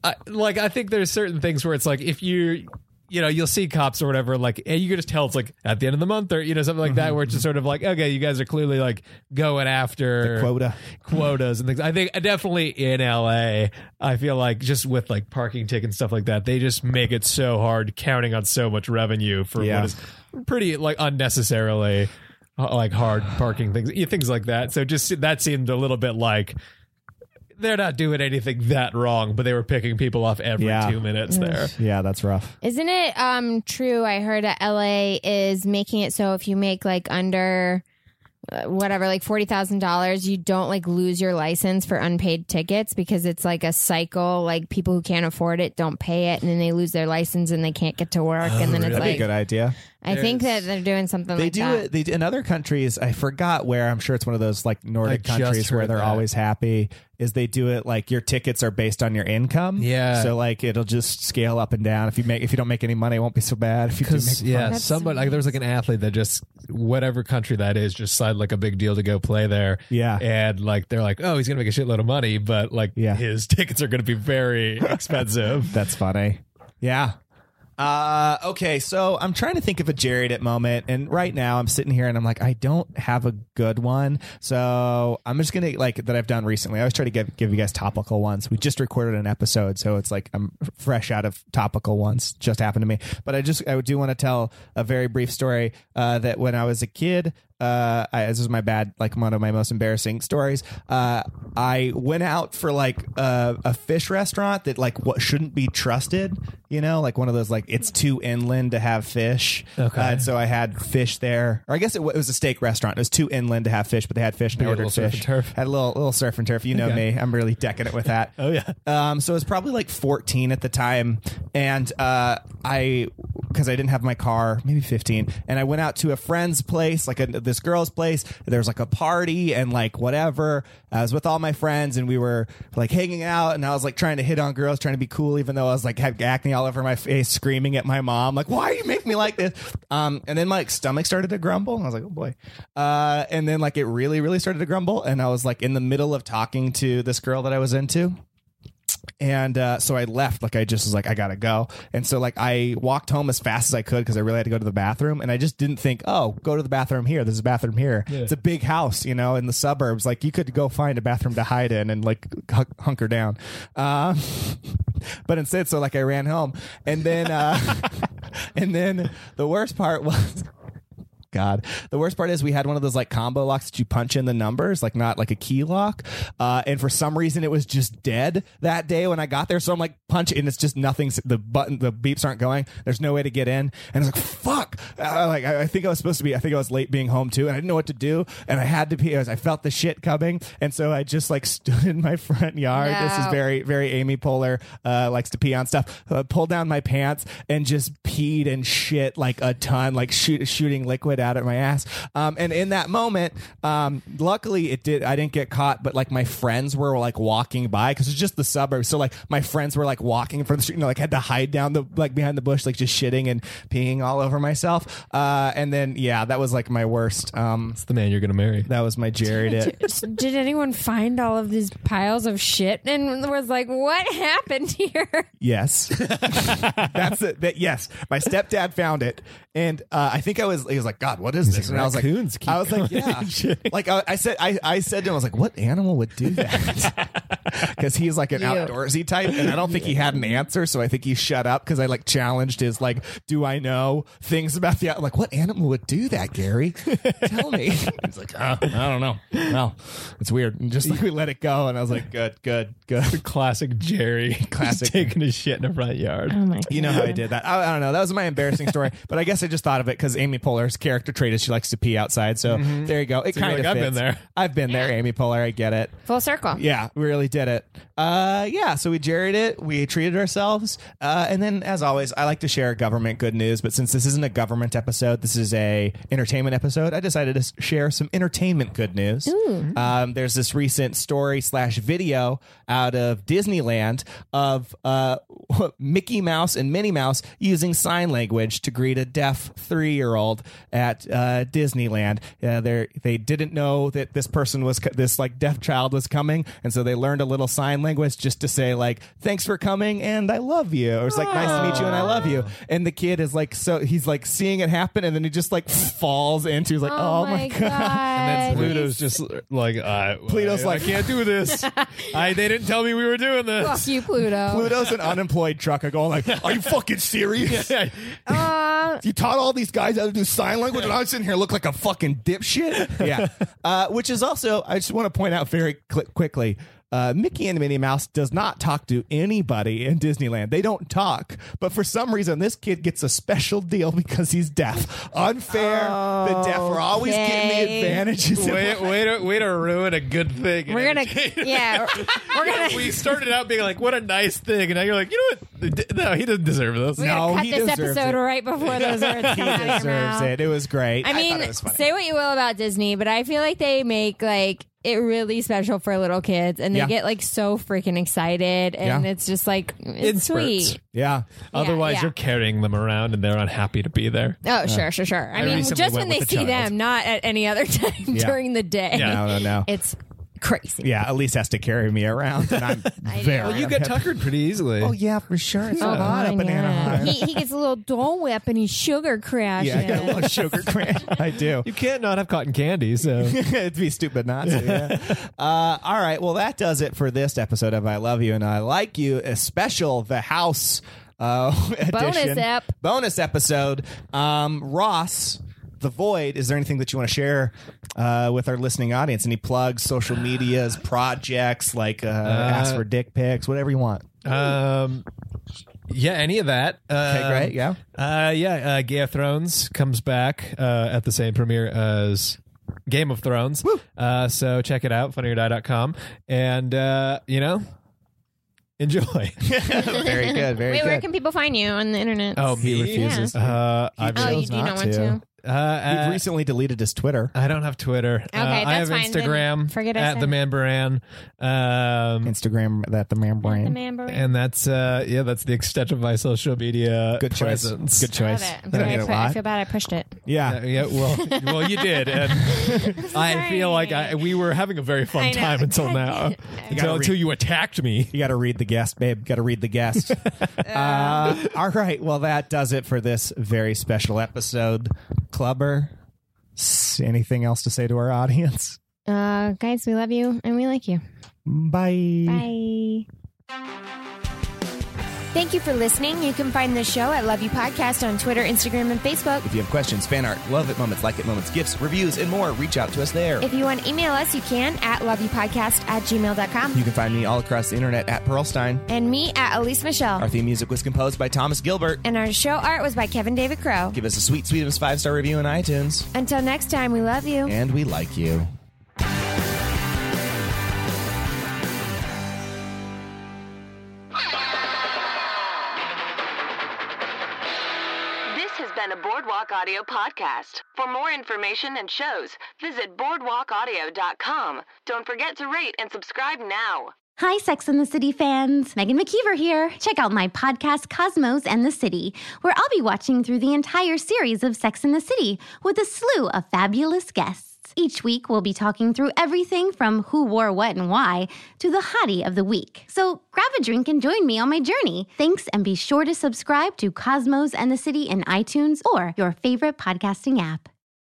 Speaker 7: I, like I think there's certain things where it's like if you you know you'll see cops or whatever like and you can just tell it's like at the end of the month or you know something like
Speaker 4: Mm-hmm,
Speaker 7: that where it's just sort of like okay you guys are clearly like going after
Speaker 4: The quota.
Speaker 7: quotas and things. I think definitely in LA I feel like just with like parking tickets and stuff like that they just make it so hard counting on so much revenue for
Speaker 4: Yeah.
Speaker 7: what is pretty like unnecessarily uh, like hard parking things yeah, things like that so just that seemed a little bit like they're not doing anything that wrong but they were picking people off every
Speaker 4: Yeah.
Speaker 7: two minutes there
Speaker 4: Yeah, that's rough.
Speaker 5: Isn't it um true? I heard that LA is making it so if you make like under uh, whatever like $40,000 you don't like lose your license for unpaid tickets because it's like a cycle like people who can't afford it don't pay it and then they lose their license and they can't get to work and then it's
Speaker 4: That'd be a
Speaker 5: like
Speaker 4: good idea.
Speaker 5: I think that they're doing something
Speaker 4: Oh, They
Speaker 5: like
Speaker 4: do
Speaker 5: that.
Speaker 4: it. They do, in other countries. I forgot where. I'm sure it's one of those like Nordic
Speaker 7: I just
Speaker 4: countries where
Speaker 7: heard
Speaker 4: they're
Speaker 7: that.
Speaker 4: always happy. Is they do it like your tickets are based on your income.
Speaker 7: Yeah.
Speaker 4: So like it'll just scale up and down. If you make if you don't make any money, it won't be so bad. If you do make
Speaker 7: Because yeah,
Speaker 5: That's
Speaker 7: somebody like there was like an athlete that just whatever country that is just signed like a big deal to go play there.
Speaker 4: Yeah.
Speaker 7: and like they're like, oh, he's gonna make a shitload of money, but like
Speaker 4: Yeah.
Speaker 7: his tickets are gonna be very expensive.
Speaker 4: That's funny. Yeah. Uh, okay, so I'm trying to think of a Jared at moment, and right now I'm sitting here and I'm like, I don't have a good one, so I'm just gonna like that I've done recently. I always try to give give you guys topical ones. We just recorded an episode, so it's like I'm fresh out of topical ones. Just happened to me, but I just I do want to tell a very brief story uh, that when I was a kid, uh, I, this is my bad, like one of my most embarrassing stories. Uh, I went out for like uh, a fish restaurant that like what shouldn't be trusted, you know, like one of those like it's too inland to have fish. Okay, and so I had fish there, or I guess it, wa- it was a steak restaurant. It was too inland to have fish, but they had fish and I
Speaker 7: had a
Speaker 4: ordered
Speaker 7: little surf
Speaker 4: fish.
Speaker 7: and turf.
Speaker 4: Had a little little surf and turf. You know me, I'm really decadent with that.
Speaker 7: Oh, yeah.
Speaker 4: Um, so I was probably like 14 at the time, and uh, I, because I didn't have my car, maybe 15, and I went out to a friend's place, like a, this girl's place. There was like a party and like whatever. I was with all my friends, and we were like hanging out, and I was like trying to hit on girls, trying to be cool, even though I was like had acne all over my face, screaming at my mom, like, "Why you make me like this?" Um, and then my like, stomach started to grumble, and I was like, "Oh boy," uh, and then like it really, really started to grumble, and I was like in the middle of talking to this girl that I was into and uh, so I left. Like I just was like, I gotta go. And so like I walked home as fast as I could because I really had to go to the bathroom. And I just didn't think, oh, go to the bathroom here. There's a bathroom here. It's a big house, you know, in the suburbs. Like you could go find a bathroom to hide in and like hun- hunker down. Uh, but instead, so like I ran home, and then uh, and then the worst part was. God. The worst part is we had one of those like combo locks that you punch in the numbers, like not like a key lock. Uh, and for some reason, it was just dead that day when I got there. So I'm like, punch, it, and it's just nothing's the button, the beeps aren't going. There's no way to get in. And I was like, fuck. Uh, like, I, I think I was supposed to be, I think I was late being home too, and I didn't know what to do. And I had to pee. I, was, I felt the shit coming. And so I just like stood in my front yard. This is
Speaker 5: No.
Speaker 4: very very very Amy Poehler uh, likes to pee on stuff. Uh, pulled down my pants and just peed and shit like a ton, like shoot, shooting liquid out of my ass. Um, and in that moment, um, luckily it did. I didn't get caught, but like my friends were like walking by because it's just the suburbs. So like my friends were like walking from the street, and like had to hide down the like behind the bush, like just shitting and peeing all over myself. Uh, and then yeah, that was like my worst. Um,
Speaker 7: It's the man you're going to marry.
Speaker 4: that was my Jared. It.
Speaker 5: Did anyone find all of these piles of shit and was like, what happened here?
Speaker 4: Yes, that's it. That yes, my stepdad found it, and uh, I think I was. He was like, "God, what is this?" And I was like,
Speaker 7: raccoons keep
Speaker 4: "I was like,
Speaker 7: coming
Speaker 4: yeah."
Speaker 7: and shitting.
Speaker 4: Like uh, I, I said, I, I said to him, "I was like, what animal would do that?" Because he's like an outdoorsy type, and I don't think he had an answer, so I think he shut up because I like challenged his like, "Do I know things about the out-" like what animal would do that, Gary? Tell me." he's like, uh, "I don't know. No, it's weird." And just like we let it go, and I was like, "Good, good, good."
Speaker 7: Classic Jerry.
Speaker 4: Classic.
Speaker 7: taking his shit in the front yard.
Speaker 4: You know how I did that. I, I don't know. That was my embarrassing story, but I guess I just thought of it because Amy Poehler's character trait is she likes to pee outside. So there you go. It
Speaker 7: Mm-hmm. you're
Speaker 4: kind of
Speaker 7: like, I've been there.
Speaker 4: I've been there, Amy Poehler. I get it.
Speaker 5: Full circle.
Speaker 4: Yeah, we really did it. Uh, yeah, so we jerried it. We treated ourselves, uh, and then as always, I like to share government good news. But since this isn't a government episode, this is a entertainment episode. I decided to s- share some entertainment good news. Um, there's this recent story slash video out of Disneyland of uh, Mickey Mouse and Minnie Mouse using sign language to greet a deaf three year old at uh, Disneyland. Uh, they they didn't know that this person was co- this like deaf child was coming, and so they learned a little sign language just to say like "Thanks for coming" and "I love you." Or it's like "Nice to meet you" and "I love you." And the kid is like so he's like seeing it happen, and then he just like falls into he's like "Oh, my god."
Speaker 5: god.
Speaker 7: Pluto's just like, uh,
Speaker 4: Pluto's
Speaker 7: I,
Speaker 4: like-
Speaker 7: I can't do this. I, they didn't tell me we were doing this.
Speaker 5: Fuck you, Pluto.
Speaker 4: Pluto's an unemployed trucker going like, "Are you fucking serious?"
Speaker 5: Uh,
Speaker 4: You taught all these guys how to do sign language, and I was sitting here look like a fucking dipshit. Yeah, uh, which is also I just want to point out very cl- quickly. Uh, Mickey and Minnie Mouse does not talk to anybody in Disneyland. They don't talk, but for some reason, this kid gets a special deal because he's deaf. Unfair. the deaf are always getting the
Speaker 5: Okay.
Speaker 4: advantages. in
Speaker 7: Way, way, to, way to ruin a good thing. and
Speaker 5: we're gonna,
Speaker 7: entertain-
Speaker 5: yeah, we're- we're gonna,
Speaker 7: we started out being like, what a nice thing. And now you're like, you know what? No, he doesn't deserve this.
Speaker 5: we're gonna
Speaker 4: No,
Speaker 5: cut
Speaker 4: he
Speaker 5: this
Speaker 4: deserves
Speaker 5: episode
Speaker 4: it.
Speaker 5: right before those words come out of your
Speaker 4: life. deserves
Speaker 5: mouth.
Speaker 4: it. It was great.
Speaker 5: I mean,
Speaker 4: thought it was funny.
Speaker 5: say what you will about Disney, but I feel like they make like it really special for little kids, and they
Speaker 4: Yeah.
Speaker 5: get like so freaking excited, and
Speaker 4: Yeah.
Speaker 5: it's just like
Speaker 7: In
Speaker 5: it's
Speaker 7: spurts.
Speaker 5: sweet.
Speaker 4: yeah. Oh,
Speaker 7: Otherwise,
Speaker 5: yeah.
Speaker 7: you're carrying them around and they're unhappy to be there.
Speaker 5: Oh, sure, sure, sure. I, mean,
Speaker 7: recently
Speaker 5: just
Speaker 7: went
Speaker 5: when they
Speaker 7: with a
Speaker 5: see
Speaker 7: child.
Speaker 5: them, not at any other time during the day.
Speaker 4: No, no, no.
Speaker 5: It's crazy.
Speaker 4: Yeah, Elise has to carry me around, and I'm very.
Speaker 7: Well, you get tuckered pretty easily.
Speaker 4: Oh yeah, for sure. It's so hot up in Anaheim.
Speaker 5: He, he gets a little dole whip and he's sugar crashing.
Speaker 4: Yeah, I got a little sugar crash. I do.
Speaker 7: You can't not have cotton candy, so
Speaker 4: It'd be stupid not to. Yeah. uh, all right. Well, that does it for this episode of I Love You and I Like You, a special The House uh,
Speaker 5: Bonus
Speaker 4: edition.
Speaker 5: ep.
Speaker 4: Bonus episode. Um, Ross. The Void, is there anything that you want to share uh, with our listening audience? Any plugs, social medias, projects, like uh, ask for dick pics, whatever you want?
Speaker 7: um, yeah, any of that. Um,
Speaker 4: Okay, great. Yeah.
Speaker 7: Uh, yeah, uh, Game of Thrones comes back uh, at the same premiere as Game of Thrones. Uh, so check it out, funnyordie.com. And, uh, you know, enjoy.
Speaker 4: very good. Very good.
Speaker 5: Wait, where can people find you on the internet?
Speaker 7: Oh, me
Speaker 5: Yeah.
Speaker 7: refuses. Uh, I,
Speaker 5: Oh, you do
Speaker 4: not
Speaker 5: not want
Speaker 4: to.
Speaker 5: to.
Speaker 7: uh, uh,
Speaker 4: We've recently deleted his Twitter.
Speaker 7: I don't have Twitter. Okay, uh, I have
Speaker 5: that's fine, then
Speaker 7: Instagram
Speaker 5: forget I
Speaker 7: at
Speaker 5: said
Speaker 7: the
Speaker 5: it.
Speaker 7: man Baran. Um,
Speaker 4: Instagram that the man brain.
Speaker 5: The man brain.
Speaker 7: and that's uh, yeah, that's the extent of my social media
Speaker 4: Good choice.
Speaker 7: presence.
Speaker 4: Good
Speaker 5: I
Speaker 4: choice.
Speaker 5: love it. I'm
Speaker 4: You don't get
Speaker 5: sorry, I,
Speaker 4: a
Speaker 5: put- I
Speaker 4: lot.
Speaker 5: feel bad I pushed it.
Speaker 4: Yeah.
Speaker 7: Uh, yeah, well, well, you did, and I feel like I, we were having a very
Speaker 5: I
Speaker 7: fun
Speaker 5: know.
Speaker 7: time until now,
Speaker 4: gotta
Speaker 7: until, until you attacked me.
Speaker 4: You got to read the guest, babe. Got to read the guest. uh, all right. Well, that does it for this very special episode. Clubber, s- anything else to say to our audience?
Speaker 5: Uh, guys, we love you and we like you.
Speaker 4: Bye.
Speaker 5: Bye. Thank you for listening. You can find the show at Love You Podcast on Twitter, Instagram, and Facebook.
Speaker 4: If you have questions, fan art, love it moments, like it moments, gifts, reviews, and more, reach out to us there.
Speaker 5: If you want to email us, you can at loveyoupodcast at
Speaker 4: you
Speaker 5: gmail.com.
Speaker 4: can find me all across the internet at Pearlstein.
Speaker 5: And me at Elise Michelle.
Speaker 4: Our theme music was composed by Thomas Gilbert.
Speaker 5: And our show art was by Kevin David Crow.
Speaker 4: Give us a sweet, sweetest five star review on iTunes.
Speaker 5: Until next time, we love you.
Speaker 4: And we like you.
Speaker 3: This has been a Boardwalk Audio podcast. For more information and shows, visit boardwalkaudio.com. Don't forget to rate and subscribe now.
Speaker 8: Hi, Sex and the City fans. Megan McKeever here. Check out my podcast, Cosmos and the City, where I'll be watching through the entire series of Sex and the City with a slew of fabulous guests. Each week, we'll be talking through everything from who wore what and why to the hottie of the week. So grab a drink and join me on my journey. Thanks, and be sure to subscribe to Cosmos and the City in iTunes or your favorite podcasting app.